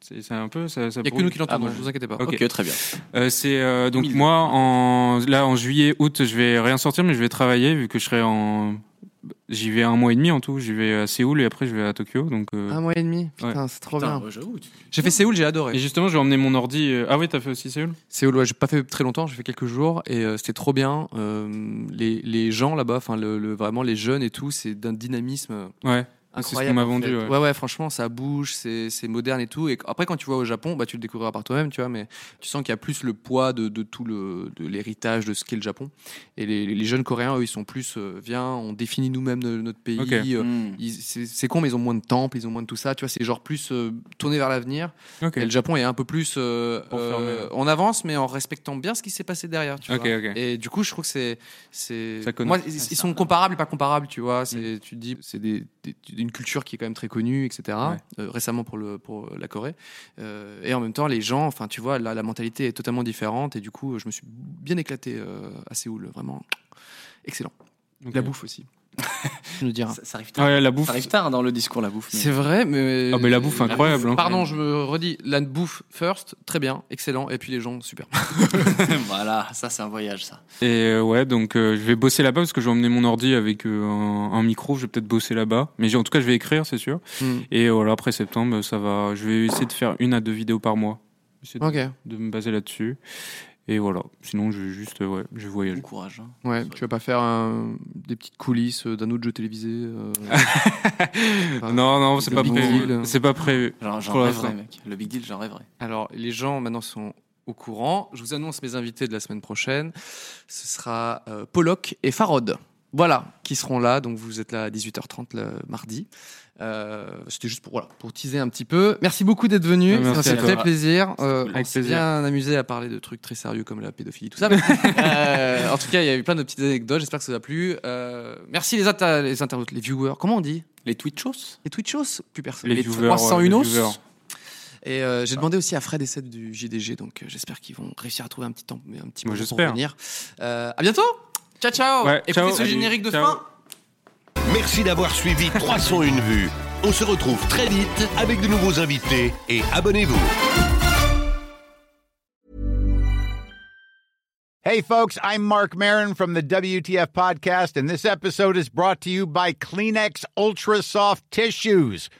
Speaker 3: c'est c'est un peu ça. ça
Speaker 1: Il y a que
Speaker 3: brouille.
Speaker 1: nous qui l'entendons.
Speaker 2: Ah, moi,
Speaker 1: ne vous inquiétez pas.
Speaker 3: Ok.
Speaker 2: ok très bien.
Speaker 3: Euh, c'est euh, donc
Speaker 2: 2020.
Speaker 3: moi en là en juillet août je vais rien sortir mais je vais travailler vu que je serai en J'y vais un mois et demi en tout. J'y vais à Séoul et après je vais à Tokyo. Donc, euh,
Speaker 1: Ah
Speaker 6: Un mois et demi.
Speaker 3: Ouais.
Speaker 6: Putain, c'est trop bien.
Speaker 1: J'ai fait Séoul, j'ai
Speaker 3: Et
Speaker 1: adoré.
Speaker 3: justement, j'ai emmené mon ordi. euh, Ah oui, t'as fait aussi Séoul
Speaker 1: Séoul, ouais, j'ai pas fait très longtemps, j'ai fait quelques jours et euh, c'était trop bien. Euh, les, les gens là-bas, enfin le, le- vraiment les jeunes et tout, c'est d'un dynamisme
Speaker 3: Ouais. C'est ce qu'on
Speaker 1: incroyable.
Speaker 3: m'a
Speaker 1: en
Speaker 3: vendu.
Speaker 1: fait.
Speaker 3: ouais.
Speaker 1: ouais, franchement, ça bouge, c'est c'est moderne et tout. Et après, quand tu vois au Japon, bah tu le découvriras par toi-même, tu vois. Mais tu sens qu'il y a plus le poids de, de tout le de l'héritage de ce qu'est le Japon. Et les, les jeunes Coréens, eux, ils sont plus, euh, viens, on définit nous-mêmes no- notre pays.
Speaker 3: Ok.
Speaker 1: euh,
Speaker 2: Hmm.
Speaker 1: ils- C'est c'est con, mais ils ont moins de temples, ils ont moins de tout ça. Tu vois, c'est genre plus euh, tourné vers l'avenir.
Speaker 3: Ok.
Speaker 1: Et le Japon est un peu plus. euh,
Speaker 3: Pour
Speaker 1: euh,
Speaker 3: fermer, ouais.
Speaker 1: on avance, mais en respectant bien ce qui s'est passé derrière. Tu
Speaker 3: Ok,
Speaker 1: vois.
Speaker 3: ok.
Speaker 1: Et du coup, je trouve que c'est. c'est...
Speaker 3: Ça connaît. Mm.
Speaker 1: Moi, ils, ils sont comparables et pas comparables, tu vois. C'est, Tu te dis, c'est des, des- une culture qui est quand même très connue, etc. Euh, récemment pour, le, pour la Corée. Euh, et en même temps, les gens, enfin, tu vois, la, la mentalité est totalement différente. Et du coup, je me suis bien éclaté euh, à Séoul, vraiment. Excellent.
Speaker 3: Ok.
Speaker 1: La bouffe aussi. tu nous diras.
Speaker 2: Ça, ça arrive
Speaker 3: Ah
Speaker 2: tard.
Speaker 3: ouais, la bouffe.
Speaker 2: Ça arrive tard hein, dans le discours, la bouffe. mais-
Speaker 1: C'est vrai, mais.
Speaker 3: Ah, mais la bouffe, incroyable, hein.
Speaker 1: Pardon, je me redis. La bouffe, first, très bien, excellent. Et puis les gens, super.
Speaker 2: voilà, ça, c'est un voyage, ça.
Speaker 3: Et euh, ouais, donc euh, je vais bosser là-bas parce que je vais emmener mon ordi avec euh, un, un micro. Je vais peut-être bosser là-bas. Mais j'ai- en tout cas, je vais écrire, c'est sûr.
Speaker 1: Hmm.
Speaker 3: Et euh, voilà, après septembre, ça va. Je vais essayer de faire une à deux vidéos par mois. Essayer de-
Speaker 1: Ok.
Speaker 3: de me baser là-dessus. Et voilà. Sinon, je vais juste, euh, ouais, je voyage.
Speaker 2: Bon courage. hein.
Speaker 1: Ouais,
Speaker 2: Ça-
Speaker 1: tu vas pas faire euh, des petites coulisses euh, d'un autre jeu télévisé. euh, enfin,
Speaker 3: Non, non, c'est
Speaker 1: le
Speaker 3: pas
Speaker 1: Big
Speaker 3: prévu.
Speaker 1: Deal.
Speaker 3: C'est pas prévu.
Speaker 2: J'en j'en
Speaker 3: Pour
Speaker 2: rêverais,
Speaker 3: l'instant.
Speaker 2: mec. Le big deal, j'en rêverais.
Speaker 1: Alors, les gens maintenant sont au courant. Je vous annonce mes invités de la semaine prochaine. Ce sera euh, Pollock et Farod. Voilà, qui seront là. Donc, vous êtes là à 18h30 le mardi. Euh, C'était juste pour, voilà, pour teaser un petit peu. Merci beaucoup d'être venu.
Speaker 3: Ouais, merci
Speaker 1: Ça
Speaker 3: à
Speaker 1: fait très
Speaker 2: toi.
Speaker 1: plaisir. Euh,
Speaker 2: cool.
Speaker 1: on
Speaker 3: Avec
Speaker 1: s'est
Speaker 3: plaisir.
Speaker 1: bien amusé à parler de trucs très sérieux comme la pédophilie, tout ça. Mais, euh, en tout cas, il y a eu plein de petites anecdotes. J'espère que ça vous a plu. Euh, merci les, atta- les internautes, les viewers. Comment on dit
Speaker 2: Les Twitchos
Speaker 1: Les Twitchos Plus personne.
Speaker 3: Les
Speaker 2: Les
Speaker 3: viewers.
Speaker 1: 301
Speaker 3: ouais, les
Speaker 1: os.
Speaker 3: viewers.
Speaker 1: Et euh,
Speaker 3: Ah.
Speaker 1: j'ai demandé aussi à Fred et Seb du JDG, donc euh, j'espère qu'ils vont réussir à trouver un petit temps, mais un petit
Speaker 3: Moi,
Speaker 1: moment pour
Speaker 3: j'espère.
Speaker 1: venir. Euh, à bientôt. Ciao ciao.
Speaker 3: Ouais,
Speaker 1: Écoutez
Speaker 3: ciao.
Speaker 1: ce
Speaker 3: Salut.
Speaker 1: générique de
Speaker 3: Ciao.
Speaker 1: fin.
Speaker 4: Merci d'avoir suivi 301 vues. On se retrouve très vite avec de nouveaux invités et abonnez-vous.
Speaker 10: Hey, folks, I'm Mark Marin from the WTF Podcast, and this episode is brought to you by Kleenex Ultra Soft Tissues,